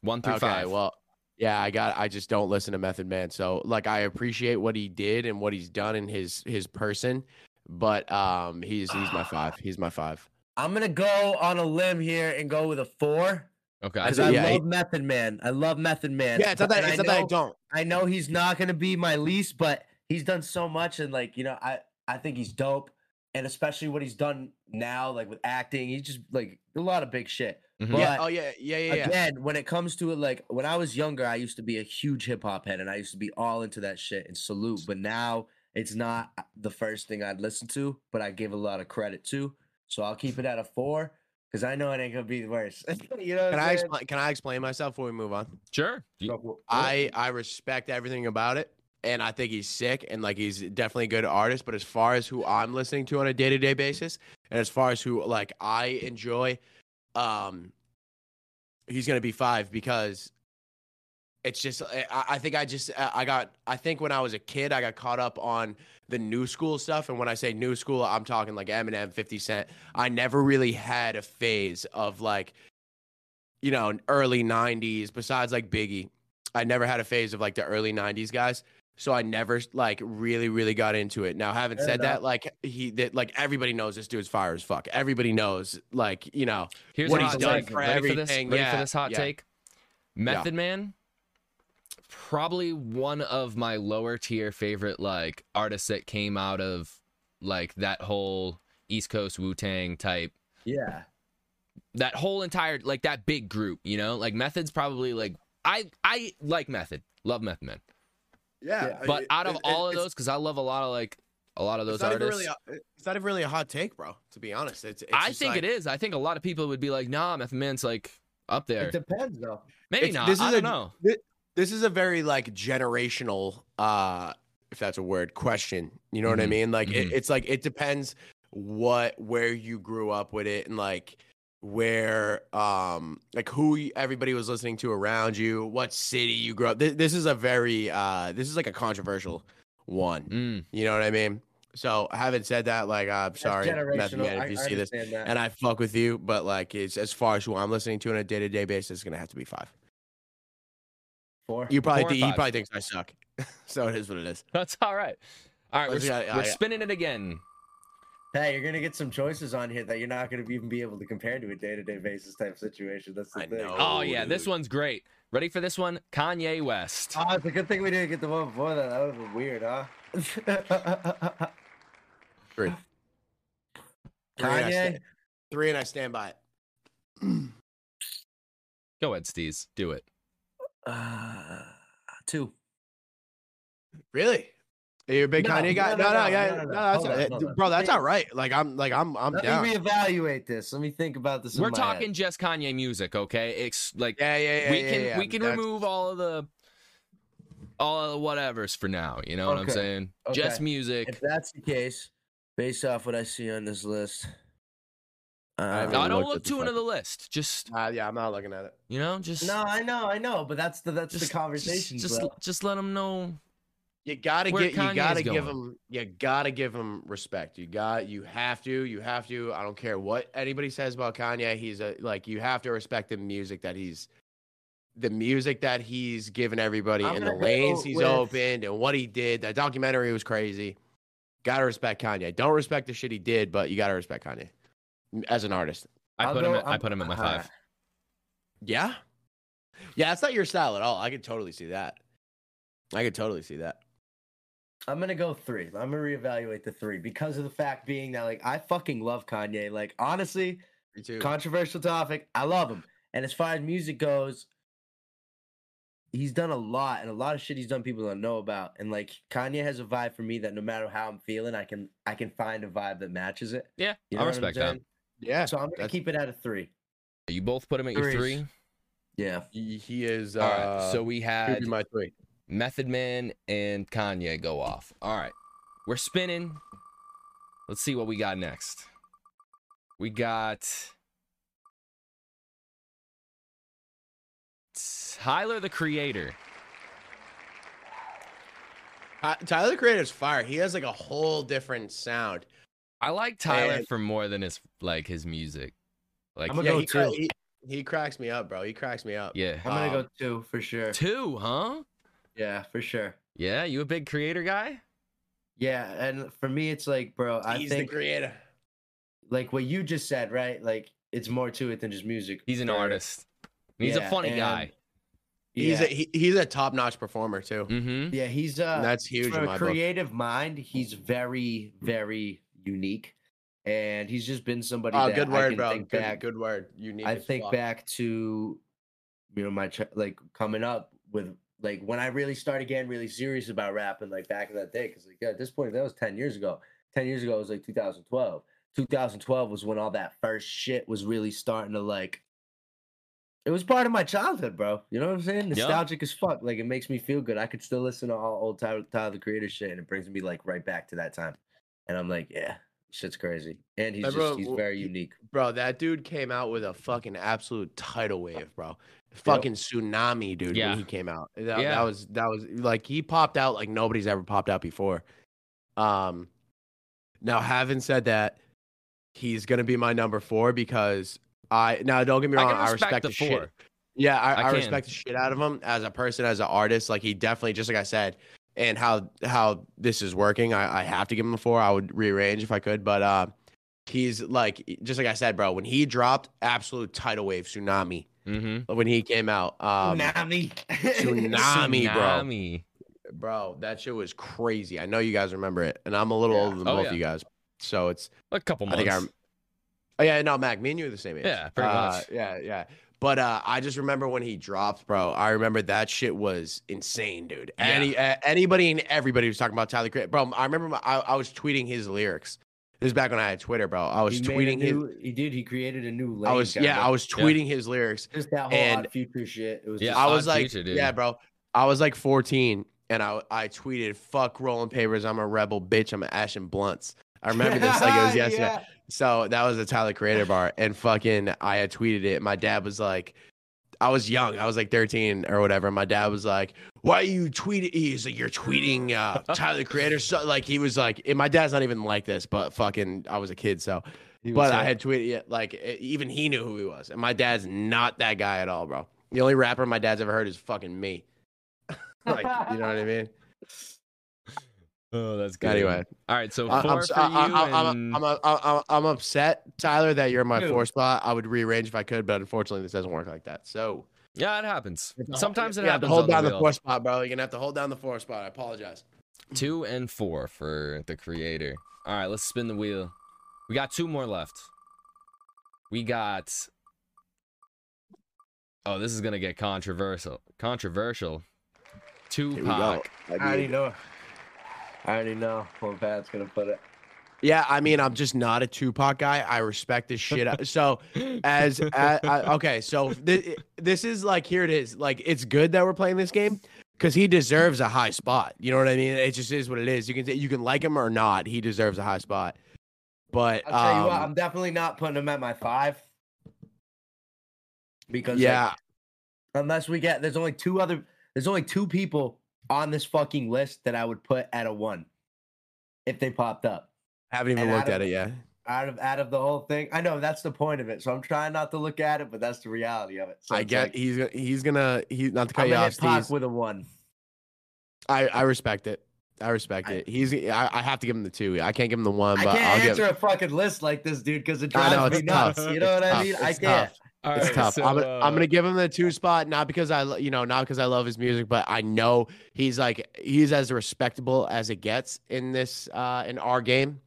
[SPEAKER 2] one through
[SPEAKER 5] okay,
[SPEAKER 2] five.
[SPEAKER 5] well, yeah, I got, I just don't listen to Method Man, so like I appreciate what he did and what he's done in his his person, but um, he's he's my five. He's my five.
[SPEAKER 4] I'm gonna go on a limb here and go with a four.
[SPEAKER 2] okay.
[SPEAKER 4] Because
[SPEAKER 5] I
[SPEAKER 4] I,
[SPEAKER 5] think- yeah,
[SPEAKER 4] love
[SPEAKER 5] he-
[SPEAKER 4] Method Man. I love Method Man.
[SPEAKER 5] Yeah, it's not that,
[SPEAKER 4] And
[SPEAKER 5] it's
[SPEAKER 4] I
[SPEAKER 5] not that I
[SPEAKER 4] know-
[SPEAKER 5] don't.
[SPEAKER 4] I know he's not gonna be my least, but he's done so much, and like you know, I I think he's dope, and especially what he's done now, like with acting, he's just like a lot of big shit.
[SPEAKER 2] Mhm.
[SPEAKER 4] But
[SPEAKER 5] Yeah. Oh yeah. Yeah. Yeah. Yeah.
[SPEAKER 4] again, when it comes to it, like when I was younger, I used to be a huge hip hop head, and I used to be all into that shit and salute. But now it's not uh, the first thing I'd listen to, but I give a lot of credit to. So I'll keep it at a four because I know it ain't gonna be the worst. you know, what
[SPEAKER 5] Can
[SPEAKER 4] I'm
[SPEAKER 5] I
[SPEAKER 4] saying?
[SPEAKER 5] explain? Can I explain myself before we move on?
[SPEAKER 2] sure. You-
[SPEAKER 4] Go for it.
[SPEAKER 5] I I respect everything about it, and I think he's sick, and like he's definitely a good artist. But as far as who I'm listening to on a day to day basis, and as far as who like I enjoy, um, he's gonna be five because it's just I, I I think I just I I got I think when I was a kid I got caught up on the new school stuff, and when I say new school, I'm talking like Eminem, Fifty Cent. I never really had a phase of like. You know, early '90s. Besides, like Biggie, I never had a phase of like the early '90s guys, so I never like really, really got into it. Now, having
[SPEAKER 4] Fair
[SPEAKER 5] said
[SPEAKER 4] enough.
[SPEAKER 5] that, like he, that like everybody knows this dude's fire as fuck. Everybody knows, like you know,
[SPEAKER 2] Here's
[SPEAKER 5] What
[SPEAKER 2] a
[SPEAKER 5] he's
[SPEAKER 2] hot
[SPEAKER 5] done
[SPEAKER 2] take.
[SPEAKER 5] for
[SPEAKER 2] Ready for this?
[SPEAKER 5] everything,
[SPEAKER 2] Ready for
[SPEAKER 5] yeah,
[SPEAKER 2] this hot
[SPEAKER 5] yeah.
[SPEAKER 2] take? Method Man, probably one of my lower tier favorite like artists that came out of like that whole East Coast Wu Tang type
[SPEAKER 4] yeah,
[SPEAKER 2] that whole entire like that big group, you know? Like Method's probably like I I like Method. Love Method Man.
[SPEAKER 3] Yeah,
[SPEAKER 4] Yeah.
[SPEAKER 2] But
[SPEAKER 3] it-
[SPEAKER 2] out of
[SPEAKER 3] it-
[SPEAKER 2] all of
[SPEAKER 3] it's-
[SPEAKER 2] those cuz I love a lot of like a lot of those
[SPEAKER 5] it's not even
[SPEAKER 2] artists.
[SPEAKER 5] really a- it's not even really a hot take, bro. To be honest, it's. it's
[SPEAKER 2] I
[SPEAKER 5] just,
[SPEAKER 2] think
[SPEAKER 5] like-
[SPEAKER 2] it is. I think a lot of people would be like, "Nah, Method Man's like up there."
[SPEAKER 4] it depends though.
[SPEAKER 2] Maybe
[SPEAKER 5] it's-
[SPEAKER 2] not.
[SPEAKER 5] this
[SPEAKER 2] I
[SPEAKER 5] is
[SPEAKER 2] don't
[SPEAKER 5] a-
[SPEAKER 2] know.
[SPEAKER 5] This is a very like generational, uh, if that's a word, question. You know
[SPEAKER 4] Mm-hmm.
[SPEAKER 5] what I
[SPEAKER 2] Mhm.
[SPEAKER 5] mean? Like
[SPEAKER 2] Mhm.
[SPEAKER 5] it, it's like it depends what where you grew up with it and like where um like who y- everybody was listening to around you, what city you grew up. This, this is a very uh this is like a controversial one.
[SPEAKER 2] Mm.
[SPEAKER 5] You know what I mean? So having said that, like I'm
[SPEAKER 4] That's
[SPEAKER 5] sorry, Method
[SPEAKER 4] generational.
[SPEAKER 5] Man,
[SPEAKER 4] I-
[SPEAKER 5] if you
[SPEAKER 4] I
[SPEAKER 5] see this.
[SPEAKER 4] understand that.
[SPEAKER 5] and I fuck with you, but like it's as far as who I'm listening to on a day to day basis, it's gonna have to be five.
[SPEAKER 4] Four.
[SPEAKER 5] You probably
[SPEAKER 2] Four or
[SPEAKER 5] think you
[SPEAKER 2] five.
[SPEAKER 5] probably thinks I suck, so it is what it is.
[SPEAKER 2] That's all right. All right,
[SPEAKER 5] I
[SPEAKER 2] we're,
[SPEAKER 5] just got-
[SPEAKER 2] we're
[SPEAKER 5] I-
[SPEAKER 2] spinning it again.
[SPEAKER 4] Hey, you're gonna get some choices on here that you're not gonna be- even be able to compare to a day-to-day basis type situation. That's the
[SPEAKER 5] I
[SPEAKER 4] thing.
[SPEAKER 5] know.
[SPEAKER 2] Oh, yeah, this
[SPEAKER 5] dude.
[SPEAKER 2] one's great. Ready for this one? Kanye West.
[SPEAKER 4] Oh, it's a good thing we didn't get the one before that. That would have been weird, huh?
[SPEAKER 5] Three. Three and I
[SPEAKER 4] Kanye.
[SPEAKER 5] stand- three, and I stand by it.
[SPEAKER 2] Go ahead, Steez. Do it.
[SPEAKER 4] Uh, two.
[SPEAKER 5] Really? You're a big
[SPEAKER 4] No,
[SPEAKER 5] Kanye guy?
[SPEAKER 4] no, no, no,
[SPEAKER 5] yeah,
[SPEAKER 4] no, no, no.
[SPEAKER 5] that's
[SPEAKER 4] Hold on,
[SPEAKER 5] uh,
[SPEAKER 4] hold on.
[SPEAKER 5] bro. That's all right. Like I'm, like I'm, I'm
[SPEAKER 4] Let
[SPEAKER 5] down.
[SPEAKER 4] me reevaluate this. Let me think about this. in
[SPEAKER 2] We're
[SPEAKER 4] my
[SPEAKER 2] talking
[SPEAKER 4] head.
[SPEAKER 2] just Kanye music, okay? It's like
[SPEAKER 5] yeah, yeah, yeah.
[SPEAKER 2] we
[SPEAKER 5] yeah,
[SPEAKER 2] can
[SPEAKER 5] yeah,
[SPEAKER 2] we can
[SPEAKER 5] that's-
[SPEAKER 2] remove all of the all of the whatevers for now. You know what I'm
[SPEAKER 4] Okay,
[SPEAKER 2] saying? Just
[SPEAKER 4] okay.
[SPEAKER 2] music.
[SPEAKER 4] If that's the case, based off what I see on this list,
[SPEAKER 5] I
[SPEAKER 4] uh,
[SPEAKER 5] haven't
[SPEAKER 2] I don't
[SPEAKER 5] looked at
[SPEAKER 2] look
[SPEAKER 5] the
[SPEAKER 2] too into
[SPEAKER 5] fucking-
[SPEAKER 2] the list. Just
[SPEAKER 5] Uh, yeah, I'm not looking at it.
[SPEAKER 2] you know, just
[SPEAKER 4] no, I know, I know, but that's the that's
[SPEAKER 2] just
[SPEAKER 4] the conversation.
[SPEAKER 2] Just
[SPEAKER 4] bro.
[SPEAKER 2] just, just let them know.
[SPEAKER 5] You gotta
[SPEAKER 2] Where
[SPEAKER 5] get, you
[SPEAKER 2] Kanye's
[SPEAKER 5] gotta give
[SPEAKER 2] going.
[SPEAKER 5] him, you gotta give him respect. You got, you have to, you have to. I don't care what anybody says about Kanye. He's a like, you have to respect the music that he's the music that he's given everybody
[SPEAKER 4] I'm
[SPEAKER 5] and the
[SPEAKER 4] gonna go
[SPEAKER 5] lanes he's
[SPEAKER 4] with-
[SPEAKER 5] opened and what he did. That documentary was crazy. Gotta respect Kanye. Don't respect the shit he did, but you gotta respect Kanye as an artist.
[SPEAKER 2] I
[SPEAKER 4] I'll
[SPEAKER 2] put him.
[SPEAKER 4] go-
[SPEAKER 2] At, I
[SPEAKER 4] I'm-
[SPEAKER 2] put him at my
[SPEAKER 4] all right.
[SPEAKER 2] five.
[SPEAKER 5] Yeah. Yeah, that's not your style at all. I could totally see that. I could totally see that.
[SPEAKER 4] I'm gonna go three. I'm gonna reevaluate the three because of the fact being that like I fucking love Kanye. Like honestly,
[SPEAKER 5] Me too.
[SPEAKER 4] controversial topic. I love him. And as far as music goes, he's done a lot and a lot of shit he's done people don't know about. And like Kanye has a vibe for me that no matter how I'm feeling, I can I can find a vibe that matches it.
[SPEAKER 2] Yeah,
[SPEAKER 4] You
[SPEAKER 2] I
[SPEAKER 4] know what I'm
[SPEAKER 2] respect that.
[SPEAKER 4] saying?
[SPEAKER 5] yeah.
[SPEAKER 4] So I'm gonna
[SPEAKER 5] that's-
[SPEAKER 4] keep it at a three.
[SPEAKER 2] You both put him at your
[SPEAKER 4] Threes.
[SPEAKER 2] three.
[SPEAKER 4] Yeah.
[SPEAKER 5] He, he is uh
[SPEAKER 2] All right. So
[SPEAKER 5] so
[SPEAKER 2] we
[SPEAKER 5] he would
[SPEAKER 2] had
[SPEAKER 5] be my three.
[SPEAKER 2] Method Man and Kanye go off. All right. We're spinning. Let's see what we got next. We got Tyler the Creator.
[SPEAKER 5] Ty- Tyler the Creator's fire. He has like a whole different sound.
[SPEAKER 2] I like Tyler
[SPEAKER 5] Man.
[SPEAKER 2] for more than his like his music. Like
[SPEAKER 4] I'm gonna
[SPEAKER 5] yeah,
[SPEAKER 4] go
[SPEAKER 5] he, cra-
[SPEAKER 4] two.
[SPEAKER 5] he, he cracks me up, bro. He cracks me up.
[SPEAKER 2] yeah.
[SPEAKER 4] I'm gonna
[SPEAKER 5] Um,
[SPEAKER 4] go two for sure.
[SPEAKER 2] Two, huh?
[SPEAKER 4] Yeah, for sure.
[SPEAKER 2] Yeah, you a big creator guy?
[SPEAKER 4] Yeah, and for me it's like, bro, I
[SPEAKER 5] He's
[SPEAKER 4] think
[SPEAKER 5] the creator.
[SPEAKER 4] like what you just said, right? Like it's more to it than just music.
[SPEAKER 2] He's an
[SPEAKER 4] Or-
[SPEAKER 2] artist. He's a
[SPEAKER 4] Yeah,
[SPEAKER 2] funny
[SPEAKER 4] and-
[SPEAKER 2] guy.
[SPEAKER 5] He's
[SPEAKER 4] yeah.
[SPEAKER 5] a he, he's a top notch performer too.
[SPEAKER 2] Mm-hmm.
[SPEAKER 4] yeah, he's uh
[SPEAKER 5] And that's huge in
[SPEAKER 4] for
[SPEAKER 5] my
[SPEAKER 4] a
[SPEAKER 5] book.
[SPEAKER 4] creative mind, he's very, very unique, and he's just been somebody.
[SPEAKER 5] Oh,
[SPEAKER 4] that
[SPEAKER 5] good
[SPEAKER 4] I
[SPEAKER 5] word,
[SPEAKER 4] can
[SPEAKER 5] bro.
[SPEAKER 4] Think
[SPEAKER 5] Good,
[SPEAKER 4] back,
[SPEAKER 5] good word. Unique.
[SPEAKER 4] I
[SPEAKER 5] as
[SPEAKER 4] think
[SPEAKER 5] fuck.
[SPEAKER 4] back to, you know, my ch- like coming up with like when I really started getting really serious about rapping, like back in that day, because like yeah, at this point that was ten years ago. Ten years ago was like 2012. 2012 was when all that first shit was really starting to like. It was part of my childhood, bro. You know what I'm saying?
[SPEAKER 2] Yeah.
[SPEAKER 4] Nostalgic as fuck. Like it makes me feel good. I could still listen to all old Tyler, Tyler the Creator shit, and it brings me like right back to that time. And I'm like, yeah, shit's crazy. And he's
[SPEAKER 5] Hey, bro,
[SPEAKER 4] just he's
[SPEAKER 5] w-
[SPEAKER 4] very
[SPEAKER 5] he-
[SPEAKER 4] unique.
[SPEAKER 5] bro. That dude came out with a fucking absolute tidal wave, bro. Fucking tsunami, dude.
[SPEAKER 2] Yeah.
[SPEAKER 5] When he came out, that,
[SPEAKER 2] Yeah.
[SPEAKER 5] that was that was like he popped out like nobody's ever popped out before. Um, now having said that, he's gonna be my number four because I now don't get me
[SPEAKER 2] I
[SPEAKER 5] wrong,
[SPEAKER 2] can
[SPEAKER 5] I
[SPEAKER 2] respect,
[SPEAKER 5] respect
[SPEAKER 2] the
[SPEAKER 5] the,
[SPEAKER 2] four.
[SPEAKER 5] shit Yeah,
[SPEAKER 2] I
[SPEAKER 5] I, I,
[SPEAKER 2] can.
[SPEAKER 5] respect the shit out of him as a person, as an artist. Like he definitely, just like I said, and how how this is working, I, I have to give him a four. I would rearrange if I could, but uh, he's like, just like I said, bro. When he dropped, absolute tidal wave tsunami.
[SPEAKER 2] Mm-hmm.
[SPEAKER 5] When he came out, um,
[SPEAKER 4] Tsunami.
[SPEAKER 5] tsunami, bro,
[SPEAKER 2] Tsunami.
[SPEAKER 5] bro, that shit was crazy. I know you guys remember it, and I'm a little
[SPEAKER 4] Yeah.
[SPEAKER 5] older than
[SPEAKER 2] Oh,
[SPEAKER 5] both
[SPEAKER 2] yeah.
[SPEAKER 5] of you guys, so it's
[SPEAKER 2] A couple
[SPEAKER 5] I
[SPEAKER 2] months.
[SPEAKER 5] think I. rem- Oh yeah, no, Mac. Me and you are the same age.
[SPEAKER 2] Yeah, pretty
[SPEAKER 5] Uh,
[SPEAKER 2] much.
[SPEAKER 5] Yeah, yeah. But uh, I just remember when he dropped, bro. I remember that shit was insane, dude. Any uh, anybody and everybody was talking about Tyler Creator, bro. I remember my, I, I was tweeting his lyrics. This is back when I had Twitter, bro. I was
[SPEAKER 4] He made a
[SPEAKER 5] tweeting his.
[SPEAKER 4] new, he did. He created a new. Lane
[SPEAKER 5] I was yeah, I was
[SPEAKER 2] Yeah.
[SPEAKER 5] tweeting his lyrics.
[SPEAKER 4] just that whole
[SPEAKER 5] and-
[SPEAKER 4] odd future shit. It was
[SPEAKER 2] Yeah,
[SPEAKER 4] just,
[SPEAKER 5] I was
[SPEAKER 2] Odd
[SPEAKER 5] like,
[SPEAKER 2] Future, dude.
[SPEAKER 5] yeah, bro. I was like 14, and I I tweeted, "Fuck rolling papers. I'm a rebel, bitch. I'm an Ashton Blunts." I remember this like it was yesterday. So that was a Tyler Creator bar, and fucking, I had tweeted it. My dad was like, I was young, I was like 13 or whatever. My dad was like, "Why are you tweeting?" He's like, "You're tweeting uh, Tyler Creator." So like, he was like, and my dad's not even like this, but fucking, I was a kid, so. But I had tweeted it, like e- even he knew who he was, and my dad's not that guy at all, bro. The only rapper my dad's ever heard is fucking me. like, you know what I mean?
[SPEAKER 2] Oh, that's good.
[SPEAKER 5] Anyway,
[SPEAKER 2] All right, so
[SPEAKER 5] I-
[SPEAKER 2] 4
[SPEAKER 5] I'm, s-
[SPEAKER 2] for
[SPEAKER 5] I- I-
[SPEAKER 2] you
[SPEAKER 5] I- I'm-
[SPEAKER 2] and-
[SPEAKER 5] I'm- I'm- I'm upset, Tyler, that you're in my
[SPEAKER 4] Dude.
[SPEAKER 5] four spot. I would rearrange if I could, but unfortunately, this doesn't work like that. So
[SPEAKER 2] yeah, it happens.
[SPEAKER 4] It's a-
[SPEAKER 2] Sometimes it
[SPEAKER 5] you have to
[SPEAKER 2] happens.
[SPEAKER 5] hold
[SPEAKER 2] on
[SPEAKER 5] down the,
[SPEAKER 2] wheel.
[SPEAKER 5] four spot, bro. You're gonna have to hold down the four spot. I apologize.
[SPEAKER 2] Two and four for the creator. All right, let's spin the wheel. We got two more left. We got. Oh, this is gonna get controversial. Controversial. Tupac.
[SPEAKER 4] I already know. I already know where Pat's gonna put it.
[SPEAKER 5] Yeah, I mean, I'm just not a Tupac guy. I respect this shit. so as, as I, okay, so this, this is like here it is. Like it's good that we're playing this game because he deserves a high spot. You know what I mean? It just is what it is. You can say you can like him or not. He deserves a high spot. But
[SPEAKER 4] I'll tell you what,
[SPEAKER 5] um,
[SPEAKER 4] I'm definitely not putting him at my five. Because like,
[SPEAKER 5] yeah,
[SPEAKER 4] unless we get there's only two other there's only two people on this fucking list that I would put at a one if they popped up.
[SPEAKER 5] haven't even
[SPEAKER 4] and
[SPEAKER 5] looked
[SPEAKER 4] out
[SPEAKER 5] at
[SPEAKER 4] of-
[SPEAKER 5] it yet.
[SPEAKER 4] out of out of the whole thing. I know that's the point of it. So I'm trying not to look at it, but that's the reality of it. So
[SPEAKER 5] I
[SPEAKER 4] it's
[SPEAKER 5] get
[SPEAKER 4] like,
[SPEAKER 5] he's gonna he's gonna he not to cut
[SPEAKER 4] I'm
[SPEAKER 5] you
[SPEAKER 4] gonna
[SPEAKER 5] off,
[SPEAKER 4] hit Pac
[SPEAKER 5] Steve.
[SPEAKER 4] with a one.
[SPEAKER 5] I I respect it. I respect
[SPEAKER 4] I-
[SPEAKER 5] it. He's I, I have to give him the two. I can't give him the one,
[SPEAKER 4] I
[SPEAKER 5] Um, but
[SPEAKER 4] can't
[SPEAKER 5] I'll give.
[SPEAKER 4] answer a fucking list like this, dude, because it
[SPEAKER 5] I
[SPEAKER 4] drives
[SPEAKER 5] know,
[SPEAKER 4] me
[SPEAKER 5] it's
[SPEAKER 4] nuts.
[SPEAKER 5] tough.
[SPEAKER 4] You know what
[SPEAKER 5] It's
[SPEAKER 4] I
[SPEAKER 5] tough.
[SPEAKER 4] mean? I
[SPEAKER 5] It's
[SPEAKER 4] can't.
[SPEAKER 5] tough.
[SPEAKER 2] All
[SPEAKER 5] It's
[SPEAKER 2] right,
[SPEAKER 5] tough.
[SPEAKER 2] so,
[SPEAKER 5] I'm, gonna, I'm
[SPEAKER 2] uh,
[SPEAKER 5] gonna give him the two spot, not because I, lo- you know, not because I love his music, but I know he's like he's as respectable as it gets in this uh in our game.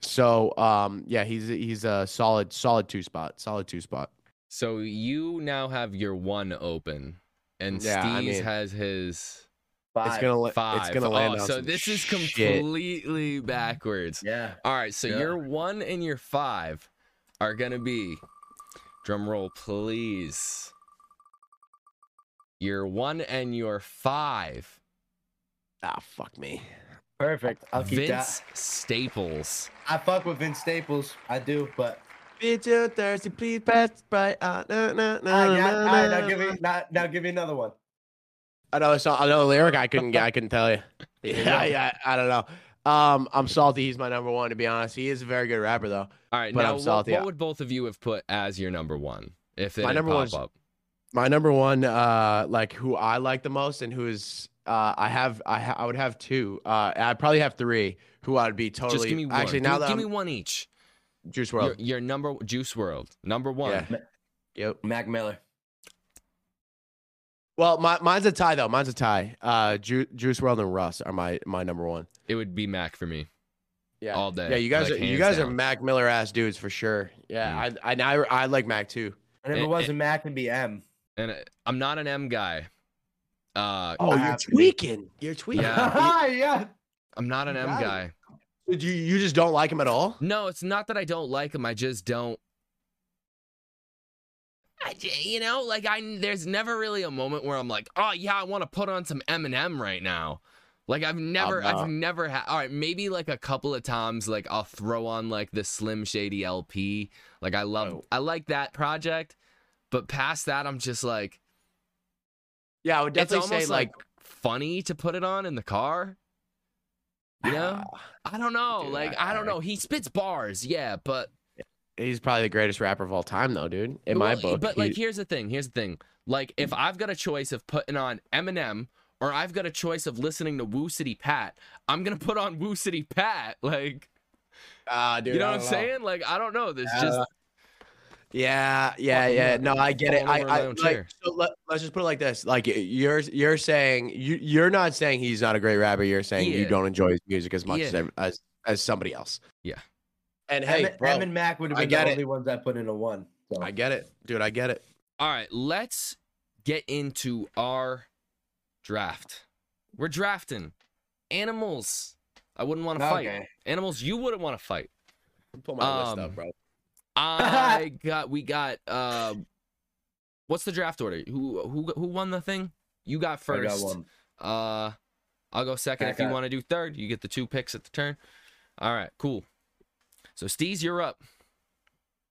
[SPEAKER 5] So um yeah, he's he's a solid solid two spot, solid two spot.
[SPEAKER 2] So you now have your one open, and
[SPEAKER 5] Yeah, I
[SPEAKER 2] Steve's
[SPEAKER 5] mean-
[SPEAKER 2] has his
[SPEAKER 5] It's
[SPEAKER 4] Five.
[SPEAKER 5] gonna la-
[SPEAKER 2] five.
[SPEAKER 5] it's gonna land.
[SPEAKER 2] oh,
[SPEAKER 5] on
[SPEAKER 2] so
[SPEAKER 5] some
[SPEAKER 2] this is
[SPEAKER 5] shit.
[SPEAKER 2] completely backwards.
[SPEAKER 4] yeah.
[SPEAKER 2] All right, so
[SPEAKER 4] Yeah.
[SPEAKER 2] your one and your five are gonna be drum roll, please. Your one and your five,
[SPEAKER 5] Ah, fuck me.
[SPEAKER 4] Perfect. I'll keep
[SPEAKER 2] Vince Staples.
[SPEAKER 4] that. I fuck with Vince Staples. I do, but
[SPEAKER 5] Be too thirsty, please pass by. Uh, na, na, na,
[SPEAKER 4] All right, now, all right,
[SPEAKER 5] na,
[SPEAKER 4] now ah, give me
[SPEAKER 5] na.
[SPEAKER 4] now, now give me another one.
[SPEAKER 5] Another song, another lyric. I couldn't get. I couldn't tell you. Yeah, yeah. I don't know. Um, I'm salty. He's my number one. To be honest, he is a very good rapper, though.
[SPEAKER 2] All right,
[SPEAKER 5] But
[SPEAKER 2] now
[SPEAKER 5] I'm
[SPEAKER 2] what,
[SPEAKER 5] salty.
[SPEAKER 2] what would both of you have put as your number one if it
[SPEAKER 5] My
[SPEAKER 2] didn't
[SPEAKER 5] number
[SPEAKER 2] pop
[SPEAKER 5] one's-
[SPEAKER 2] up?
[SPEAKER 5] My number one, uh, like who I like the most, and who is, uh, I have, I, ha- I would have two. Uh, I'd probably have three. Who I'd be totally.
[SPEAKER 2] Just give me one.
[SPEAKER 5] Actually,
[SPEAKER 2] give,
[SPEAKER 5] now
[SPEAKER 2] me-
[SPEAKER 5] that
[SPEAKER 2] give me
[SPEAKER 5] I'm,
[SPEAKER 2] one each.
[SPEAKER 5] Juice
[SPEAKER 2] Your,
[SPEAKER 5] World.
[SPEAKER 2] your number Juice World number one.
[SPEAKER 5] Yeah. Yep.
[SPEAKER 4] Mac Miller.
[SPEAKER 5] Well, my, mine's a tie though. Mine's a tie. Uh, Ju- Juice World and Russ are my my number one.
[SPEAKER 2] It would be Mac for me
[SPEAKER 5] Yeah.
[SPEAKER 2] all day.
[SPEAKER 5] Yeah, you guys
[SPEAKER 2] like,
[SPEAKER 5] are you
[SPEAKER 2] hands
[SPEAKER 5] guys are
[SPEAKER 2] down. Mm.
[SPEAKER 5] Mac Miller ass dudes for sure. Yeah, I, I I I like Mac too.
[SPEAKER 4] And if
[SPEAKER 2] Eh,
[SPEAKER 4] it
[SPEAKER 2] eh.
[SPEAKER 4] wasn't Mac, it'd be M.
[SPEAKER 2] And uh, I'm not an M guy. Uh,
[SPEAKER 5] Oh,
[SPEAKER 4] you're
[SPEAKER 5] tweaking. You're tweaking.
[SPEAKER 2] Yeah.
[SPEAKER 4] yeah.
[SPEAKER 2] I'm not an M
[SPEAKER 5] Got it.
[SPEAKER 2] guy.
[SPEAKER 5] Dude, you you just don't like him at all?
[SPEAKER 2] No, it's not that I don't like him. I just don't. I, j- you know, like I there's never really a moment where I'm like, oh yeah, I want to put on some Eminem right now. Like I've never, I've
[SPEAKER 5] not.
[SPEAKER 2] never had. All right, maybe like a couple of times, like I'll throw on like the Slim Shady LP. Like I love,
[SPEAKER 5] Oh.
[SPEAKER 2] I like that project, but past that, I'm just like,
[SPEAKER 5] Yeah, I would
[SPEAKER 2] it's
[SPEAKER 5] definitely
[SPEAKER 2] almost
[SPEAKER 5] say like,
[SPEAKER 2] like funny to put it on in the car. You know, I don't know.
[SPEAKER 5] Ah, Dude,
[SPEAKER 2] like
[SPEAKER 5] I-
[SPEAKER 2] I don't
[SPEAKER 5] I-
[SPEAKER 2] know. He spits bars, yeah, but
[SPEAKER 5] he's probably the greatest rapper of all time though, dude. In my
[SPEAKER 2] Well,
[SPEAKER 5] book.
[SPEAKER 2] But like,
[SPEAKER 5] he-
[SPEAKER 2] here's the thing. Here's the thing. Like, if I've got a choice of putting on Eminem or I've got a choice of listening to Woo City Pat, I'm gonna put on Woo City Pat. Like,
[SPEAKER 5] Ah, dude,
[SPEAKER 2] you know
[SPEAKER 5] I
[SPEAKER 2] what I'm
[SPEAKER 5] don't
[SPEAKER 2] saying? Like, I don't know. There's
[SPEAKER 5] I
[SPEAKER 2] just
[SPEAKER 5] don't Yeah, yeah,
[SPEAKER 2] Fucking
[SPEAKER 5] yeah.
[SPEAKER 2] look,
[SPEAKER 5] No, I get it.
[SPEAKER 2] falling over
[SPEAKER 5] I,
[SPEAKER 2] in my
[SPEAKER 5] I
[SPEAKER 2] own
[SPEAKER 5] like,
[SPEAKER 2] chair.
[SPEAKER 5] so let, us just put it like this: like y- you're you're saying you you're not saying he's not a great rapper. You're saying you
[SPEAKER 2] Yeah.
[SPEAKER 5] don't enjoy his music as much
[SPEAKER 2] Yeah.
[SPEAKER 5] as, ev- as as somebody else.
[SPEAKER 2] Yeah.
[SPEAKER 5] And
[SPEAKER 4] Hey,
[SPEAKER 5] hey,
[SPEAKER 4] M,
[SPEAKER 5] bro,
[SPEAKER 4] M and Mac would have
[SPEAKER 5] I
[SPEAKER 4] been
[SPEAKER 5] get
[SPEAKER 4] the
[SPEAKER 5] it.
[SPEAKER 4] only ones I put in a one. So.
[SPEAKER 5] I get it, dude. I get it.
[SPEAKER 2] all right. Let's get into our draft. We're drafting animals. I wouldn't want to fight
[SPEAKER 4] Okay.
[SPEAKER 2] animals. You wouldn't want to fight.
[SPEAKER 5] Pull my list
[SPEAKER 2] Um,
[SPEAKER 5] up, bro.
[SPEAKER 2] I got. We got. uh What's the draft order? Who who who won the thing? You got
[SPEAKER 4] I
[SPEAKER 2] first.
[SPEAKER 4] got one.
[SPEAKER 2] Uh, I'll go second.
[SPEAKER 4] I
[SPEAKER 2] If you
[SPEAKER 4] got-
[SPEAKER 2] want to do third, you get the two picks at the turn. All right, cool. So Steez, you're up.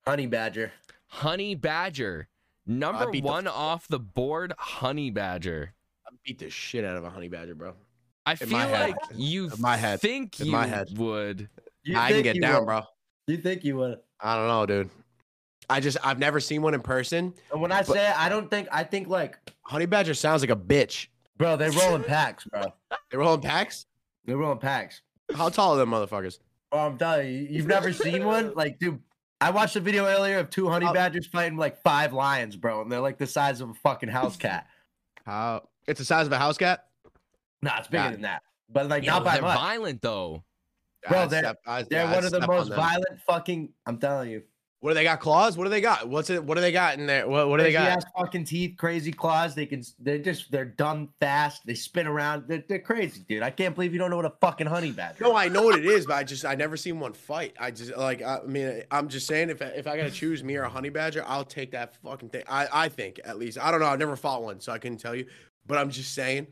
[SPEAKER 4] Honey Badger.
[SPEAKER 2] Honey Badger, number
[SPEAKER 5] beat the
[SPEAKER 2] one off the board. Honey Badger.
[SPEAKER 5] I beat the shit out of a honey badger, bro.
[SPEAKER 2] I
[SPEAKER 5] In
[SPEAKER 2] feel
[SPEAKER 5] my head.
[SPEAKER 2] like you
[SPEAKER 5] In my head.
[SPEAKER 2] think
[SPEAKER 5] In
[SPEAKER 2] you
[SPEAKER 5] my head.
[SPEAKER 2] would.
[SPEAKER 4] You
[SPEAKER 5] I can
[SPEAKER 4] think
[SPEAKER 5] get
[SPEAKER 4] you
[SPEAKER 5] down,
[SPEAKER 4] would.
[SPEAKER 5] bro.
[SPEAKER 4] You think you would?
[SPEAKER 5] I don't know, dude. I just I've never seen one in person.
[SPEAKER 4] And when I
[SPEAKER 5] But-
[SPEAKER 4] say it, I don't think I think like,
[SPEAKER 5] Honey badger sounds like a bitch.
[SPEAKER 4] bro, they rolling packs, bro.
[SPEAKER 5] They're rolling packs.
[SPEAKER 4] They rolling packs.
[SPEAKER 5] How tall are them motherfuckers?
[SPEAKER 4] Bro, Oh, I'm telling you, you've never seen one. Like, dude, I watched a video earlier of two honey
[SPEAKER 5] Oh.
[SPEAKER 4] badgers fighting like five lions, bro, and they're like the size of a fucking house cat.
[SPEAKER 5] How? It's the size of a house cat.
[SPEAKER 4] Nah, it's bigger
[SPEAKER 5] Nah.
[SPEAKER 4] than that, but like
[SPEAKER 2] Yo,
[SPEAKER 4] not by
[SPEAKER 2] they're
[SPEAKER 4] much.
[SPEAKER 2] violent though.
[SPEAKER 4] Bro,
[SPEAKER 5] I'd
[SPEAKER 4] they're-
[SPEAKER 5] step- I'd-
[SPEAKER 4] They're
[SPEAKER 5] yeah, I'd
[SPEAKER 4] one of the
[SPEAKER 5] step on
[SPEAKER 4] most
[SPEAKER 5] them.
[SPEAKER 4] violent fucking. I'm telling you.
[SPEAKER 5] What do they got? Claws? What do they got? What's it? What do they got in there? What, what do they
[SPEAKER 4] Crazy
[SPEAKER 5] got?
[SPEAKER 4] ass fucking teeth, crazy claws. They can. s- They're just. They're dumb fast. They spin around. They're, they're crazy, dude. I can't believe you don't know what a fucking honey badger.
[SPEAKER 5] No,
[SPEAKER 4] is.
[SPEAKER 5] I know what it is, but I just I never seen one fight. I just like I mean I'm just saying if if I gotta choose me or a honey badger, I'll take that fucking thing. I I think at least I don't know. I've never fought one, so I couldn't tell you. But I'm just saying,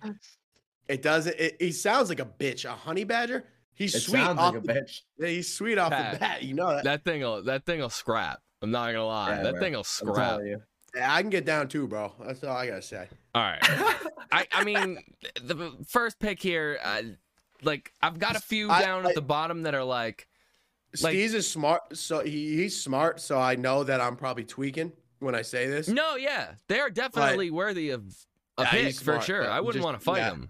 [SPEAKER 5] it doesn't. It, he sounds like a bitch. A honey badger. He's
[SPEAKER 4] It
[SPEAKER 5] sweet
[SPEAKER 4] sounds
[SPEAKER 5] off.
[SPEAKER 4] like a
[SPEAKER 5] the,
[SPEAKER 4] bitch.
[SPEAKER 5] He's sweet off the
[SPEAKER 2] Pat.
[SPEAKER 5] bat. You know that.
[SPEAKER 2] That thing'll that thing'll scrap. I'm not gonna lie.
[SPEAKER 4] Yeah,
[SPEAKER 2] that
[SPEAKER 4] bro.
[SPEAKER 2] thing'll
[SPEAKER 4] I'm
[SPEAKER 2] scrap.
[SPEAKER 4] telling you.
[SPEAKER 5] Yeah, I can get down too, bro. That's all I gotta say.
[SPEAKER 2] All right. I, I mean, the first pick here, uh, like, I've got a few
[SPEAKER 5] I-
[SPEAKER 2] down
[SPEAKER 5] I-
[SPEAKER 2] at the bottom that are like, Like-
[SPEAKER 3] Steez is smart, so he, he's smart. So I know that I'm probably tweaking when I say this.
[SPEAKER 2] No, yeah, they are definitely worthy of a
[SPEAKER 3] Yeah,
[SPEAKER 2] pick
[SPEAKER 3] he's
[SPEAKER 2] for
[SPEAKER 3] smart,
[SPEAKER 2] sure.
[SPEAKER 3] but
[SPEAKER 2] I wouldn't
[SPEAKER 3] just-
[SPEAKER 2] want to fight
[SPEAKER 3] yeah.
[SPEAKER 2] him,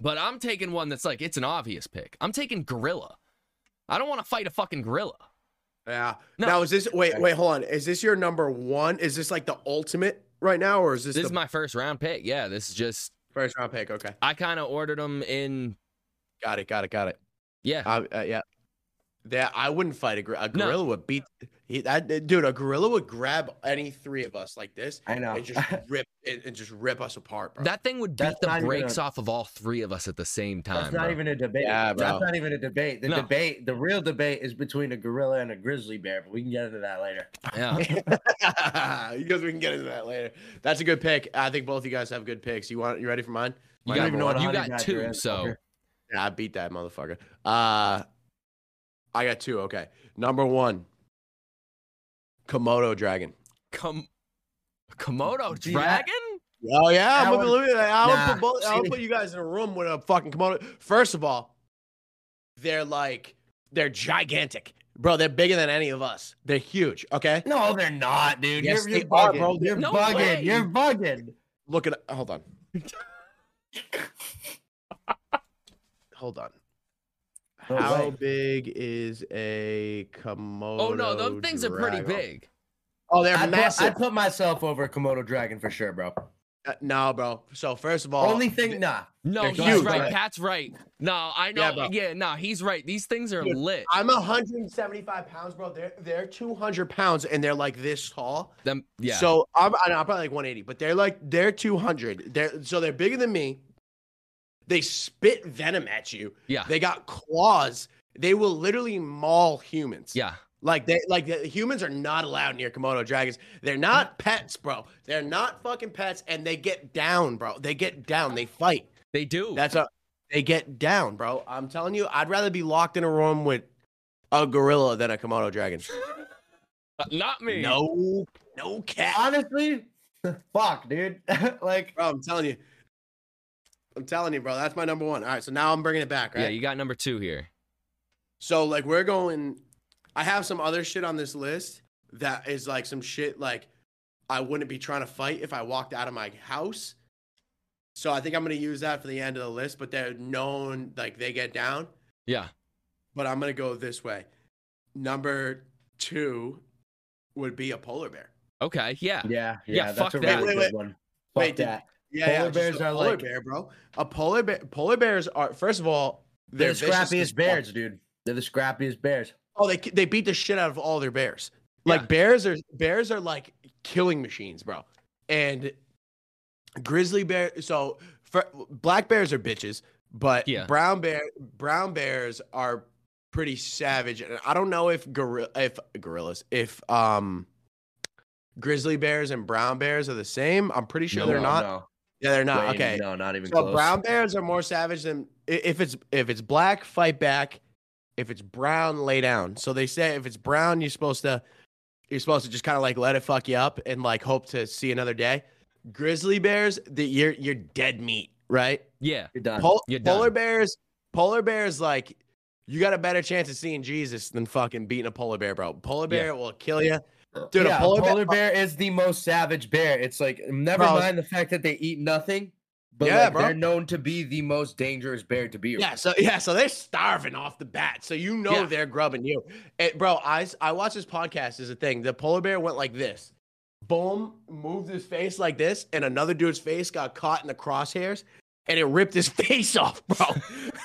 [SPEAKER 2] but I'm taking one that's like it's an obvious pick. I'm taking gorilla. I don't want to fight a fucking gorilla.
[SPEAKER 3] Yeah.
[SPEAKER 2] No.
[SPEAKER 3] Now is this wait wait hold on? Is this your number one? Is this like the ultimate right now, or is this,
[SPEAKER 2] This is
[SPEAKER 3] the
[SPEAKER 2] my first round pick. Yeah, this is just
[SPEAKER 3] first round pick? Okay,
[SPEAKER 2] I kind of ordered them in.
[SPEAKER 5] Got it. Got it. Got it.
[SPEAKER 2] Yeah,
[SPEAKER 5] Uh, uh, yeah. That I wouldn't fight a, gor- a
[SPEAKER 2] No.
[SPEAKER 5] gorilla. Would beat he, that dude. A gorilla would grab any three of us like this
[SPEAKER 4] I know.
[SPEAKER 5] and just rip and, and just rip us apart, bro.
[SPEAKER 2] that thing would beat
[SPEAKER 4] That's
[SPEAKER 2] the
[SPEAKER 4] not even
[SPEAKER 2] brakes
[SPEAKER 4] a-
[SPEAKER 2] off of all three of us at the same time.
[SPEAKER 4] That's not
[SPEAKER 2] bro.
[SPEAKER 4] even a debate.
[SPEAKER 5] Yeah, bro.
[SPEAKER 4] That's not even a debate. The
[SPEAKER 2] No.
[SPEAKER 4] debate, the real debate, is between a gorilla and a grizzly bear. But we can get into that later.
[SPEAKER 2] Yeah.
[SPEAKER 5] you guys, we can get into that later. That's a good pick. I think both you guys have good picks. You want you ready for mine?
[SPEAKER 2] You
[SPEAKER 5] I don't
[SPEAKER 2] got,
[SPEAKER 5] even know what
[SPEAKER 2] you
[SPEAKER 4] honey
[SPEAKER 2] got
[SPEAKER 4] badger
[SPEAKER 2] two,
[SPEAKER 4] is,
[SPEAKER 2] so
[SPEAKER 4] fucker.
[SPEAKER 5] Yeah, I beat that motherfucker. Uh I got two. Okay. Number one. Komodo dragon.
[SPEAKER 2] Kom- Komodo
[SPEAKER 4] Gee, that-
[SPEAKER 2] dragon.
[SPEAKER 5] Oh yeah,
[SPEAKER 4] That
[SPEAKER 5] I'm gonna
[SPEAKER 4] one-
[SPEAKER 5] look at that. I would
[SPEAKER 4] Nah,
[SPEAKER 5] put both, I would
[SPEAKER 4] see?
[SPEAKER 5] put you guys in a room with a fucking Komodo. First of all, they're like they're gigantic, bro. They're bigger than any of us. They're huge. Okay,
[SPEAKER 4] No, they're not, dude.
[SPEAKER 5] Yes,
[SPEAKER 4] you're
[SPEAKER 5] they
[SPEAKER 4] you're bugging,
[SPEAKER 5] are,
[SPEAKER 4] bro. You're
[SPEAKER 2] No
[SPEAKER 4] bugging.
[SPEAKER 2] way.
[SPEAKER 4] You're bugging.
[SPEAKER 5] look at hold on, hold on.
[SPEAKER 4] No
[SPEAKER 5] How
[SPEAKER 4] way.
[SPEAKER 5] big is a Komodo?
[SPEAKER 2] Oh no, those things are pretty
[SPEAKER 5] dragon?
[SPEAKER 2] big.
[SPEAKER 5] Oh, they're
[SPEAKER 4] I put, I
[SPEAKER 5] massive.
[SPEAKER 4] put myself over a Komodo dragon for sure, bro.
[SPEAKER 5] Uh, no, bro. So first of all,
[SPEAKER 4] Only thing, nah.
[SPEAKER 2] No,
[SPEAKER 5] They're
[SPEAKER 2] he's
[SPEAKER 5] huge,
[SPEAKER 2] right.
[SPEAKER 5] right?
[SPEAKER 2] Pat's right. No, I
[SPEAKER 5] Yeah,
[SPEAKER 2] know. Yeah,
[SPEAKER 5] bro.
[SPEAKER 2] no, he's right. These things are
[SPEAKER 5] Dude,
[SPEAKER 2] lit.
[SPEAKER 5] I'm 175 pounds, bro. They're they're 200 pounds, and they're like this tall.
[SPEAKER 2] Them, yeah.
[SPEAKER 5] So I'm, I know, I'm probably like 180, but they're like they're 200. They're so they're bigger than me. They spit venom at you.
[SPEAKER 2] yeah,
[SPEAKER 5] They got claws. They will literally maul humans.
[SPEAKER 2] yeah.
[SPEAKER 5] Like they like the humans are not allowed near Komodo dragons. They're not pets, bro. They're not fucking pets, and they get down, bro. They get down. They fight.
[SPEAKER 2] They do.
[SPEAKER 5] That's a they get down, bro. I'm telling you, I'd rather be locked in a room with a gorilla than a Komodo dragon.
[SPEAKER 2] Uh, not me.
[SPEAKER 5] No, no cat.
[SPEAKER 4] Honestly, fuck, dude. like,
[SPEAKER 5] Bro, I'm telling you. I'm telling you, bro. That's my number one. All right, so now I'm bringing it back, right?
[SPEAKER 2] Yeah, you got number two here.
[SPEAKER 5] So like we're going I have some other shit on this list that is like some shit like I wouldn't be trying to fight if I walked out of my house. So I think I'm gonna use that for the end of the list, but they're known like they get down.
[SPEAKER 2] Yeah.
[SPEAKER 5] But I'm gonna go this way. Number two would be a polar bear.
[SPEAKER 2] Okay. Yeah.
[SPEAKER 4] yeah, yeah,
[SPEAKER 2] Yeah, fuck
[SPEAKER 4] that's a
[SPEAKER 2] that.
[SPEAKER 4] really
[SPEAKER 5] Wait,
[SPEAKER 4] good
[SPEAKER 5] wait,
[SPEAKER 4] one. Fuck
[SPEAKER 5] wait, did-
[SPEAKER 4] that.
[SPEAKER 5] Yeah,
[SPEAKER 4] Polar
[SPEAKER 5] just a
[SPEAKER 4] bears are
[SPEAKER 5] polar
[SPEAKER 4] like-
[SPEAKER 5] bear, bro. A polar bear. Polar bears are first of all
[SPEAKER 4] They're,
[SPEAKER 5] they're,
[SPEAKER 4] the
[SPEAKER 5] vicious as
[SPEAKER 4] scrappiest
[SPEAKER 5] fuck.
[SPEAKER 4] bears, dude. They're the scrappiest bears.
[SPEAKER 5] Oh, they they beat the shit out of all their bears.
[SPEAKER 2] Yeah.
[SPEAKER 5] Like bears are bears are like killing machines, bro. And grizzly bear. So for, black bears are bitches, but
[SPEAKER 2] Yeah.
[SPEAKER 5] brown bear brown bears are pretty savage. And I don't know if gorilla if gorillas if um grizzly bears and brown bears are the same. I'm pretty sure
[SPEAKER 2] No,
[SPEAKER 5] they're
[SPEAKER 2] no,
[SPEAKER 5] not.
[SPEAKER 4] No,
[SPEAKER 5] Yeah, they're not.
[SPEAKER 4] Wait,
[SPEAKER 5] okay.
[SPEAKER 4] No, not even
[SPEAKER 5] So
[SPEAKER 4] close.
[SPEAKER 5] brown bears are more savage than i- if it's if it's black, fight back. If it's brown, lay down. So they say if it's brown, you're supposed to you're supposed to just kind of like let it fuck you up and like hope to see another day. Grizzly bears, the you're you're dead meat, right?
[SPEAKER 2] Yeah.
[SPEAKER 4] You're done.
[SPEAKER 5] Pol-
[SPEAKER 2] you're
[SPEAKER 5] polar
[SPEAKER 2] done.
[SPEAKER 5] bears, polar bears like you got a better chance of seeing Jesus than fucking beating a polar bear, bro. Polar
[SPEAKER 2] Yeah.
[SPEAKER 5] bear will kill you. Dude,
[SPEAKER 4] Yeah,
[SPEAKER 5] a polar, bear,
[SPEAKER 4] bear is the most savage bear. It's like never
[SPEAKER 5] Bro.
[SPEAKER 4] mind the fact that they eat nothing, but
[SPEAKER 5] Yeah,
[SPEAKER 4] like,
[SPEAKER 5] bro.
[SPEAKER 4] they're known to be the most dangerous bear to be.
[SPEAKER 5] Yeah, so yeah, so they're starving off the bat. So you know
[SPEAKER 2] Yeah.
[SPEAKER 5] they're grubbing you. And, bro, I s- I watched this podcast is a thing. The polar bear went like this. Boom, moved his face like this, and another dude's face got caught in the crosshairs and it ripped his face off, bro.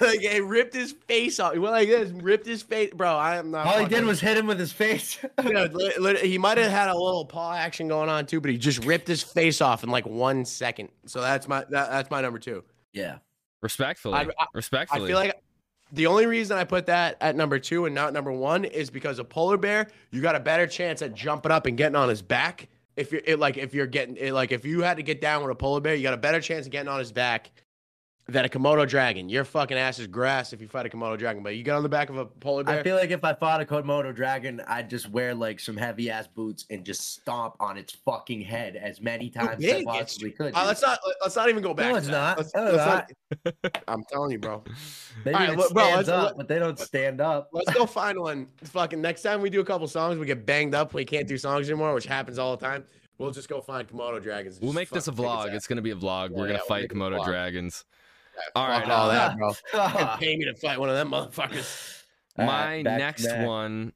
[SPEAKER 5] like it ripped his face off. He went like this, ripped his face, bro. I am not
[SPEAKER 4] All he did
[SPEAKER 5] fucking-
[SPEAKER 4] was hit him with his face.
[SPEAKER 5] Dude, li- li- he might have had a little paw action going on too, but he just ripped his face off in like one second. So that's my that, that's my number two.
[SPEAKER 4] yeah.
[SPEAKER 2] Respectfully.
[SPEAKER 5] I- I- I
[SPEAKER 2] Respectfully.
[SPEAKER 5] feel like the only reason I put that at number two and not number one is because a polar bear, you got a better chance at jumping up and getting on his back. If you're it, like, if you're getting it, like, if you had to get down with a polar bear, you got a better chance of getting on his back that a Komodo dragon. Your fucking ass is grass if you fight a Komodo dragon. But you get on the back of a polar bear.
[SPEAKER 4] I feel like if I fought a Komodo dragon, I'd just wear like some heavy ass boots and just stomp on its fucking head as many times as I
[SPEAKER 5] big, it's-
[SPEAKER 4] possibly could.
[SPEAKER 5] Uh,
[SPEAKER 4] dude.
[SPEAKER 5] let's not let's not even go back.
[SPEAKER 4] no,
[SPEAKER 5] to
[SPEAKER 4] it's
[SPEAKER 5] that.
[SPEAKER 4] not.
[SPEAKER 5] Let's-
[SPEAKER 4] No,
[SPEAKER 5] let's
[SPEAKER 4] it's not.
[SPEAKER 5] not- I'm telling you, bro.
[SPEAKER 4] They
[SPEAKER 5] All right,
[SPEAKER 4] even
[SPEAKER 5] look, bro,
[SPEAKER 4] stands
[SPEAKER 5] let's-
[SPEAKER 4] up, but they don't stand up.
[SPEAKER 5] Let's go find one. Fucking next time we do a couple songs, we get banged up. We can't do songs anymore, which happens all the time. We'll just go find Komodo dragons. and
[SPEAKER 2] We'll
[SPEAKER 5] just
[SPEAKER 2] make this a
[SPEAKER 5] fucking kick its
[SPEAKER 2] vlog.
[SPEAKER 5] ass.
[SPEAKER 2] It's gonna be a vlog.
[SPEAKER 5] Yeah,
[SPEAKER 2] We're gonna
[SPEAKER 5] we'll
[SPEAKER 2] fight
[SPEAKER 5] make it a
[SPEAKER 2] Komodo
[SPEAKER 5] vlog.
[SPEAKER 2] dragons. All
[SPEAKER 5] Fuck
[SPEAKER 2] right,
[SPEAKER 5] all
[SPEAKER 2] uh,
[SPEAKER 5] that, bro.
[SPEAKER 4] Ah.
[SPEAKER 5] Pay me to fight one of them motherfuckers.
[SPEAKER 2] my
[SPEAKER 4] Alright, back to
[SPEAKER 2] next
[SPEAKER 4] back.
[SPEAKER 2] one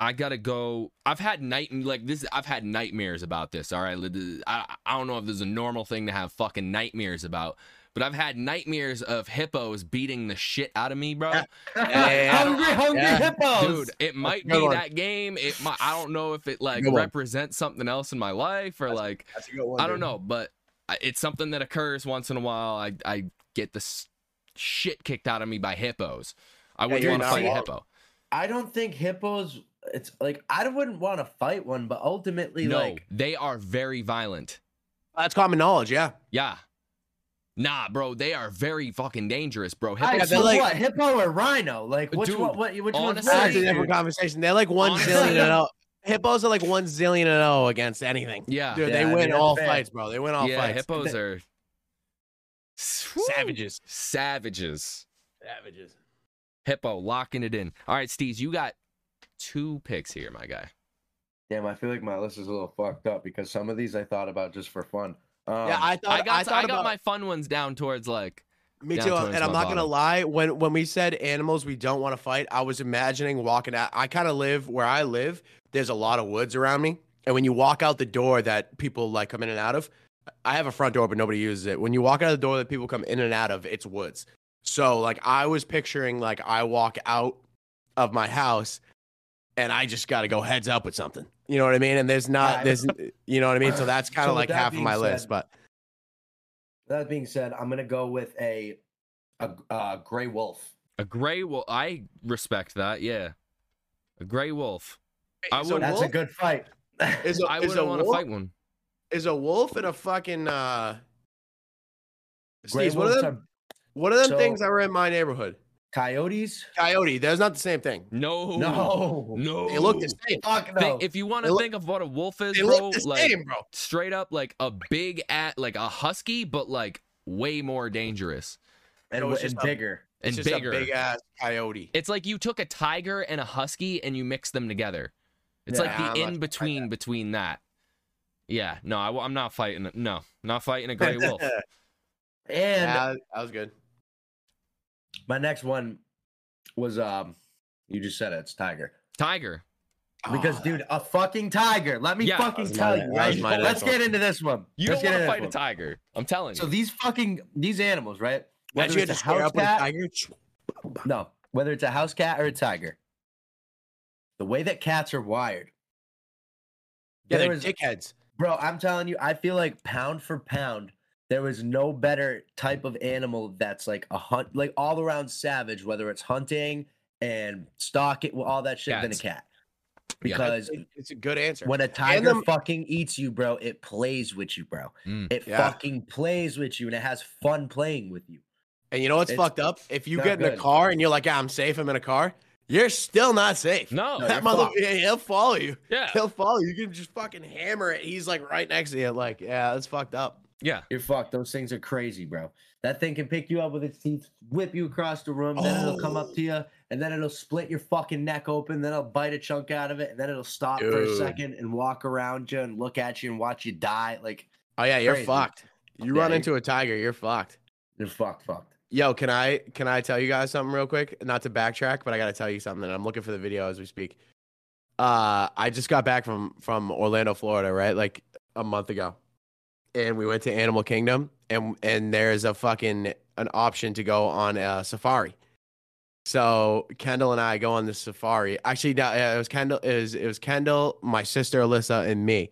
[SPEAKER 2] i gotta go i've had night like this i've had nightmares about this all right I, I don't know if this is a normal thing to have fucking nightmares about but i've had nightmares of hippos beating the shit out of me bro
[SPEAKER 5] yeah, I don't-
[SPEAKER 4] hungry, hungry
[SPEAKER 5] yeah.
[SPEAKER 4] hippos.
[SPEAKER 2] dude it might
[SPEAKER 5] good
[SPEAKER 2] be
[SPEAKER 5] one.
[SPEAKER 2] that game it might i don't know if it like
[SPEAKER 5] Good one.
[SPEAKER 2] represents something else in my life or like
[SPEAKER 5] That's a good one.
[SPEAKER 2] i don't
[SPEAKER 5] dude.
[SPEAKER 2] know but I- it's something that occurs once in a while i, I get the s- shit kicked out of me by hippos i wouldn't
[SPEAKER 5] you're
[SPEAKER 2] want to
[SPEAKER 5] not
[SPEAKER 2] fight a
[SPEAKER 5] wrong.
[SPEAKER 2] hippo
[SPEAKER 4] I don't think hippos. It's like I wouldn't want to fight one, but ultimately,
[SPEAKER 2] no
[SPEAKER 4] like
[SPEAKER 2] they are very violent
[SPEAKER 5] That's common knowledge. Yeah.
[SPEAKER 2] Yeah. Nah, bro, they are very fucking dangerous, bro.
[SPEAKER 4] I
[SPEAKER 2] Hippos
[SPEAKER 5] they're
[SPEAKER 4] so
[SPEAKER 5] like-
[SPEAKER 4] what hippo or rhino? Like which
[SPEAKER 2] Dude,
[SPEAKER 4] one? What, which one's
[SPEAKER 2] honestly,
[SPEAKER 5] That's
[SPEAKER 4] right?
[SPEAKER 5] a different
[SPEAKER 2] dude.
[SPEAKER 5] conversation. They're like one
[SPEAKER 2] Honestly.
[SPEAKER 5] zillion and oh. Hippos are like one zillion and oh against anything.
[SPEAKER 2] yeah.
[SPEAKER 5] Dude,
[SPEAKER 4] Yeah, I
[SPEAKER 5] they
[SPEAKER 4] mean,
[SPEAKER 5] win
[SPEAKER 4] that's
[SPEAKER 5] all
[SPEAKER 4] fair.
[SPEAKER 5] fights, bro. They win all
[SPEAKER 2] yeah,
[SPEAKER 5] fights.
[SPEAKER 2] hippos are
[SPEAKER 5] Savages.
[SPEAKER 2] Savages.
[SPEAKER 5] Savages.
[SPEAKER 2] Hippo locking it in. All right, Steez, you got two picks here, my guy.
[SPEAKER 4] Damn, I feel like my list is a little fucked up because some of these I thought about just for fun. Um,
[SPEAKER 5] yeah, I thought
[SPEAKER 2] I got I,
[SPEAKER 5] thought
[SPEAKER 2] got
[SPEAKER 5] about,
[SPEAKER 2] my fun ones down towards like
[SPEAKER 5] Me
[SPEAKER 2] down
[SPEAKER 5] too.
[SPEAKER 2] towards
[SPEAKER 5] And I'm
[SPEAKER 2] my
[SPEAKER 5] not gonna
[SPEAKER 2] bottom.
[SPEAKER 5] lie, when when we said animals we don't want to fight, I was imagining walking out. I kind of live where I live. There's a lot of woods around me, and when you walk out the door that people like come in and out of, I have a front door, but nobody uses it. When you walk out of the door that people come in and out of, it's woods. So like I was picturing like I walk out of my house, and I just got to go heads up with something. You know what I mean? And there's not
[SPEAKER 4] Right.
[SPEAKER 5] there's you know what I mean. So that's kind
[SPEAKER 4] So
[SPEAKER 5] of
[SPEAKER 4] with
[SPEAKER 5] like
[SPEAKER 4] that
[SPEAKER 5] half of
[SPEAKER 4] being
[SPEAKER 5] my
[SPEAKER 4] said,
[SPEAKER 5] list, but
[SPEAKER 4] that being said, I'm gonna go with a a uh, gray wolf.
[SPEAKER 2] a gray wolf. I respect that, yeah. A gray wolf. I
[SPEAKER 5] Is a
[SPEAKER 2] would-
[SPEAKER 4] That's a
[SPEAKER 5] wolf-
[SPEAKER 4] good fight.
[SPEAKER 5] is a,
[SPEAKER 2] I
[SPEAKER 5] is
[SPEAKER 2] wouldn't
[SPEAKER 5] a
[SPEAKER 2] want to
[SPEAKER 5] wolf-
[SPEAKER 2] fight one.
[SPEAKER 5] is a wolf and a fucking uh
[SPEAKER 4] Gray
[SPEAKER 5] Steez, what are
[SPEAKER 4] wolves
[SPEAKER 5] them
[SPEAKER 4] are
[SPEAKER 5] what are them things
[SPEAKER 4] so-
[SPEAKER 5] that were in my neighborhood?
[SPEAKER 4] coyotes.
[SPEAKER 5] Coyote, that's not the same thing.
[SPEAKER 2] No.
[SPEAKER 4] No,
[SPEAKER 2] No.
[SPEAKER 5] They look the same.
[SPEAKER 4] fuck
[SPEAKER 2] Think-
[SPEAKER 4] no.
[SPEAKER 2] if you want
[SPEAKER 5] They
[SPEAKER 2] to
[SPEAKER 5] look-
[SPEAKER 2] think of what a wolf is,
[SPEAKER 5] They
[SPEAKER 2] bro,
[SPEAKER 5] look the
[SPEAKER 2] like
[SPEAKER 5] same, bro.
[SPEAKER 2] straight up like a big at like a husky, but like way more dangerous
[SPEAKER 4] and,
[SPEAKER 5] it was
[SPEAKER 4] w- and
[SPEAKER 5] just a-
[SPEAKER 4] bigger.
[SPEAKER 2] and
[SPEAKER 5] It's just
[SPEAKER 2] bigger.
[SPEAKER 5] a big ass coyote.
[SPEAKER 2] it's like you took a tiger and a husky and you mixed them together. It's
[SPEAKER 4] Yeah,
[SPEAKER 5] I'm
[SPEAKER 2] like
[SPEAKER 5] not
[SPEAKER 2] the
[SPEAKER 5] gonna
[SPEAKER 2] in
[SPEAKER 5] fight
[SPEAKER 2] between between that. Yeah, no, I, am not fighting. No, not fighting a gray wolf.
[SPEAKER 4] And
[SPEAKER 5] yeah, that was good.
[SPEAKER 4] my next one was um, you just said it, it's tiger.
[SPEAKER 2] Tiger.
[SPEAKER 4] Because,
[SPEAKER 5] Oh,
[SPEAKER 4] dude, a fucking tiger. Let me
[SPEAKER 2] Yeah.
[SPEAKER 4] fucking
[SPEAKER 5] That was
[SPEAKER 4] tell
[SPEAKER 5] my-
[SPEAKER 4] you.
[SPEAKER 5] that was
[SPEAKER 4] Right?
[SPEAKER 5] my
[SPEAKER 4] Let's
[SPEAKER 5] next
[SPEAKER 4] get
[SPEAKER 5] one.
[SPEAKER 4] into this one.
[SPEAKER 2] You
[SPEAKER 4] Let's
[SPEAKER 2] don't want
[SPEAKER 4] get
[SPEAKER 2] to
[SPEAKER 4] into
[SPEAKER 2] fight a
[SPEAKER 4] this one.
[SPEAKER 2] tiger. I'm telling
[SPEAKER 4] So
[SPEAKER 2] you.
[SPEAKER 4] these fucking these animals, right?
[SPEAKER 5] Imagine
[SPEAKER 4] Whether
[SPEAKER 5] you had
[SPEAKER 4] it's a
[SPEAKER 5] to square
[SPEAKER 4] house
[SPEAKER 5] up with a
[SPEAKER 4] cat,
[SPEAKER 5] tiger.
[SPEAKER 4] no, whether it's a house cat or a tiger. The way that cats are wired,
[SPEAKER 5] Yeah,
[SPEAKER 4] There
[SPEAKER 5] they're
[SPEAKER 4] is-
[SPEAKER 5] dickheads.
[SPEAKER 4] bro. I'm telling you, I feel like pound for pound, there is no better type of animal that's like a hunt, like all around savage. Whether it's hunting and stalking, all that shit, than a
[SPEAKER 2] Cats.
[SPEAKER 4] cat.
[SPEAKER 2] Yeah.
[SPEAKER 4] Because
[SPEAKER 5] It- It's a good answer.
[SPEAKER 4] When a tiger
[SPEAKER 5] them-
[SPEAKER 4] fucking eats you, bro, it plays with you, bro.
[SPEAKER 2] Mm.
[SPEAKER 4] It
[SPEAKER 5] Yeah.
[SPEAKER 4] fucking plays with you and it has fun playing with you.
[SPEAKER 5] and you know what's
[SPEAKER 4] it's-
[SPEAKER 5] fucked up? If you
[SPEAKER 4] not
[SPEAKER 5] get in a
[SPEAKER 4] good.
[SPEAKER 5] car and you're like, yeah, I'm safe, I'm in a car, you're still not safe.
[SPEAKER 2] No.
[SPEAKER 4] No,
[SPEAKER 5] that
[SPEAKER 4] you're
[SPEAKER 5] mother,
[SPEAKER 4] fucked.
[SPEAKER 5] yeah, he'll follow you.
[SPEAKER 2] Yeah.
[SPEAKER 5] He'll follow you. You can just fucking hammer it. He's like right next to you. Like, yeah, that's fucked up.
[SPEAKER 2] Yeah.
[SPEAKER 4] You're fucked. Those things are crazy, bro. That thing can pick you up with its teeth, whip you across the room, then it'll come up to
[SPEAKER 5] Oh.
[SPEAKER 4] you, and then it'll split your fucking neck open, then it'll bite a chunk out of it, and then it'll stop for a
[SPEAKER 5] Dude.
[SPEAKER 4] second and walk around you and look at you and watch you die. Like
[SPEAKER 5] Oh yeah, you're
[SPEAKER 4] Crazy.
[SPEAKER 5] fucked. You
[SPEAKER 4] Yeah,
[SPEAKER 5] run
[SPEAKER 4] you-
[SPEAKER 5] into a tiger, you're fucked.
[SPEAKER 4] you're fucked, fucked.
[SPEAKER 5] Yo, can I can I tell you guys something real quick? Not to backtrack, but I gotta tell you something. I'm looking for the video as we speak. Uh, I just got back from from Orlando, Florida, right? Like a month ago, and we went to Animal Kingdom, and and there's a fucking an option to go on a safari. So Kendall and I go on this safari. Actually, no, uh, it was Kendall. It was, it was Kendall, my sister Alyssa, and me,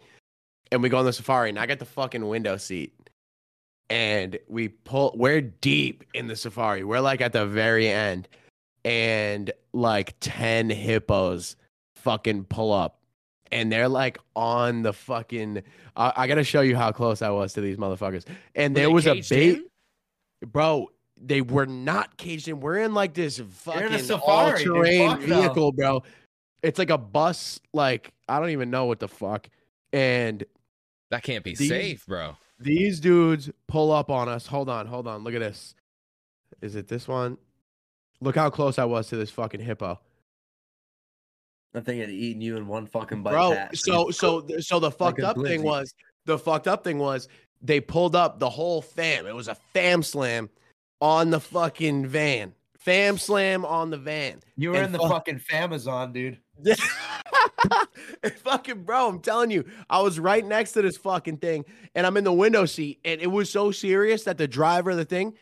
[SPEAKER 5] and we go on the safari. And I got the fucking window seat, and we pull. We're deep in the safari. We're like at the very end, and like ten hippos fucking pull up, and they're like on the fucking. I I gotta show you how close I was to these motherfuckers. And
[SPEAKER 2] Were
[SPEAKER 5] there
[SPEAKER 2] they
[SPEAKER 5] was a
[SPEAKER 2] caged
[SPEAKER 5] bait.
[SPEAKER 2] in?
[SPEAKER 5] bro. They were not caged in. We're in like this fucking all
[SPEAKER 4] safari, dude.
[SPEAKER 5] terrain
[SPEAKER 4] Fuck no.
[SPEAKER 5] vehicle, bro. It's like a bus. Like I don't even know what the fuck. And
[SPEAKER 2] That can't be
[SPEAKER 5] These-
[SPEAKER 2] safe, bro.
[SPEAKER 5] these dudes pull up on us. Hold on, hold on. Look at this. Is it this one? Look how close I was to this fucking hippo.
[SPEAKER 4] I think it'd eaten you in one fucking bite.
[SPEAKER 5] bro.
[SPEAKER 4] Pat.
[SPEAKER 5] So so th- so the fucked
[SPEAKER 4] a
[SPEAKER 5] up thing
[SPEAKER 4] glizzy.
[SPEAKER 5] was the fucked up thing was they pulled up the whole fam. It was a fam slam on the fucking van. Fam slam on the van.
[SPEAKER 4] you were
[SPEAKER 5] and
[SPEAKER 4] in the
[SPEAKER 5] fuck-
[SPEAKER 4] fucking Famazon, dude.
[SPEAKER 5] And fucking bro, I'm telling you, I was right next to this fucking thing, and I'm in the window seat, and it was so serious that the driver of the thing.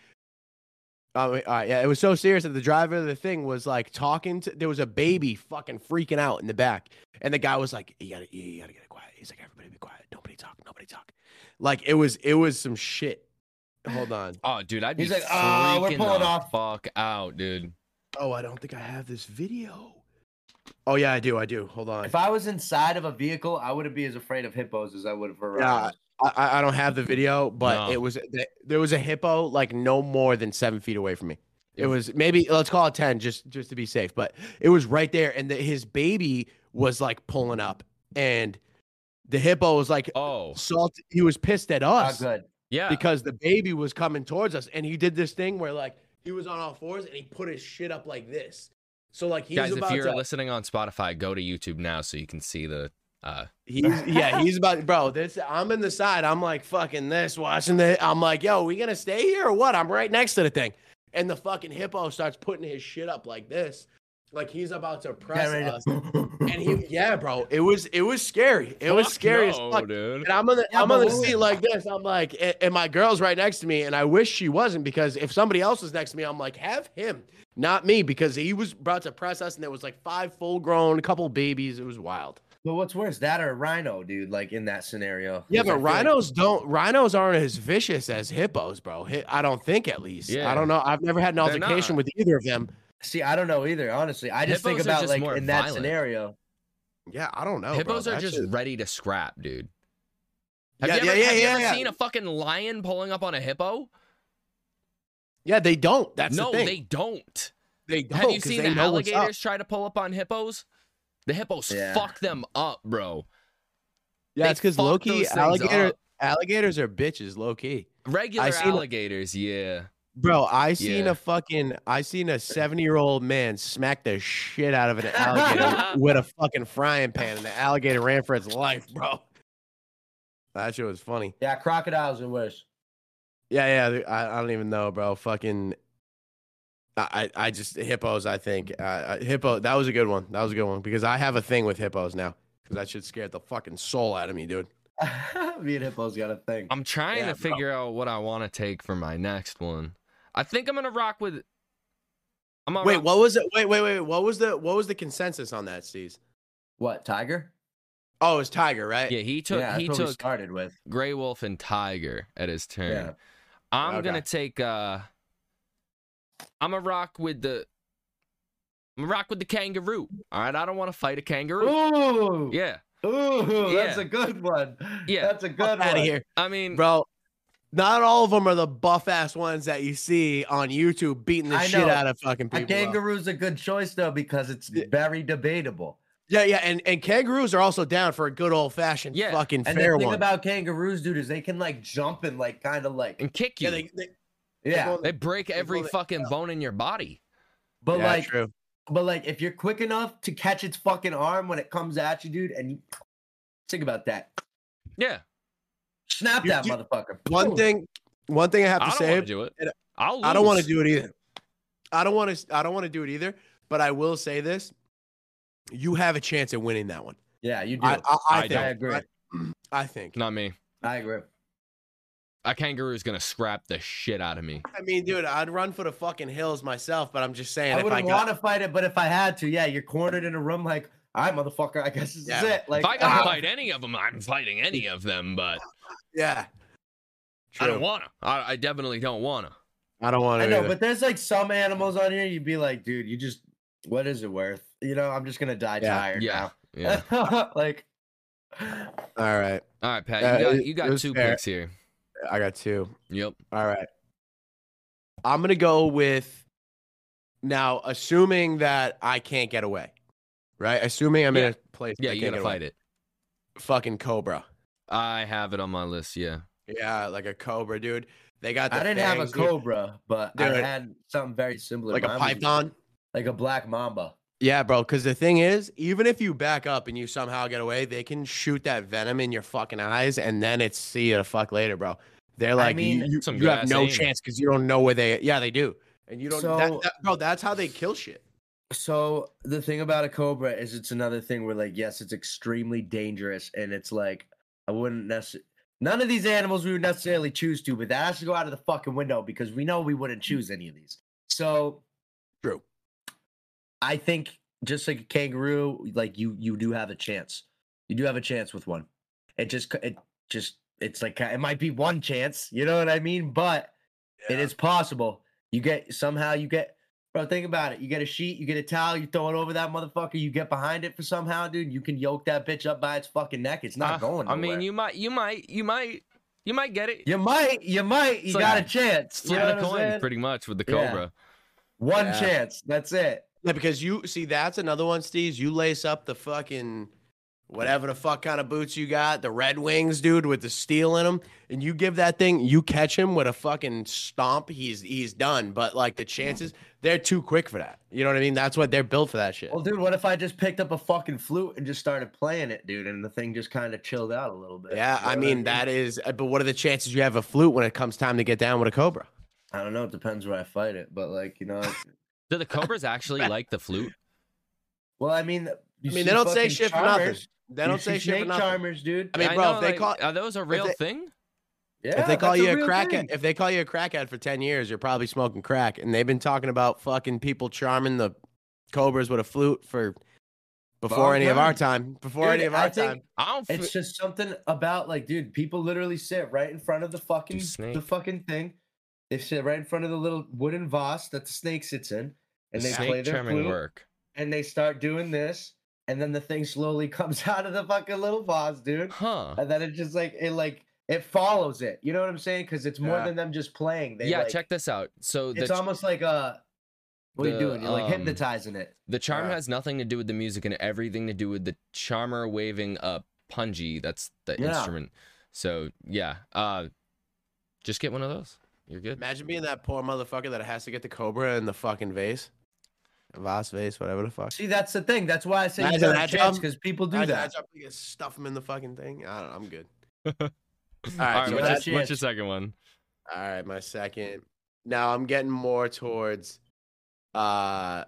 [SPEAKER 5] I mean, all right, yeah, it was so serious that the driver of the thing was like talking to. There was a baby fucking freaking out in the back, and the guy was like, "You gotta, you gotta get it quiet." He's like, "Everybody be quiet. Nobody talk. Nobody talk." Like it was, it was some shit. Hold on.
[SPEAKER 2] Oh, dude, I'd be
[SPEAKER 4] He's like,
[SPEAKER 2] freaking
[SPEAKER 4] "Ah, we're pulling
[SPEAKER 2] the
[SPEAKER 4] off."
[SPEAKER 2] fuck out, dude.
[SPEAKER 5] Oh, I don't think I have this video. Oh yeah, I do. I do. Hold on.
[SPEAKER 4] If I was inside of a vehicle, I wouldn't be as afraid of hippos as I would of a
[SPEAKER 5] Yeah,
[SPEAKER 4] rhino.
[SPEAKER 5] I- I, I don't have the video, but
[SPEAKER 2] No.
[SPEAKER 5] it was th- there was a hippo like no more than seven feet away from me. It was maybe let's call it ten just just to be safe, but it was right there, and the, his baby was like pulling up, and the hippo was like
[SPEAKER 2] Oh,
[SPEAKER 5] salt. He was pissed at
[SPEAKER 4] Not
[SPEAKER 5] us
[SPEAKER 4] good.
[SPEAKER 2] yeah.
[SPEAKER 5] because the baby was coming towards us, and he did this thing where like he was on all fours and he put his shit up like this. So like he's
[SPEAKER 2] Guys,
[SPEAKER 5] about
[SPEAKER 2] if you're
[SPEAKER 5] to,
[SPEAKER 2] listening on Spotify, go to YouTube now so you can see the. Uh,
[SPEAKER 5] He's yeah, he's about bro. This I'm in the side. I'm like fucking this, watching the. I'm like, yo, we gonna stay here or what? I'm right next to the thing, and the fucking hippo starts putting his shit up like this, like he's about to press
[SPEAKER 4] ready to-
[SPEAKER 5] us. and he, yeah, bro, it was it was scary. It was
[SPEAKER 2] fuck
[SPEAKER 5] scary as
[SPEAKER 2] no,
[SPEAKER 5] fuck.
[SPEAKER 2] dude.
[SPEAKER 5] And I'm on the
[SPEAKER 4] Yeah,
[SPEAKER 5] I'm on
[SPEAKER 4] but
[SPEAKER 5] the
[SPEAKER 4] what-
[SPEAKER 5] seat like this. I'm like, a- and my girl's right next to me, and I wish she wasn't because if somebody else was next to me, I'm like, have him, not me, because he was about to press us, and there was like five full grown, couple babies. It was wild.
[SPEAKER 4] But what's worse, that or a rhino, dude? Like in that scenario.
[SPEAKER 5] Yeah,
[SPEAKER 4] 'Cause I
[SPEAKER 5] but
[SPEAKER 4] feel like-
[SPEAKER 5] rhinos don't. Rhinos aren't as vicious as hippos, bro. Hi- I don't think, at least.
[SPEAKER 2] Yeah.
[SPEAKER 5] I don't know. I've never had an
[SPEAKER 2] They're
[SPEAKER 5] altercation
[SPEAKER 2] not.
[SPEAKER 5] with either of them.
[SPEAKER 4] see, I don't know either. Honestly, I just think
[SPEAKER 2] Hippos are
[SPEAKER 4] about
[SPEAKER 2] just
[SPEAKER 4] like
[SPEAKER 2] more
[SPEAKER 4] in that
[SPEAKER 2] violent.
[SPEAKER 4] scenario.
[SPEAKER 5] Yeah, I don't know.
[SPEAKER 2] hippos
[SPEAKER 5] bro.
[SPEAKER 2] are
[SPEAKER 5] That
[SPEAKER 2] just
[SPEAKER 5] shit-
[SPEAKER 2] ready to scrap, dude. Have
[SPEAKER 5] Yeah,
[SPEAKER 2] you ever,
[SPEAKER 5] yeah, yeah,
[SPEAKER 2] have you
[SPEAKER 5] yeah,
[SPEAKER 2] ever
[SPEAKER 5] yeah.
[SPEAKER 2] seen a fucking lion pulling up on a hippo?
[SPEAKER 5] Yeah, they don't. That's
[SPEAKER 2] no,
[SPEAKER 5] the thing.
[SPEAKER 2] they don't.
[SPEAKER 5] they don't.
[SPEAKER 2] Have you
[SPEAKER 5] 'cause
[SPEAKER 2] seen
[SPEAKER 5] they
[SPEAKER 2] the
[SPEAKER 5] know what's up.
[SPEAKER 2] alligators try to pull up on hippos? The hippos
[SPEAKER 4] Yeah.
[SPEAKER 2] fuck them up, bro.
[SPEAKER 5] Yeah,
[SPEAKER 2] They
[SPEAKER 5] it's because
[SPEAKER 2] fuck
[SPEAKER 5] low
[SPEAKER 2] those
[SPEAKER 5] key
[SPEAKER 2] things
[SPEAKER 5] alligator
[SPEAKER 2] up.
[SPEAKER 5] alligators are bitches. Low key,
[SPEAKER 2] Regular
[SPEAKER 5] seen a-
[SPEAKER 2] alligators, yeah.
[SPEAKER 5] bro. I seen
[SPEAKER 2] Yeah.
[SPEAKER 5] a fucking. I seen a seventy year old man smack the shit out of an alligator with a fucking frying pan, and the alligator ran for its life, bro. That shit was funny.
[SPEAKER 4] Yeah, crocodiles are worse.
[SPEAKER 5] Yeah, yeah. th- I, I don't even know, bro. Fucking. I, I I just hippos. I think uh, uh, hippo. That was a good one. That was a good one because I have a thing with hippos now. Because that should scare the fucking soul out of me, dude.
[SPEAKER 4] Me and hippos got a thing.
[SPEAKER 2] I'm trying
[SPEAKER 5] Yeah,
[SPEAKER 2] to figure out what I want to take for my next one. I think I'm gonna rock with. I'm gonna
[SPEAKER 5] Wait,
[SPEAKER 2] rock-
[SPEAKER 5] what was it? Wait, wait, wait. What was the what was the consensus on that, Steve?
[SPEAKER 4] What tiger?
[SPEAKER 5] Oh, it was tiger, right?
[SPEAKER 2] Yeah, he took
[SPEAKER 4] yeah, that's
[SPEAKER 2] he
[SPEAKER 4] what we
[SPEAKER 2] took
[SPEAKER 4] started with.
[SPEAKER 2] Grey Wolf and Tiger at his turn.
[SPEAKER 4] Yeah. Oh,
[SPEAKER 2] I'm
[SPEAKER 5] Okay.
[SPEAKER 2] gonna take. uh I'm gonna rock with the. I'm gonna rock with the kangaroo. All right, I don't want to fight a kangaroo.
[SPEAKER 4] Ooh,
[SPEAKER 2] Yeah,
[SPEAKER 4] ooh, that's
[SPEAKER 2] Yeah.
[SPEAKER 4] a good one.
[SPEAKER 2] Yeah.
[SPEAKER 4] that's a good
[SPEAKER 5] Out
[SPEAKER 4] one.
[SPEAKER 5] of here,
[SPEAKER 2] I mean,
[SPEAKER 5] bro. Not all of them are the buff ass ones that you see on YouTube beating the
[SPEAKER 4] I
[SPEAKER 5] shit
[SPEAKER 4] know.
[SPEAKER 5] out of fucking people.
[SPEAKER 4] A
[SPEAKER 5] up.
[SPEAKER 4] kangaroo's a good choice though because it's
[SPEAKER 5] Yeah.
[SPEAKER 4] very debatable.
[SPEAKER 5] Yeah, yeah, and, and kangaroos are also down for a good old fashioned
[SPEAKER 2] Yeah,
[SPEAKER 5] fucking
[SPEAKER 4] And
[SPEAKER 5] fair
[SPEAKER 4] the thing
[SPEAKER 5] one.
[SPEAKER 4] about kangaroos, dude, is they can like jump and like kind of like
[SPEAKER 2] and kick you.
[SPEAKER 5] yeah,
[SPEAKER 2] they,
[SPEAKER 5] they, they,
[SPEAKER 4] yeah,
[SPEAKER 5] go-
[SPEAKER 2] break every
[SPEAKER 5] go to-
[SPEAKER 2] fucking bone in your body.
[SPEAKER 4] but
[SPEAKER 5] yeah,
[SPEAKER 4] like
[SPEAKER 5] true.
[SPEAKER 4] But like, if you're quick enough to catch its fucking arm when it comes at you, dude, and you think about that,
[SPEAKER 2] Yeah,
[SPEAKER 4] snap
[SPEAKER 5] You-
[SPEAKER 4] that
[SPEAKER 5] you-
[SPEAKER 4] motherfucker.
[SPEAKER 5] One
[SPEAKER 4] Boom.
[SPEAKER 5] thing, one thing I have
[SPEAKER 2] I
[SPEAKER 5] to
[SPEAKER 2] don't
[SPEAKER 5] say,
[SPEAKER 2] want to do it.
[SPEAKER 5] and
[SPEAKER 2] I'll lose.
[SPEAKER 5] I don't want to do it either. I don't want to. I don't want to do it either. But I will say this: you have a chance at winning that one.
[SPEAKER 4] Yeah, you do.
[SPEAKER 5] I,
[SPEAKER 4] I,
[SPEAKER 5] I, I
[SPEAKER 2] I
[SPEAKER 5] think.
[SPEAKER 2] don't.
[SPEAKER 4] I agree.
[SPEAKER 5] I, I think.
[SPEAKER 2] Not me.
[SPEAKER 4] agree.
[SPEAKER 2] A kangaroo is gonna scrap the shit out of me.
[SPEAKER 5] I mean, dude, I'd run for the fucking hills myself, but I'm just saying.
[SPEAKER 4] I
[SPEAKER 5] if I
[SPEAKER 4] wouldn't
[SPEAKER 5] got,
[SPEAKER 4] want to fight it, but if I had to, yeah, you're cornered in a room like, all right, motherfucker, I guess this
[SPEAKER 5] Yeah.
[SPEAKER 4] is it. Like,
[SPEAKER 2] if I gotta
[SPEAKER 4] ah,
[SPEAKER 2] fight any of them, I'm fighting any of them. But
[SPEAKER 5] yeah.
[SPEAKER 2] I don't
[SPEAKER 5] True.
[SPEAKER 2] wanna. I, I definitely don't wanna.
[SPEAKER 5] I don't want
[SPEAKER 4] I
[SPEAKER 5] to.
[SPEAKER 4] know, but there's like some animals on here, you'd be like, dude, you just, what is it worth? You know, I'm just gonna die
[SPEAKER 5] Yeah,
[SPEAKER 4] tired
[SPEAKER 2] Yeah, yeah.
[SPEAKER 4] now. like,
[SPEAKER 5] All
[SPEAKER 4] Uh,
[SPEAKER 5] right,
[SPEAKER 2] All right, Pat,
[SPEAKER 5] Yeah,
[SPEAKER 2] you got
[SPEAKER 5] it-
[SPEAKER 2] you
[SPEAKER 5] it
[SPEAKER 2] got
[SPEAKER 5] was
[SPEAKER 2] two
[SPEAKER 5] fair.
[SPEAKER 2] picks here.
[SPEAKER 5] I got two.
[SPEAKER 2] Yep.
[SPEAKER 5] All right. I'm gonna go with now, assuming that I can't get away, right? Assuming I'm
[SPEAKER 2] Yeah.
[SPEAKER 5] in a place.
[SPEAKER 2] Yeah,
[SPEAKER 5] I
[SPEAKER 2] you
[SPEAKER 5] can't
[SPEAKER 2] gotta
[SPEAKER 5] get away.
[SPEAKER 2] fight it.
[SPEAKER 5] Fucking cobra.
[SPEAKER 2] I have it on my list. Yeah.
[SPEAKER 5] Yeah, like a cobra, dude. They got. The
[SPEAKER 4] I didn't have a
[SPEAKER 5] fangs, dude.
[SPEAKER 4] cobra, but I
[SPEAKER 5] Dude.
[SPEAKER 4] had something very similar.
[SPEAKER 5] like a
[SPEAKER 4] Mine was-
[SPEAKER 5] python.
[SPEAKER 4] like a black mamba.
[SPEAKER 5] Yeah, bro. Because the thing is, even if you back up and you somehow get away, they can shoot that venom in your fucking eyes, and then it's see you the fuck later, bro. They're like, you-
[SPEAKER 4] mean,
[SPEAKER 5] you,
[SPEAKER 2] Some
[SPEAKER 5] you have
[SPEAKER 2] grass
[SPEAKER 5] no
[SPEAKER 2] ain't it?
[SPEAKER 5] chance because you don't know where they. Yeah, they do, and you don't. that-
[SPEAKER 4] So-
[SPEAKER 5] that- bro, that's how they kill shit.
[SPEAKER 4] So the thing about a cobra is it's another thing where like yes, it's extremely dangerous, and it's like I wouldn't necessarily. None of these animals we would necessarily choose to, but that has to go out of the fucking window because we know we wouldn't choose any of these. So
[SPEAKER 5] True.
[SPEAKER 4] I think just like a kangaroo, like you you do have a chance. You do have a chance with one. It just c- it just it's like ki- it might be one chance, you know what I mean? But it is possible. You get somehow you get bro. Think about it. You get a sheet, you get a towel, you throw it over that motherfucker. You get behind it for somehow, dude. You can yoke that bitch up by its fucking neck. It's not
[SPEAKER 2] Uh,
[SPEAKER 4] going.
[SPEAKER 2] I mean,
[SPEAKER 4] nowhere.
[SPEAKER 2] you might, you might, you might, you might get it.
[SPEAKER 4] You might, you might, you
[SPEAKER 2] It's like
[SPEAKER 4] got a chance. You
[SPEAKER 2] Flip
[SPEAKER 4] know
[SPEAKER 2] the
[SPEAKER 4] what I'm
[SPEAKER 2] coin,
[SPEAKER 4] saying?
[SPEAKER 2] pretty much, with the
[SPEAKER 4] Yeah.
[SPEAKER 2] cobra.
[SPEAKER 4] One
[SPEAKER 5] Yeah.
[SPEAKER 4] chance. That's it.
[SPEAKER 5] Yeah, because you see, that's another one, Steve's. You lace up the fucking whatever the fuck kind of boots you got, the Red Wings, dude, with the steel in them, and you give that thing, you catch him with a fucking stomp, he's he's done. But like the chances, they're too quick for that. You know what I mean? That's what they're built for that shit.
[SPEAKER 4] Well, dude, what if I just picked up a fucking flute and just started playing it, dude, and the thing just kind of chilled out a little bit?
[SPEAKER 5] Yeah,
[SPEAKER 4] You know
[SPEAKER 5] I
[SPEAKER 4] what
[SPEAKER 5] mean that is. uh, But what are the chances you have a flute when it comes time to get down with a cobra?
[SPEAKER 4] I don't know. It depends where I fight it, but like you know,
[SPEAKER 2] Do the cobras actually like the flute?
[SPEAKER 4] well, I mean, you
[SPEAKER 5] I mean,
[SPEAKER 4] see
[SPEAKER 5] they don't say
[SPEAKER 4] fucking
[SPEAKER 5] shit for
[SPEAKER 4] charmers.
[SPEAKER 5] nothing. They
[SPEAKER 4] You
[SPEAKER 5] don't
[SPEAKER 4] see
[SPEAKER 5] say shit
[SPEAKER 4] snake
[SPEAKER 5] for nothing.
[SPEAKER 4] charmers, dude.
[SPEAKER 5] I mean,
[SPEAKER 2] I
[SPEAKER 5] bro,
[SPEAKER 2] know,
[SPEAKER 5] if they
[SPEAKER 2] like,
[SPEAKER 5] call
[SPEAKER 2] are those a real
[SPEAKER 5] they-
[SPEAKER 2] thing?
[SPEAKER 4] Yeah,
[SPEAKER 5] if they call
[SPEAKER 4] that's
[SPEAKER 5] you a
[SPEAKER 4] real
[SPEAKER 5] crackhead,
[SPEAKER 4] thing.
[SPEAKER 5] if they call you a crackhead for ten years, you're probably smoking crack. And they've been talking about fucking people charming the cobras with a flute for before
[SPEAKER 4] Long
[SPEAKER 5] any of our
[SPEAKER 4] time.
[SPEAKER 5] time. Before
[SPEAKER 4] Dude,
[SPEAKER 5] any of
[SPEAKER 4] I
[SPEAKER 5] our
[SPEAKER 4] think-
[SPEAKER 5] time.
[SPEAKER 2] I don't.
[SPEAKER 4] it's
[SPEAKER 2] F-
[SPEAKER 4] just something about like, dude, people literally sit right in front of the fucking the
[SPEAKER 2] snake.
[SPEAKER 4] fucking thing. They sit right in front of the little wooden vase that the snake sits in, and they play
[SPEAKER 2] snake
[SPEAKER 4] their
[SPEAKER 2] charming
[SPEAKER 4] flute,
[SPEAKER 2] work.
[SPEAKER 4] and they start doing this, and then the thing slowly comes out of the fucking little vase, dude.
[SPEAKER 2] Huh?
[SPEAKER 4] and then it just like it like it follows it. You know what I'm saying? Because it's more
[SPEAKER 5] Yeah.
[SPEAKER 4] than them just playing. They
[SPEAKER 2] yeah.
[SPEAKER 4] like,
[SPEAKER 2] check this out. So the
[SPEAKER 4] It's almost like uh, what are you
[SPEAKER 2] the,
[SPEAKER 4] doing? You're like
[SPEAKER 2] um,
[SPEAKER 4] hypnotizing it.
[SPEAKER 2] The charm
[SPEAKER 5] Yeah.
[SPEAKER 2] has nothing to do with the music and everything to do with the charmer waving a punji. That's the
[SPEAKER 4] Yeah.
[SPEAKER 2] instrument. So yeah, uh, just get one of those. You're good.
[SPEAKER 5] Imagine being that poor motherfucker that has to get the cobra in the fucking vase, vase vase, whatever the fuck.
[SPEAKER 4] See, that's the thing. That's why I say you
[SPEAKER 5] Imagine
[SPEAKER 4] got
[SPEAKER 5] that,
[SPEAKER 4] a chance
[SPEAKER 5] Tom.
[SPEAKER 4] because people do
[SPEAKER 5] Imagine
[SPEAKER 4] that.
[SPEAKER 5] I probably gonna stuff him in the fucking thing. I don't know. I'm good. All
[SPEAKER 2] All
[SPEAKER 5] right,
[SPEAKER 2] right,
[SPEAKER 5] so
[SPEAKER 2] what's,
[SPEAKER 4] you got a
[SPEAKER 5] that's-
[SPEAKER 2] your- what's your
[SPEAKER 4] chance.
[SPEAKER 2] second one?
[SPEAKER 5] All right, my second. Now I'm getting more towards uh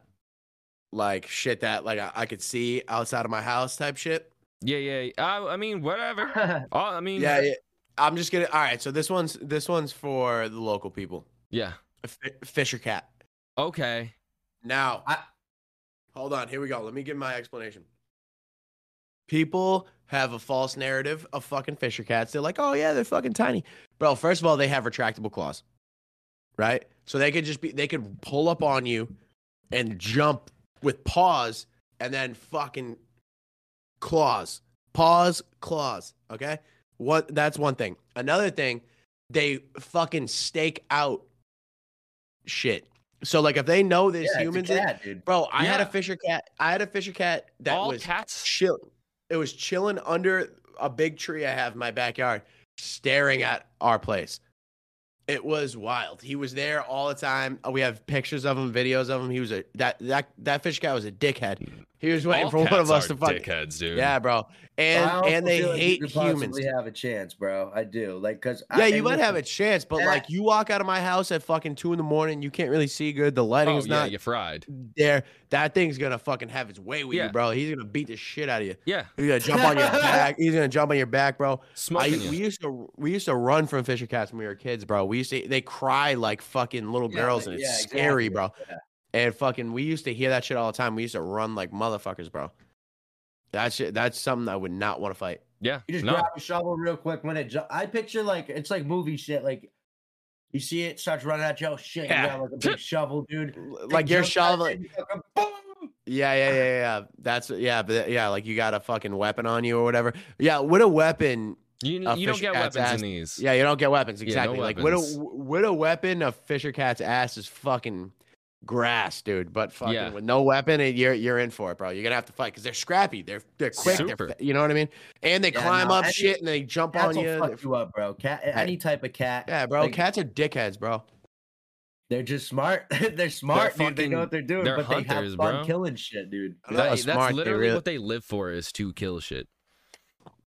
[SPEAKER 5] like shit that like I, I could see outside of my house type shit.
[SPEAKER 2] Yeah, yeah. Uh, I, I mean, whatever. Oh, I mean,
[SPEAKER 5] Yeah, yeah. I'm just gonna all right, so this one's this one's for the local people.
[SPEAKER 2] yeah.
[SPEAKER 5] A fi- Fisher cat.
[SPEAKER 2] Okay.
[SPEAKER 5] Now
[SPEAKER 4] I-
[SPEAKER 5] hold on, here we go. Let me give my explanation. People have a false narrative of fucking Fisher cats. They're like, oh yeah, they're fucking tiny. Bro, first of all, they have retractable claws. Right? So they could just be they could pull up on you and jump with paws and then fucking claws. Paws, claws. Okay? What that's one thing. Another thing, they fucking stake out shit. So like if they know there's
[SPEAKER 4] it's a
[SPEAKER 5] humans in-
[SPEAKER 4] cat, dude.
[SPEAKER 5] Bro, I had a
[SPEAKER 2] Yeah.
[SPEAKER 5] Fisher cat. I had a Fisher cat that
[SPEAKER 2] All
[SPEAKER 5] was
[SPEAKER 2] cats.
[SPEAKER 5] chill. It was chilling under a big tree I have in my backyard, staring at our place. It was wild. He was there all the time. Uh, We have pictures of him, videos of him. He was a that that that Fisher cat was a dickhead. He was waiting
[SPEAKER 2] All
[SPEAKER 5] for one
[SPEAKER 2] cats
[SPEAKER 5] of us
[SPEAKER 2] are
[SPEAKER 5] to fuck.
[SPEAKER 2] Dickheads, dude.
[SPEAKER 5] Yeah, bro.
[SPEAKER 4] I
[SPEAKER 5] And
[SPEAKER 4] also
[SPEAKER 5] and they
[SPEAKER 4] feel like you
[SPEAKER 5] hate
[SPEAKER 4] could
[SPEAKER 5] humans.
[SPEAKER 4] possibly have a chance, bro. I do. Like, cause I,
[SPEAKER 5] Yeah, you
[SPEAKER 4] and
[SPEAKER 5] might have a
[SPEAKER 4] listen,
[SPEAKER 5] chance, but
[SPEAKER 4] Yeah.
[SPEAKER 5] like you walk out of my house at fucking two in the morning, you can't really see good. The
[SPEAKER 2] Oh,
[SPEAKER 5] lighting's
[SPEAKER 2] yeah,
[SPEAKER 5] not
[SPEAKER 2] you fried.
[SPEAKER 5] there. That thing's gonna fucking have his way with
[SPEAKER 2] Yeah.
[SPEAKER 5] you, bro. He's gonna beat the shit out of you.
[SPEAKER 2] Yeah,
[SPEAKER 5] He's gonna jump on your back. He's gonna jump on your back, bro. I,
[SPEAKER 2] smoking
[SPEAKER 5] we
[SPEAKER 2] you.
[SPEAKER 5] used to we used to run from Fisher cats when we were kids, bro. We used to they cry like fucking little
[SPEAKER 4] Yeah,
[SPEAKER 5] girls,
[SPEAKER 4] like-
[SPEAKER 5] and it's
[SPEAKER 4] yeah,
[SPEAKER 5] scary,
[SPEAKER 4] exactly.
[SPEAKER 5] bro.
[SPEAKER 4] Yeah.
[SPEAKER 5] And fucking, we used to hear that shit all the time. We used to run like motherfuckers, bro. That shit, that's something I would not want to fight.
[SPEAKER 2] Yeah,
[SPEAKER 4] You just
[SPEAKER 2] no.
[SPEAKER 4] grab a shovel real quick when it. Ju- I picture like it's like movie shit. Like you see it starts running at you. Oh shit!
[SPEAKER 5] Yeah.
[SPEAKER 4] You got like a big shovel, dude.
[SPEAKER 5] L-
[SPEAKER 4] Big
[SPEAKER 5] Like you're
[SPEAKER 4] jump at it,
[SPEAKER 5] shoveling,
[SPEAKER 4] you fucking boom!
[SPEAKER 5] Yeah, yeah, yeah, yeah. That's yeah, but yeah, like you got a fucking weapon on you or whatever. Yeah, with a weapon,
[SPEAKER 2] You,
[SPEAKER 5] A
[SPEAKER 2] you don't
[SPEAKER 5] fish
[SPEAKER 2] get
[SPEAKER 5] cat's
[SPEAKER 2] weapons
[SPEAKER 5] ass.
[SPEAKER 2] in these.
[SPEAKER 5] Yeah, you don't get weapons.
[SPEAKER 2] Yeah, no
[SPEAKER 5] Exactly. like
[SPEAKER 2] weapons.
[SPEAKER 5] what a what a weapon of Fisher Cat's ass is fucking grass, dude. But fucking
[SPEAKER 2] Yeah.
[SPEAKER 5] with no weapon, it- you're you're in for it, bro. You're gonna have to fight because they're scrappy. They're they're quick. They're,
[SPEAKER 2] Super.
[SPEAKER 5] fa- you know what I mean? And they
[SPEAKER 4] Yeah,
[SPEAKER 5] climb
[SPEAKER 4] no,
[SPEAKER 5] up
[SPEAKER 4] any-
[SPEAKER 5] shit and they jump on
[SPEAKER 4] Cats
[SPEAKER 5] you.
[SPEAKER 4] will
[SPEAKER 5] They're-
[SPEAKER 4] fuck you up, bro. Cat, any type of cat.
[SPEAKER 5] Yeah, bro.
[SPEAKER 4] Like,
[SPEAKER 5] cats are dickheads, bro.
[SPEAKER 4] They're just smart. they're smart, dude. They
[SPEAKER 2] fucking-
[SPEAKER 4] know what they're doing,
[SPEAKER 2] they're
[SPEAKER 4] but they
[SPEAKER 2] hunters,
[SPEAKER 4] have fun
[SPEAKER 2] bro.
[SPEAKER 4] killing shit, dude.
[SPEAKER 5] I don't
[SPEAKER 2] That-
[SPEAKER 5] know how
[SPEAKER 2] that's
[SPEAKER 5] smart they
[SPEAKER 2] literally
[SPEAKER 5] really-
[SPEAKER 2] what they live for is to kill shit.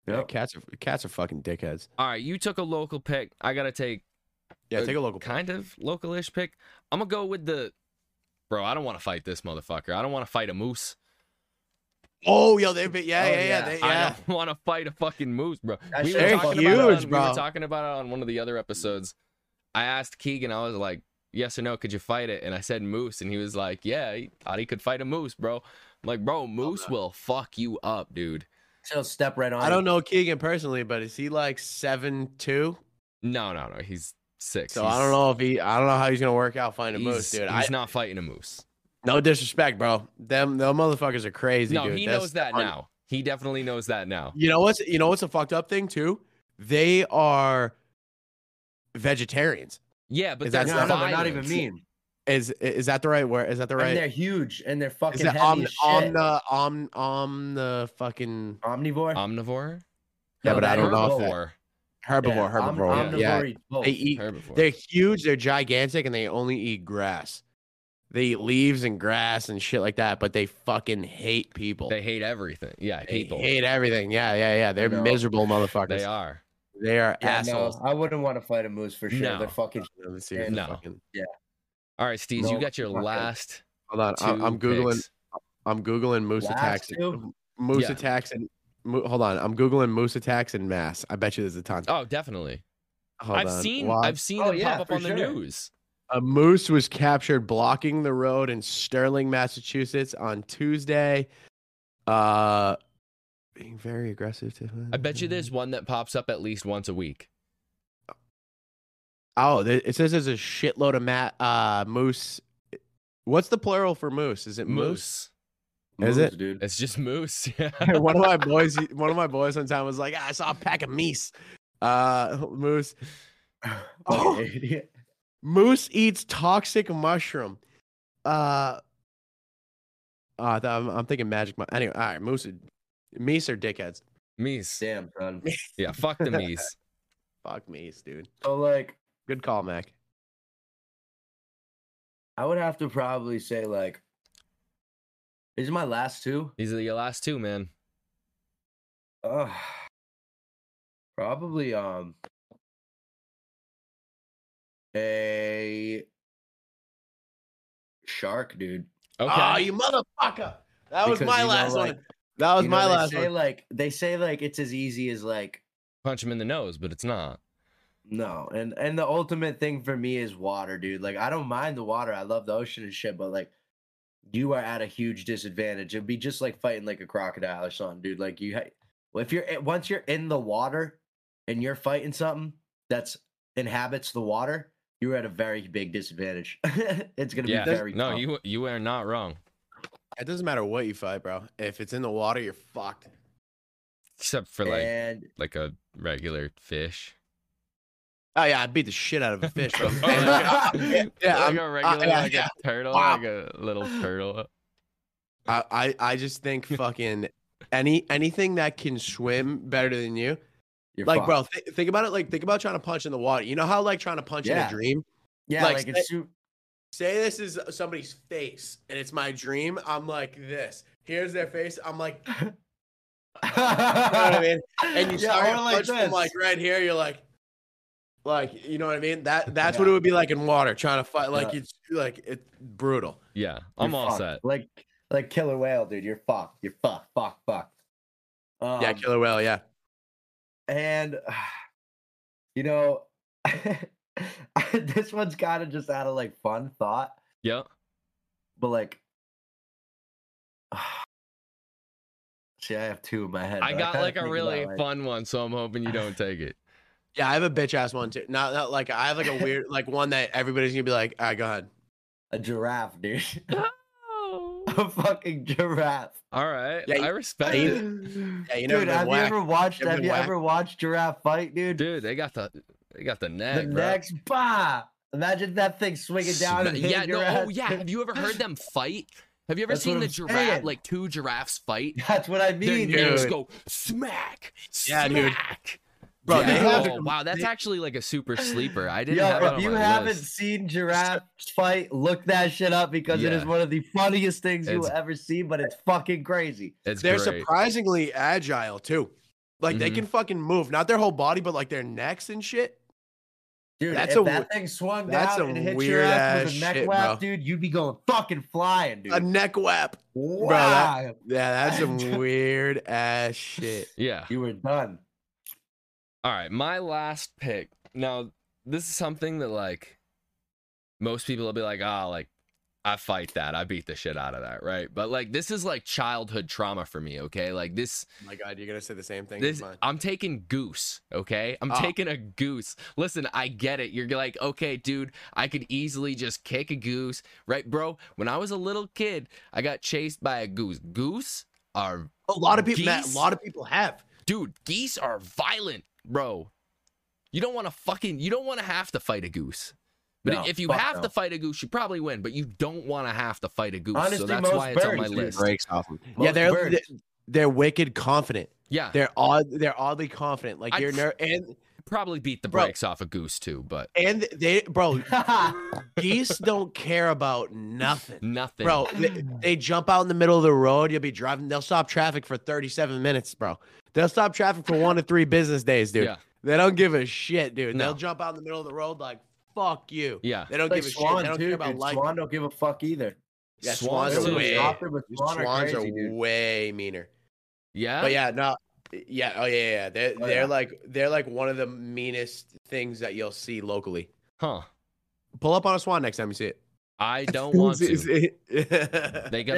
[SPEAKER 5] Yeah, cats are cats are fucking dickheads.
[SPEAKER 2] All right, you took a local pick. I gotta take
[SPEAKER 5] Yeah,
[SPEAKER 2] Uh,
[SPEAKER 5] take a local.
[SPEAKER 2] kind of localish pick. I'm gonna go with the bro. I don't want to fight this motherfucker. I don't want to fight a moose.
[SPEAKER 5] Oh, yo, they've been yeah,
[SPEAKER 4] Oh,
[SPEAKER 5] yeah, yeah,
[SPEAKER 4] yeah.
[SPEAKER 5] they-
[SPEAKER 2] I
[SPEAKER 5] yeah.
[SPEAKER 2] don't want to fight a fucking moose, bro.
[SPEAKER 4] That
[SPEAKER 2] We
[SPEAKER 4] shit's
[SPEAKER 2] were,
[SPEAKER 5] They're
[SPEAKER 2] talking about it
[SPEAKER 5] huge,
[SPEAKER 2] on, we
[SPEAKER 5] bro.
[SPEAKER 2] were talking about it on one of the other episodes. I asked Keegan, I was like, yes or no, could you fight it? And I said moose, and he was like, yeah, he thought he could fight a moose, bro. I'm like, bro, moose will fuck you up, dude.
[SPEAKER 4] She'll step right on.
[SPEAKER 5] I
[SPEAKER 4] you.
[SPEAKER 5] don't know Keegan personally, but is he like seven two?
[SPEAKER 2] No, no, no, he's six.
[SPEAKER 5] So
[SPEAKER 2] he's,
[SPEAKER 5] I don't know if he, I don't know how he's gonna work out
[SPEAKER 2] He's,
[SPEAKER 5] finding a moose, dude. I,
[SPEAKER 2] he's not fighting a moose.
[SPEAKER 5] no disrespect, bro. Them, them motherfuckers are crazy,
[SPEAKER 2] No,
[SPEAKER 5] dude.
[SPEAKER 2] he
[SPEAKER 5] That's
[SPEAKER 2] knows that
[SPEAKER 5] funny.
[SPEAKER 2] now. He definitely knows that now.
[SPEAKER 5] You know what's, you know what's a fucked up thing too? They are vegetarians.
[SPEAKER 2] Yeah, but
[SPEAKER 5] Is that
[SPEAKER 2] they're
[SPEAKER 4] No, no, they're
[SPEAKER 2] violent.
[SPEAKER 4] not even mean.
[SPEAKER 5] Is is that the right word? Is that the
[SPEAKER 4] And
[SPEAKER 5] right?
[SPEAKER 4] they're huge and they're
[SPEAKER 5] Is
[SPEAKER 4] fucking
[SPEAKER 5] that
[SPEAKER 4] heavy
[SPEAKER 5] om,
[SPEAKER 4] as
[SPEAKER 5] om
[SPEAKER 4] shit.
[SPEAKER 5] the om om the fucking
[SPEAKER 4] omnivore.
[SPEAKER 2] Omnivore?
[SPEAKER 5] Yeah,
[SPEAKER 4] No,
[SPEAKER 5] but I
[SPEAKER 4] they're
[SPEAKER 5] don't know if that-
[SPEAKER 2] Herbivore.
[SPEAKER 5] herbivore,
[SPEAKER 4] Yeah, om-
[SPEAKER 5] herbivore.
[SPEAKER 4] omnivore
[SPEAKER 5] yeah,
[SPEAKER 4] eats both.
[SPEAKER 5] they eat
[SPEAKER 2] Herbivore.
[SPEAKER 5] They're huge. They're gigantic, and they only eat grass. They eat leaves and grass and shit like that. But they fucking hate people.
[SPEAKER 2] They hate everything. Yeah,
[SPEAKER 5] They
[SPEAKER 2] people.
[SPEAKER 5] hate everything. Yeah, yeah, yeah. They're
[SPEAKER 4] know.
[SPEAKER 5] miserable motherfuckers.
[SPEAKER 2] They are.
[SPEAKER 5] They are
[SPEAKER 4] Yeah, no,
[SPEAKER 5] assholes.
[SPEAKER 4] I wouldn't want to fight a moose for sure.
[SPEAKER 2] No.
[SPEAKER 4] They're fucking.
[SPEAKER 5] Let's see if
[SPEAKER 4] And-
[SPEAKER 5] it's
[SPEAKER 2] No.
[SPEAKER 5] fucking-
[SPEAKER 2] All right, Steve, you
[SPEAKER 4] No,
[SPEAKER 2] got your
[SPEAKER 4] fuck it.
[SPEAKER 2] last
[SPEAKER 5] Hold on.
[SPEAKER 2] two
[SPEAKER 5] I, am googling.
[SPEAKER 2] picks.
[SPEAKER 5] I'm googling moose
[SPEAKER 4] Last
[SPEAKER 5] attacks.
[SPEAKER 4] two?
[SPEAKER 5] Moose
[SPEAKER 2] Yeah.
[SPEAKER 5] attacks and. Mo- hold on. I'm googling moose attacks and mass. I bet you there's a ton.
[SPEAKER 2] Oh, definitely.
[SPEAKER 5] Hold
[SPEAKER 2] I've
[SPEAKER 5] on.
[SPEAKER 2] seen
[SPEAKER 5] Watch.
[SPEAKER 2] I've seen
[SPEAKER 4] Oh,
[SPEAKER 2] them
[SPEAKER 4] yeah,
[SPEAKER 2] pop up
[SPEAKER 4] for
[SPEAKER 2] on the
[SPEAKER 4] sure.
[SPEAKER 2] news.
[SPEAKER 5] A moose was captured blocking the road in Sterling, Massachusetts on Tuesday. Uh being very aggressive to
[SPEAKER 2] I bet you
[SPEAKER 5] Mm-hmm.
[SPEAKER 2] there's one that pops up at least once a week.
[SPEAKER 5] Oh, th- it says there's a shitload of mat uh moose. What's the plural for moose? Is it moose?
[SPEAKER 2] Moose.
[SPEAKER 4] moose,
[SPEAKER 5] Is it?
[SPEAKER 4] dude?
[SPEAKER 2] It's just moose. Yeah.
[SPEAKER 5] one of my boys one of my boys one time was like, "Ah, I saw a pack of meese. Uh moose. Oh.
[SPEAKER 4] Fucking idiot.
[SPEAKER 5] Moose eats toxic mushroom. Uh, uh th- I'm, I'm thinking magic. Mu- anyway, all right, moose, are- meese are dickheads.
[SPEAKER 2] Meese.
[SPEAKER 4] Damn, son.
[SPEAKER 2] Yeah, fuck the meese.
[SPEAKER 5] Fuck meese, dude.
[SPEAKER 4] So like,
[SPEAKER 5] Good call, Mac.
[SPEAKER 4] I would have to probably say like, these are my last two.
[SPEAKER 2] These are your last two, man.
[SPEAKER 4] Ugh. probably um a shark, dude.
[SPEAKER 2] Okay.
[SPEAKER 5] Oh, you motherfucker! That was
[SPEAKER 4] Because
[SPEAKER 5] my
[SPEAKER 4] you know,
[SPEAKER 5] last
[SPEAKER 4] like-
[SPEAKER 5] one. That was
[SPEAKER 4] You know,
[SPEAKER 5] my
[SPEAKER 4] they
[SPEAKER 5] last
[SPEAKER 4] say,
[SPEAKER 5] one.
[SPEAKER 4] Like they say, like it's as easy as like
[SPEAKER 2] Punch him in the nose, but it's not.
[SPEAKER 4] no, and and the ultimate thing for me is water, dude. Like I don't mind the water, I love the ocean and shit, but like you are at a huge disadvantage. It'd be just like fighting like a crocodile or something, dude. Like you, ha- if you're in- once you're in the water and you're fighting something that's inhabits the water, you're at a very big disadvantage. it's gonna
[SPEAKER 2] Yeah.
[SPEAKER 4] be very
[SPEAKER 2] No,
[SPEAKER 4] tough.
[SPEAKER 2] you you are not wrong.
[SPEAKER 5] It doesn't matter what you fight, bro. If it's in the water, you're fucked.
[SPEAKER 2] Except for like
[SPEAKER 4] and
[SPEAKER 2] like a regular fish.
[SPEAKER 5] Oh yeah, I beat the shit out of a fish, bro.
[SPEAKER 2] Oh, like
[SPEAKER 5] yeah,
[SPEAKER 2] a- like
[SPEAKER 5] I'm-
[SPEAKER 4] uh,
[SPEAKER 2] a regular,
[SPEAKER 5] yeah,
[SPEAKER 2] like
[SPEAKER 5] yeah.
[SPEAKER 2] a turtle,
[SPEAKER 5] Wow.
[SPEAKER 2] like a little turtle.
[SPEAKER 5] I, I I just think fucking any anything that can swim better than you
[SPEAKER 4] you're
[SPEAKER 5] like
[SPEAKER 4] fucked.
[SPEAKER 5] bro th- think about it like think about trying to punch in the water you know how like trying to punch in
[SPEAKER 4] Yeah.
[SPEAKER 5] a dream
[SPEAKER 4] yeah,
[SPEAKER 5] like,
[SPEAKER 4] like, it's su-
[SPEAKER 5] say this is somebody's face and it's my dream i'm like this here's their face i'm like you know what i mean and you
[SPEAKER 4] Yeah,
[SPEAKER 5] start
[SPEAKER 4] or
[SPEAKER 5] to punch from
[SPEAKER 4] this.
[SPEAKER 5] like right here you're like like you know what i mean that that's what
[SPEAKER 4] Yeah.
[SPEAKER 5] it would be like in water trying to fight like
[SPEAKER 4] Yeah.
[SPEAKER 5] it's like it's brutal
[SPEAKER 2] Yeah,
[SPEAKER 4] You're
[SPEAKER 2] I'm all
[SPEAKER 4] fucked.
[SPEAKER 2] set.
[SPEAKER 4] Like like killer whale, dude. You're fucked. You're fucked. Fuck. Fuck. Um,
[SPEAKER 5] yeah killer whale yeah
[SPEAKER 4] and you know, this one's kind of just out of like fun thought,
[SPEAKER 2] Yep.
[SPEAKER 4] but like. See, I have two in my head.
[SPEAKER 2] I
[SPEAKER 4] but
[SPEAKER 2] got
[SPEAKER 4] kinda
[SPEAKER 2] like a
[SPEAKER 4] think
[SPEAKER 2] really
[SPEAKER 4] about, like-
[SPEAKER 2] fun one, so I'm hoping you don't take it.
[SPEAKER 5] yeah i have a bitch ass one too not, not like i have like a weird like one that everybody's gonna be like all right go ahead
[SPEAKER 4] a giraffe, dude. a fucking giraffe.
[SPEAKER 2] All right.
[SPEAKER 5] Yeah,
[SPEAKER 2] I
[SPEAKER 5] you-
[SPEAKER 2] respect
[SPEAKER 5] you-
[SPEAKER 2] it.
[SPEAKER 5] Yeah, you never
[SPEAKER 4] Dude,
[SPEAKER 5] been
[SPEAKER 4] have you
[SPEAKER 5] whacked.
[SPEAKER 4] ever watched?
[SPEAKER 5] Never
[SPEAKER 4] Have
[SPEAKER 5] been
[SPEAKER 4] you
[SPEAKER 5] whacked.
[SPEAKER 4] ever watched giraffe fight, dude?
[SPEAKER 2] Dude, they got the they got the neck. bro.
[SPEAKER 4] the next bah! Imagine that thing swinging down and
[SPEAKER 2] Sma- yeah,
[SPEAKER 4] hitting your
[SPEAKER 2] no,
[SPEAKER 4] ass.
[SPEAKER 2] oh yeah. Have you ever heard them fight? Have you ever
[SPEAKER 4] That's what
[SPEAKER 2] seen the
[SPEAKER 4] I'm
[SPEAKER 2] giraffe,
[SPEAKER 4] saying.
[SPEAKER 2] like two giraffes fight?
[SPEAKER 4] That's what I
[SPEAKER 2] Their
[SPEAKER 4] mean,
[SPEAKER 2] necks
[SPEAKER 4] dude.
[SPEAKER 2] go smack, smack.
[SPEAKER 5] Yeah, dude. Bro,
[SPEAKER 2] Yeah.
[SPEAKER 5] they have
[SPEAKER 2] oh, wow, that's
[SPEAKER 5] they-
[SPEAKER 2] actually like a super sleeper. I didn't have
[SPEAKER 4] Yo,
[SPEAKER 2] that
[SPEAKER 4] if
[SPEAKER 2] on
[SPEAKER 4] you
[SPEAKER 2] my
[SPEAKER 4] haven't
[SPEAKER 2] list.
[SPEAKER 4] seen giraffe fight, look that shit up because it is
[SPEAKER 2] Yeah.
[SPEAKER 4] one of the funniest things you will
[SPEAKER 2] It's-
[SPEAKER 4] ever see. But it's fucking crazy.
[SPEAKER 2] It's
[SPEAKER 5] they're
[SPEAKER 2] great.
[SPEAKER 5] surprisingly agile too. Like they
[SPEAKER 2] Mhm.
[SPEAKER 5] can fucking move, not their whole body, but like their necks and shit.
[SPEAKER 4] Dude,
[SPEAKER 5] That's
[SPEAKER 4] if
[SPEAKER 5] a
[SPEAKER 4] that
[SPEAKER 5] w-
[SPEAKER 4] thing swung
[SPEAKER 5] that's
[SPEAKER 4] down
[SPEAKER 5] a
[SPEAKER 4] and hit your
[SPEAKER 5] weird
[SPEAKER 4] ass
[SPEAKER 5] ass
[SPEAKER 4] with a neck
[SPEAKER 5] shit,
[SPEAKER 4] whack,
[SPEAKER 5] bro.
[SPEAKER 4] dude, you'd be going fucking flying, dude.
[SPEAKER 5] A neck whap.
[SPEAKER 4] wow,
[SPEAKER 5] that- Yeah, that's some weird ass shit.
[SPEAKER 2] yeah.
[SPEAKER 4] you were done.
[SPEAKER 2] All right, my last pick. Now, this is something that like most people will be like, "Ah, like I fight that. I beat the shit out of that, right?" But like this is like childhood trauma for me, okay? Like this
[SPEAKER 5] My God, you're gonna say the same thing.
[SPEAKER 2] this
[SPEAKER 5] as mine.
[SPEAKER 2] I'm taking goose, okay? I'm
[SPEAKER 5] Oh.
[SPEAKER 2] taking a goose. Listen, I get it. You're like, "Okay, dude, I could easily just kick a goose." Right, bro? When I was a little kid, I got chased by a goose. Goose are
[SPEAKER 5] A lot of people, Matt, a
[SPEAKER 2] Geese?
[SPEAKER 5] lot of people have.
[SPEAKER 2] dude, geese are violent, bro. You don't want to fucking, you don't want to have to fight a goose. But
[SPEAKER 4] No,
[SPEAKER 2] if you
[SPEAKER 4] fuck
[SPEAKER 2] have
[SPEAKER 4] no.
[SPEAKER 2] to fight a goose, you probably win. But you don't want to have to fight a goose, so
[SPEAKER 4] Honestly,
[SPEAKER 2] that's
[SPEAKER 4] most
[SPEAKER 2] why it's on my
[SPEAKER 4] birds do,
[SPEAKER 2] list.
[SPEAKER 5] Breaks off them. Yeah,
[SPEAKER 4] Most
[SPEAKER 5] they're
[SPEAKER 4] birds.
[SPEAKER 5] they're wicked confident.
[SPEAKER 2] Yeah,
[SPEAKER 5] They're odd. They're oddly confident. Like
[SPEAKER 2] I-
[SPEAKER 5] you're ner- and
[SPEAKER 2] probably beat the
[SPEAKER 5] Bro.
[SPEAKER 2] brakes off a goose too, but
[SPEAKER 5] and they bro
[SPEAKER 4] Dude,
[SPEAKER 5] geese don't care about nothing.
[SPEAKER 2] nothing.
[SPEAKER 5] Bro, they,
[SPEAKER 4] Hmm.
[SPEAKER 5] they jump out in the middle of the road. You'll be driving. They'll stop traffic for 37 minutes, bro. They'll stop traffic for one to three business days, dude.
[SPEAKER 2] Yeah,
[SPEAKER 5] They don't give a shit, dude.
[SPEAKER 2] No.
[SPEAKER 5] They'll jump out in the middle of the road like, fuck you.
[SPEAKER 2] yeah.
[SPEAKER 5] They don't
[SPEAKER 4] like
[SPEAKER 5] give a shit.
[SPEAKER 4] Swan,
[SPEAKER 5] They don't
[SPEAKER 4] too,
[SPEAKER 5] care about
[SPEAKER 4] dude.
[SPEAKER 5] life.
[SPEAKER 4] Swan don't give a fuck either.
[SPEAKER 5] Yeah,
[SPEAKER 2] Swans
[SPEAKER 5] swans,
[SPEAKER 4] They're
[SPEAKER 2] too.
[SPEAKER 5] are
[SPEAKER 4] really
[SPEAKER 5] way,
[SPEAKER 4] softer, but
[SPEAKER 5] swans
[SPEAKER 4] Swan are
[SPEAKER 5] are
[SPEAKER 4] crazy, dude.
[SPEAKER 5] way meaner.
[SPEAKER 2] Yeah,
[SPEAKER 5] But yeah, no. Yeah, oh yeah, yeah, yeah. They're,
[SPEAKER 4] Oh,
[SPEAKER 5] they're
[SPEAKER 4] yeah.
[SPEAKER 5] like they're like one of the meanest things that you'll see locally.
[SPEAKER 2] huh?
[SPEAKER 5] Pull up on a swan next time you see it.
[SPEAKER 2] I don't want to. They gotta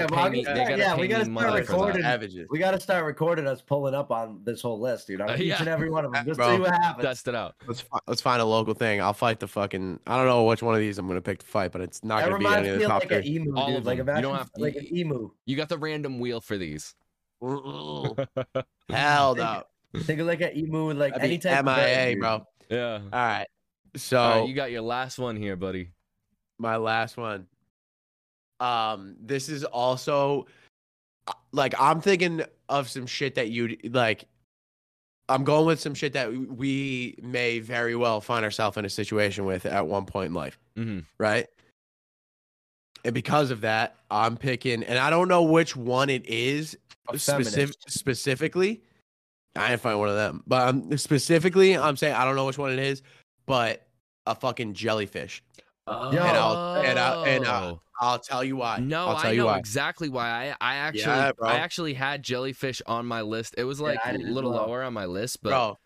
[SPEAKER 4] Yeah, well,
[SPEAKER 2] pay
[SPEAKER 4] I
[SPEAKER 2] me.
[SPEAKER 4] mean,
[SPEAKER 2] They gotta
[SPEAKER 4] yeah,
[SPEAKER 2] pay
[SPEAKER 4] we gotta
[SPEAKER 2] me
[SPEAKER 4] start
[SPEAKER 2] money for that.
[SPEAKER 4] recording.
[SPEAKER 5] Savages.
[SPEAKER 4] We got to start recording us pulling up on this whole list, dude. I'm
[SPEAKER 2] Uh,
[SPEAKER 4] each
[SPEAKER 2] yeah.
[SPEAKER 4] and every one of them. Just
[SPEAKER 5] Bro,
[SPEAKER 4] see what happens.
[SPEAKER 2] Dust it out.
[SPEAKER 5] Let's fi- let's find a local thing. I'll fight the fucking. I don't know which one of these I'm gonna pick to fight, but it's not
[SPEAKER 4] that
[SPEAKER 5] gonna be any
[SPEAKER 4] reminds
[SPEAKER 5] of
[SPEAKER 4] me
[SPEAKER 5] the
[SPEAKER 4] of
[SPEAKER 5] top
[SPEAKER 4] like E an
[SPEAKER 5] three.
[SPEAKER 4] emu,
[SPEAKER 2] All
[SPEAKER 4] dude.
[SPEAKER 2] of
[SPEAKER 4] Like
[SPEAKER 2] them.
[SPEAKER 4] imagine
[SPEAKER 2] You don't have to-
[SPEAKER 4] like an emu.
[SPEAKER 2] You got the random wheel for these.
[SPEAKER 5] Hell no.
[SPEAKER 4] Think of like an emu with like
[SPEAKER 5] I'd be
[SPEAKER 4] any type of bird,
[SPEAKER 5] MIA,
[SPEAKER 4] dude.
[SPEAKER 5] bro. All
[SPEAKER 2] Yeah.
[SPEAKER 5] right. So
[SPEAKER 2] All right, you got your last one here, buddy.
[SPEAKER 5] my last one. Um, this is also uh, like I'm thinking of some shit that you like. I'm going with some shit that we may very well find ourselves in a situation with at one point in life.
[SPEAKER 2] hmm
[SPEAKER 5] right? And because of that, I'm picking, and I don't know which one it is
[SPEAKER 4] A
[SPEAKER 5] specific,
[SPEAKER 4] feminist.
[SPEAKER 5] specifically. I didn't find one of them, but I'm, specifically, I'm saying I don't know which one it is, but a fucking jellyfish.
[SPEAKER 2] Oh.
[SPEAKER 5] I'll- and I'll- and I'll- I'll tell you why.
[SPEAKER 2] No,
[SPEAKER 5] I'll tell
[SPEAKER 2] I
[SPEAKER 5] you
[SPEAKER 2] know
[SPEAKER 5] why.
[SPEAKER 2] exactly why. I I actually
[SPEAKER 5] Yeah, bro.
[SPEAKER 2] I actually had jellyfish on my list. It was
[SPEAKER 4] Yeah,
[SPEAKER 2] like
[SPEAKER 4] I
[SPEAKER 2] a
[SPEAKER 4] did as
[SPEAKER 2] little
[SPEAKER 4] well.
[SPEAKER 2] lower on my list, but
[SPEAKER 5] bro.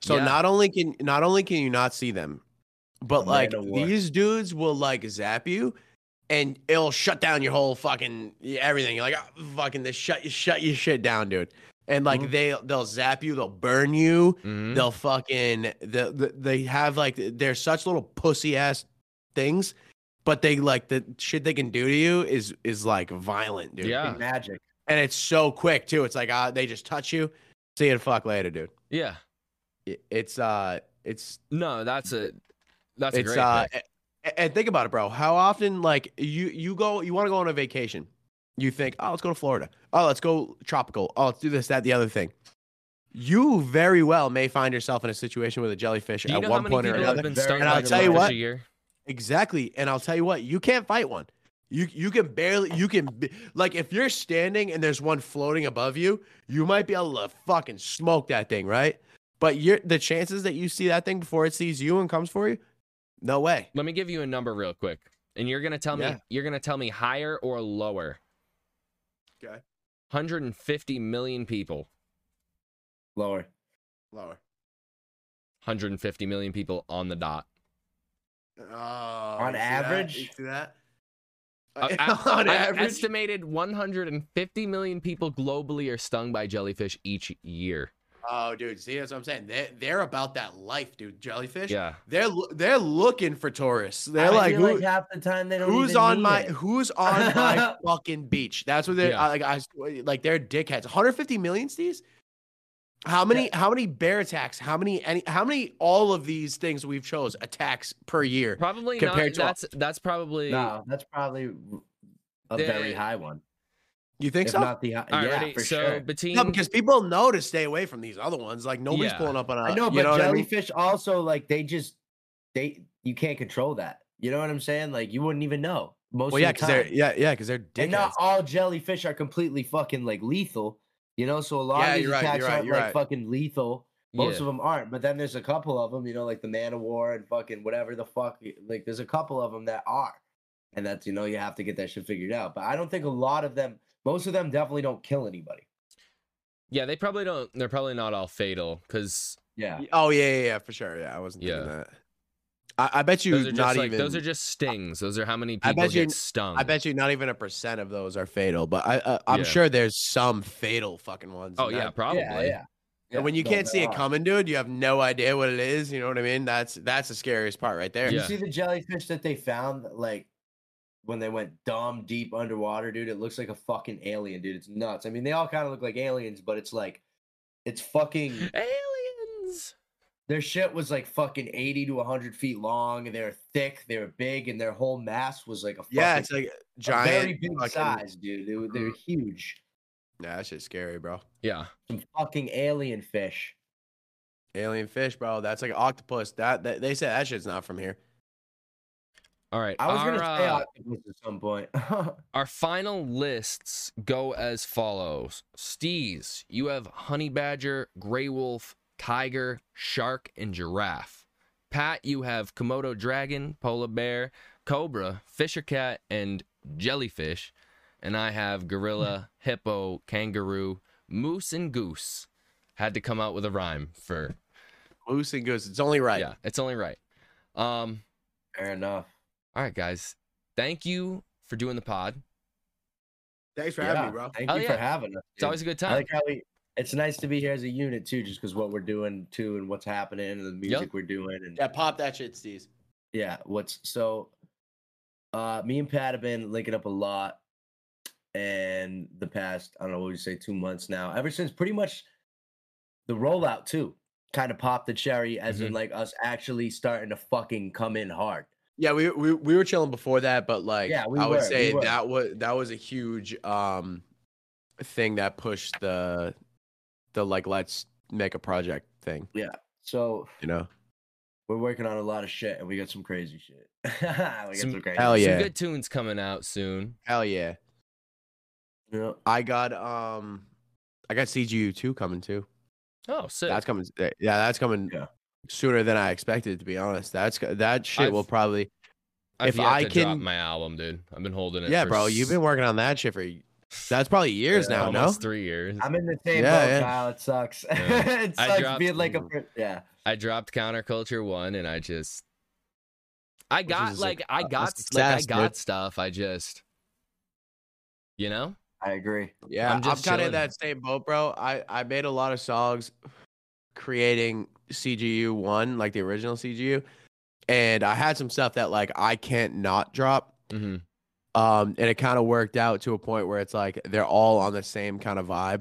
[SPEAKER 5] So
[SPEAKER 2] Yeah.
[SPEAKER 5] not only can not only can you not see them, but
[SPEAKER 4] A man
[SPEAKER 5] like
[SPEAKER 4] of war.
[SPEAKER 5] these dudes will like zap you, and it'll shut down your whole fucking everything. You're like "Ah, fucking this shut shut your shit down, dude. And like
[SPEAKER 4] Mhm.
[SPEAKER 5] they they'll zap you, they'll burn you,
[SPEAKER 2] Mhm.
[SPEAKER 5] they'll fucking they, they have like they're such little pussy ass things, but they like the shit they can do to you is is like violent, dude.
[SPEAKER 2] yeah,
[SPEAKER 4] magic.
[SPEAKER 5] and it's so quick too. It's like uh, they just touch you, see you the fuck later, dude
[SPEAKER 2] yeah.
[SPEAKER 5] it- it's uh it's
[SPEAKER 2] No, that's a that's a
[SPEAKER 5] it's
[SPEAKER 2] great.
[SPEAKER 5] uh
[SPEAKER 2] pick.
[SPEAKER 5] a- and think about it bro how often like you you go you want to go on a vacation you think oh let's go to florida oh let's go tropical oh let's do this that the other thing you very well may find yourself in a situation with a jellyfish
[SPEAKER 2] Do you
[SPEAKER 5] at
[SPEAKER 2] know how
[SPEAKER 5] one
[SPEAKER 2] many
[SPEAKER 5] point or
[SPEAKER 2] people
[SPEAKER 5] another
[SPEAKER 2] have been
[SPEAKER 4] Very
[SPEAKER 2] stung
[SPEAKER 4] And
[SPEAKER 2] by
[SPEAKER 4] I'll
[SPEAKER 5] tell you
[SPEAKER 2] jellyfish
[SPEAKER 5] what-
[SPEAKER 2] a year?
[SPEAKER 5] exactly and i'll tell you what you can't fight one you you can barely you can b- like if you're standing and there's one floating above you you might be able to fucking smoke that thing right but you're the chances that you see that thing before it sees you and comes for you no way
[SPEAKER 2] Let me give you a number real quick, and you're gonna tell
[SPEAKER 5] Yeah.
[SPEAKER 2] me you're gonna tell me higher or lower.
[SPEAKER 5] Okay.
[SPEAKER 2] 150 million people.
[SPEAKER 4] Lower.
[SPEAKER 5] lower
[SPEAKER 2] 150 million people on the dot.
[SPEAKER 5] oh,
[SPEAKER 4] On you see that? average? You
[SPEAKER 5] see that
[SPEAKER 2] Uh, a-
[SPEAKER 5] on
[SPEAKER 2] I
[SPEAKER 5] average
[SPEAKER 2] estimated 150 million people globally are stung by jellyfish each year.
[SPEAKER 3] Oh, dude, see that's what I'm saying. They they're about that life, dude. Jellyfish.
[SPEAKER 2] Yeah.
[SPEAKER 3] They're lo- they're looking for tourists.
[SPEAKER 4] I
[SPEAKER 3] They're
[SPEAKER 4] feel
[SPEAKER 3] like, who,
[SPEAKER 4] half the time they don't.
[SPEAKER 3] who's
[SPEAKER 4] even
[SPEAKER 3] on
[SPEAKER 4] need
[SPEAKER 3] my
[SPEAKER 4] it.
[SPEAKER 3] who's on my fucking beach? That's what they're
[SPEAKER 2] Yeah.
[SPEAKER 3] I- like. I like they're dickheads. 150 million steves. How many how many bear attacks? How many any how many all of these things we've chose attacks per year?
[SPEAKER 2] Probably
[SPEAKER 3] Compared
[SPEAKER 2] not.
[SPEAKER 3] to-
[SPEAKER 2] That's that's probably
[SPEAKER 4] No, that's probably a very
[SPEAKER 2] They-
[SPEAKER 4] high one.
[SPEAKER 3] You think
[SPEAKER 4] If
[SPEAKER 3] so?
[SPEAKER 4] not the high,
[SPEAKER 2] All
[SPEAKER 4] yeah,
[SPEAKER 2] righty,
[SPEAKER 4] for
[SPEAKER 2] so
[SPEAKER 4] sure.
[SPEAKER 2] between
[SPEAKER 3] No, because people know to stay away from these other ones. Like nobody's
[SPEAKER 2] Yeah.
[SPEAKER 3] pulling up on a.
[SPEAKER 4] I know, but
[SPEAKER 3] you know what I mean?
[SPEAKER 4] jellyfish also like they just they you can't control that. You know what I'm saying? Like you wouldn't even know most
[SPEAKER 5] Well,
[SPEAKER 4] of
[SPEAKER 5] yeah,
[SPEAKER 4] the
[SPEAKER 5] because
[SPEAKER 4] time.
[SPEAKER 5] they're yeah, yeah, because they're
[SPEAKER 4] and
[SPEAKER 5] dickheads.
[SPEAKER 4] not all jellyfish are completely fucking like lethal. You know, so a lot
[SPEAKER 3] Yeah,
[SPEAKER 4] of these
[SPEAKER 3] you're right,
[SPEAKER 4] attacks
[SPEAKER 3] you're right,
[SPEAKER 4] aren't
[SPEAKER 3] you're
[SPEAKER 4] like
[SPEAKER 3] right.
[SPEAKER 4] fucking lethal. Most
[SPEAKER 2] Yeah.
[SPEAKER 4] of them aren't, but then there's a couple of them, you know, like the man of war and fucking whatever the fuck. Like there's a couple of them that are, and that's you know you have to get that shit figured out. But I don't think a lot of them, most of them definitely don't kill anybody.
[SPEAKER 2] yeah, they probably don't. They're probably not all fatal because
[SPEAKER 4] Yeah,
[SPEAKER 5] Oh yeah, yeah, yeah, for sure. Yeah, I wasn't thinking
[SPEAKER 2] Yeah.
[SPEAKER 5] that. I, I bet you
[SPEAKER 2] those are just
[SPEAKER 5] not
[SPEAKER 2] like
[SPEAKER 5] even.
[SPEAKER 2] those are just stings. Those are how many
[SPEAKER 5] I
[SPEAKER 2] people
[SPEAKER 5] bet you-
[SPEAKER 2] get stung.
[SPEAKER 5] I bet you not even a percent of those are fatal, but I uh, I'm
[SPEAKER 2] Um, Yeah.
[SPEAKER 5] sure there's some fatal fucking ones.
[SPEAKER 2] Oh
[SPEAKER 5] and
[SPEAKER 2] yeah,
[SPEAKER 5] that-
[SPEAKER 2] probably.
[SPEAKER 4] yeah, yeah.
[SPEAKER 5] and when you
[SPEAKER 4] No,
[SPEAKER 5] can't
[SPEAKER 4] there
[SPEAKER 5] see it
[SPEAKER 4] are.
[SPEAKER 5] coming, dude, you have no idea what it is. You know what I mean? That's that's the scariest part right there.
[SPEAKER 4] You
[SPEAKER 2] Yeah.
[SPEAKER 4] see the jellyfish that they found, like when they went dumb deep underwater, dude. It looks like a fucking alien, dude. It's nuts. I mean, they all kind of look like aliens, but it's like, it's fucking.
[SPEAKER 2] Aliens.
[SPEAKER 4] Their shit was like fucking eighty to hundred feet long, and they were thick, they were big, and their whole mass was like a fucking,
[SPEAKER 5] Yeah, it's like
[SPEAKER 4] a
[SPEAKER 5] giant.
[SPEAKER 4] very big
[SPEAKER 5] fucking-
[SPEAKER 4] size, dude. They were, they were huge.
[SPEAKER 5] Nah, that shit's scary, bro.
[SPEAKER 2] Yeah.
[SPEAKER 4] Some fucking alien fish.
[SPEAKER 5] Alien fish, bro. That's like an octopus. That, that they said that shit's not from here.
[SPEAKER 2] All right.
[SPEAKER 4] I was
[SPEAKER 2] our,
[SPEAKER 4] gonna say
[SPEAKER 2] uh,
[SPEAKER 4] octopus at some point.
[SPEAKER 2] our final lists go as follows: Steez, you have honey badger, gray wolf, tiger, shark, and giraffe. Pat, you have komodo dragon, polar bear, cobra, fisher cat, and jellyfish. And I have gorilla, hippo, kangaroo, moose, and goose. Had to come out with a rhyme for
[SPEAKER 5] Moose and goose. It's only right.
[SPEAKER 2] yeah. It's only right. Um.
[SPEAKER 4] Fair enough.
[SPEAKER 2] All right, guys. Thank you for doing the pod.
[SPEAKER 3] Thanks for having
[SPEAKER 4] Yeah,
[SPEAKER 3] me, bro.
[SPEAKER 4] Thank
[SPEAKER 2] Hell
[SPEAKER 4] you
[SPEAKER 2] yeah.
[SPEAKER 4] for having us.
[SPEAKER 2] It's
[SPEAKER 4] dude.
[SPEAKER 2] always a good
[SPEAKER 4] I
[SPEAKER 2] time.
[SPEAKER 4] like how we. It's nice to be here as a unit too, just because what we're doing too, and what's happening, and the music we're doing, and
[SPEAKER 3] Yeah, pop that shit, Steve.
[SPEAKER 4] yeah, what's so. Uh, me and Pat have been linking up a lot, and the past I don't know what would you say two months now. Ever since pretty much the rollout too, kind of popped the cherry, as in like us actually starting to fucking come in hard.
[SPEAKER 5] Yeah, we, we we were chilling before that, but like
[SPEAKER 4] Yeah, we
[SPEAKER 5] I would
[SPEAKER 4] were,
[SPEAKER 5] say
[SPEAKER 4] we were.
[SPEAKER 5] that was that was a huge um thing that pushed the the like let's make a project thing,
[SPEAKER 4] So
[SPEAKER 5] you know?
[SPEAKER 4] we're working on a lot of shit, and we got some crazy shit. we got some,
[SPEAKER 2] Some
[SPEAKER 4] crazy.
[SPEAKER 5] Hell
[SPEAKER 2] Some
[SPEAKER 5] yeah.
[SPEAKER 2] good tunes coming out soon.
[SPEAKER 5] Hell yeah.
[SPEAKER 4] Yeah.
[SPEAKER 5] I got um I got CGU two coming too.
[SPEAKER 2] Oh, sick.
[SPEAKER 5] That's coming eh, yeah, that's coming
[SPEAKER 4] Yeah.
[SPEAKER 5] sooner than I expected to be honest. That's that shit will
[SPEAKER 2] I've-
[SPEAKER 5] probably
[SPEAKER 2] I've
[SPEAKER 5] if
[SPEAKER 2] yet
[SPEAKER 5] I
[SPEAKER 2] to drop
[SPEAKER 5] can-
[SPEAKER 2] my album, dude. I've been holding it.
[SPEAKER 5] Yeah,
[SPEAKER 2] for
[SPEAKER 5] bro, you've
[SPEAKER 2] s-
[SPEAKER 5] been working on that shit for that's probably years
[SPEAKER 4] Yeah,
[SPEAKER 5] now, no?
[SPEAKER 2] almost three years.
[SPEAKER 4] I'm in the same
[SPEAKER 5] Yeah,
[SPEAKER 4] boat,
[SPEAKER 5] yeah.
[SPEAKER 4] Kyle. It sucks.
[SPEAKER 2] Yeah.
[SPEAKER 4] it
[SPEAKER 2] I
[SPEAKER 4] sucks
[SPEAKER 2] dropped-
[SPEAKER 4] being like a per- yeah.
[SPEAKER 2] I dropped Counterculture one, and I just, I got
[SPEAKER 5] is a-
[SPEAKER 2] like, I
[SPEAKER 5] a
[SPEAKER 2] got like, I
[SPEAKER 5] success, dude.
[SPEAKER 2] got stuff. I just, you know,
[SPEAKER 4] I agree.
[SPEAKER 5] Yeah,
[SPEAKER 2] I'm
[SPEAKER 5] I'm,
[SPEAKER 2] just
[SPEAKER 5] kind of
[SPEAKER 2] chilling.
[SPEAKER 5] in that same boat, bro. I, I made a lot of songs creating CGU one, like the original CGU, and I had some stuff that like I can't not drop.
[SPEAKER 2] hmm
[SPEAKER 5] Um, and it kind of worked out to a point where it's like they're all on the same kind of vibe,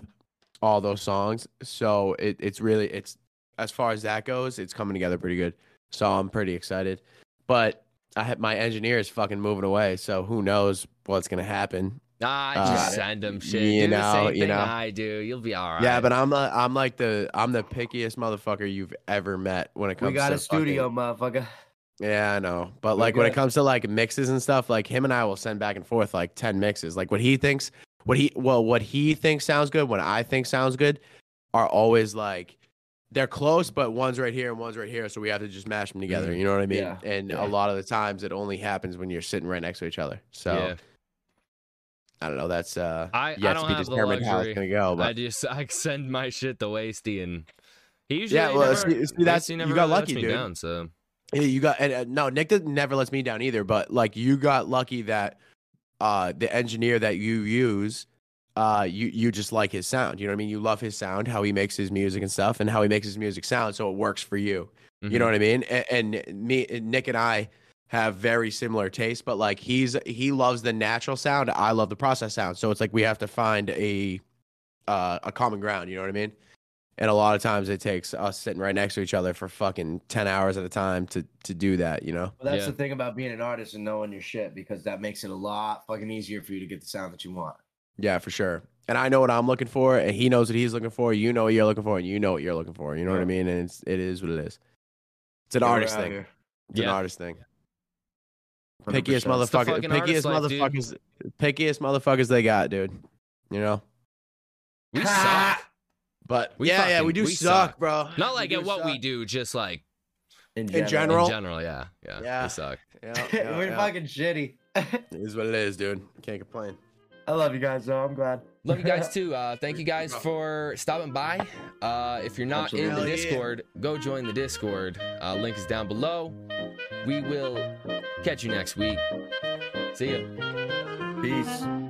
[SPEAKER 5] all those songs. So it, it's really it's as far as that goes, it's coming together pretty good. So I'm pretty excited, but I had my engineer is fucking moving away, so who knows what's gonna happen.
[SPEAKER 2] nah, I
[SPEAKER 5] Uh,
[SPEAKER 2] just send them shit. do
[SPEAKER 5] you
[SPEAKER 2] the
[SPEAKER 5] know,
[SPEAKER 2] same
[SPEAKER 5] you
[SPEAKER 2] thing
[SPEAKER 5] know.
[SPEAKER 2] I do. You'll be all right.
[SPEAKER 5] Yeah, but I'm i I'm like the I'm the pickiest motherfucker you've ever met when it comes.
[SPEAKER 4] We got
[SPEAKER 5] to
[SPEAKER 4] a studio, motherfucker.
[SPEAKER 5] fucking- yeah, I know. But
[SPEAKER 4] We
[SPEAKER 5] like when it
[SPEAKER 4] got-
[SPEAKER 5] comes to like mixes and stuff, like him and I will send back and forth like ten mixes. Like what he thinks, what he well, what he thinks sounds good, what I think sounds good, are always like they're close, but one's right here and one's right here, so we have to just mash them together. You know what I mean?
[SPEAKER 4] Mm-hmm. Yeah,
[SPEAKER 5] And
[SPEAKER 4] yeah.
[SPEAKER 5] a lot of the times, it only happens when you're sitting right next to each other. So
[SPEAKER 2] Yeah.
[SPEAKER 5] I don't know. That's uh,
[SPEAKER 2] I- I
[SPEAKER 5] yet
[SPEAKER 2] don't
[SPEAKER 5] to be
[SPEAKER 2] have the
[SPEAKER 5] determined how
[SPEAKER 2] luxury.
[SPEAKER 5] it's gonna go. But
[SPEAKER 2] I just I send my shit to Wasty and he usually
[SPEAKER 5] Yeah, well,
[SPEAKER 2] never,
[SPEAKER 5] see- see, that's-
[SPEAKER 2] Wasty
[SPEAKER 5] you
[SPEAKER 2] never
[SPEAKER 5] got
[SPEAKER 2] really lets
[SPEAKER 5] lucky,
[SPEAKER 2] me
[SPEAKER 5] dude.
[SPEAKER 2] Down, so
[SPEAKER 5] Yeah, you got and, uh, no. Nick did, never lets me down either. But like, you got lucky that uh the engineer that you use uh, you you just like his sound. You know what I mean? You love his sound, how he makes his music and stuff, and how he makes his music sound, so it works for you. You know what I mean? A- And, and me, and Nick, and I have very similar tastes, but like he's he loves the natural sound. I love the process sound. So it's like we have to find a uh, a common ground. You know what I mean? And a lot of times it takes us sitting right next to each other for fucking ten hours at a time to to do that. You know?
[SPEAKER 4] Well, that's
[SPEAKER 2] Yeah.
[SPEAKER 4] the thing about being an artist and knowing your shit because that makes it a lot fucking easier for you to get the sound that you want.
[SPEAKER 5] Yeah, for sure. And I know what I'm looking for, and he knows what he's looking for. You know what you're looking for, and you know what you're looking for. You know what I mean? And it's it is what it is. It's an
[SPEAKER 4] Yeah, we're
[SPEAKER 5] artist
[SPEAKER 4] out
[SPEAKER 5] thing.
[SPEAKER 4] here.
[SPEAKER 5] It's an
[SPEAKER 2] Yeah.
[SPEAKER 5] artist thing.
[SPEAKER 2] 100%.
[SPEAKER 5] Pickiest
[SPEAKER 2] It's the
[SPEAKER 5] motherfuckers.
[SPEAKER 2] fucking artist
[SPEAKER 5] Pickiest
[SPEAKER 2] life, dude.
[SPEAKER 5] motherfuckers. Pickiest motherfuckers they got, dude. You know.
[SPEAKER 2] We suck.
[SPEAKER 5] But
[SPEAKER 2] We
[SPEAKER 5] yeah, yeah,
[SPEAKER 2] fucking-
[SPEAKER 5] we do
[SPEAKER 2] we
[SPEAKER 5] suck,
[SPEAKER 2] suck.
[SPEAKER 5] bro.
[SPEAKER 2] Not like
[SPEAKER 5] We do
[SPEAKER 2] at what
[SPEAKER 5] suck.
[SPEAKER 2] we do, just like
[SPEAKER 4] In general.
[SPEAKER 5] In general.
[SPEAKER 2] in
[SPEAKER 5] Roll.
[SPEAKER 2] general. Yeah, yeah,
[SPEAKER 5] Yeah.
[SPEAKER 2] we suck.
[SPEAKER 5] Yeah, yeah,
[SPEAKER 4] We're
[SPEAKER 5] yeah.
[SPEAKER 4] fucking shitty. I
[SPEAKER 5] It is what it is, dude. Can't complain.
[SPEAKER 4] love you guys though. I'm glad.
[SPEAKER 2] Love you guys too. Uh, thank you guys for stopping by. Uh, if you're not in the
[SPEAKER 5] Absolutely. Hell yeah.
[SPEAKER 2] Discord, go join the Discord. Uh, link is down below. We will catch you next week. See ya.
[SPEAKER 4] Peace.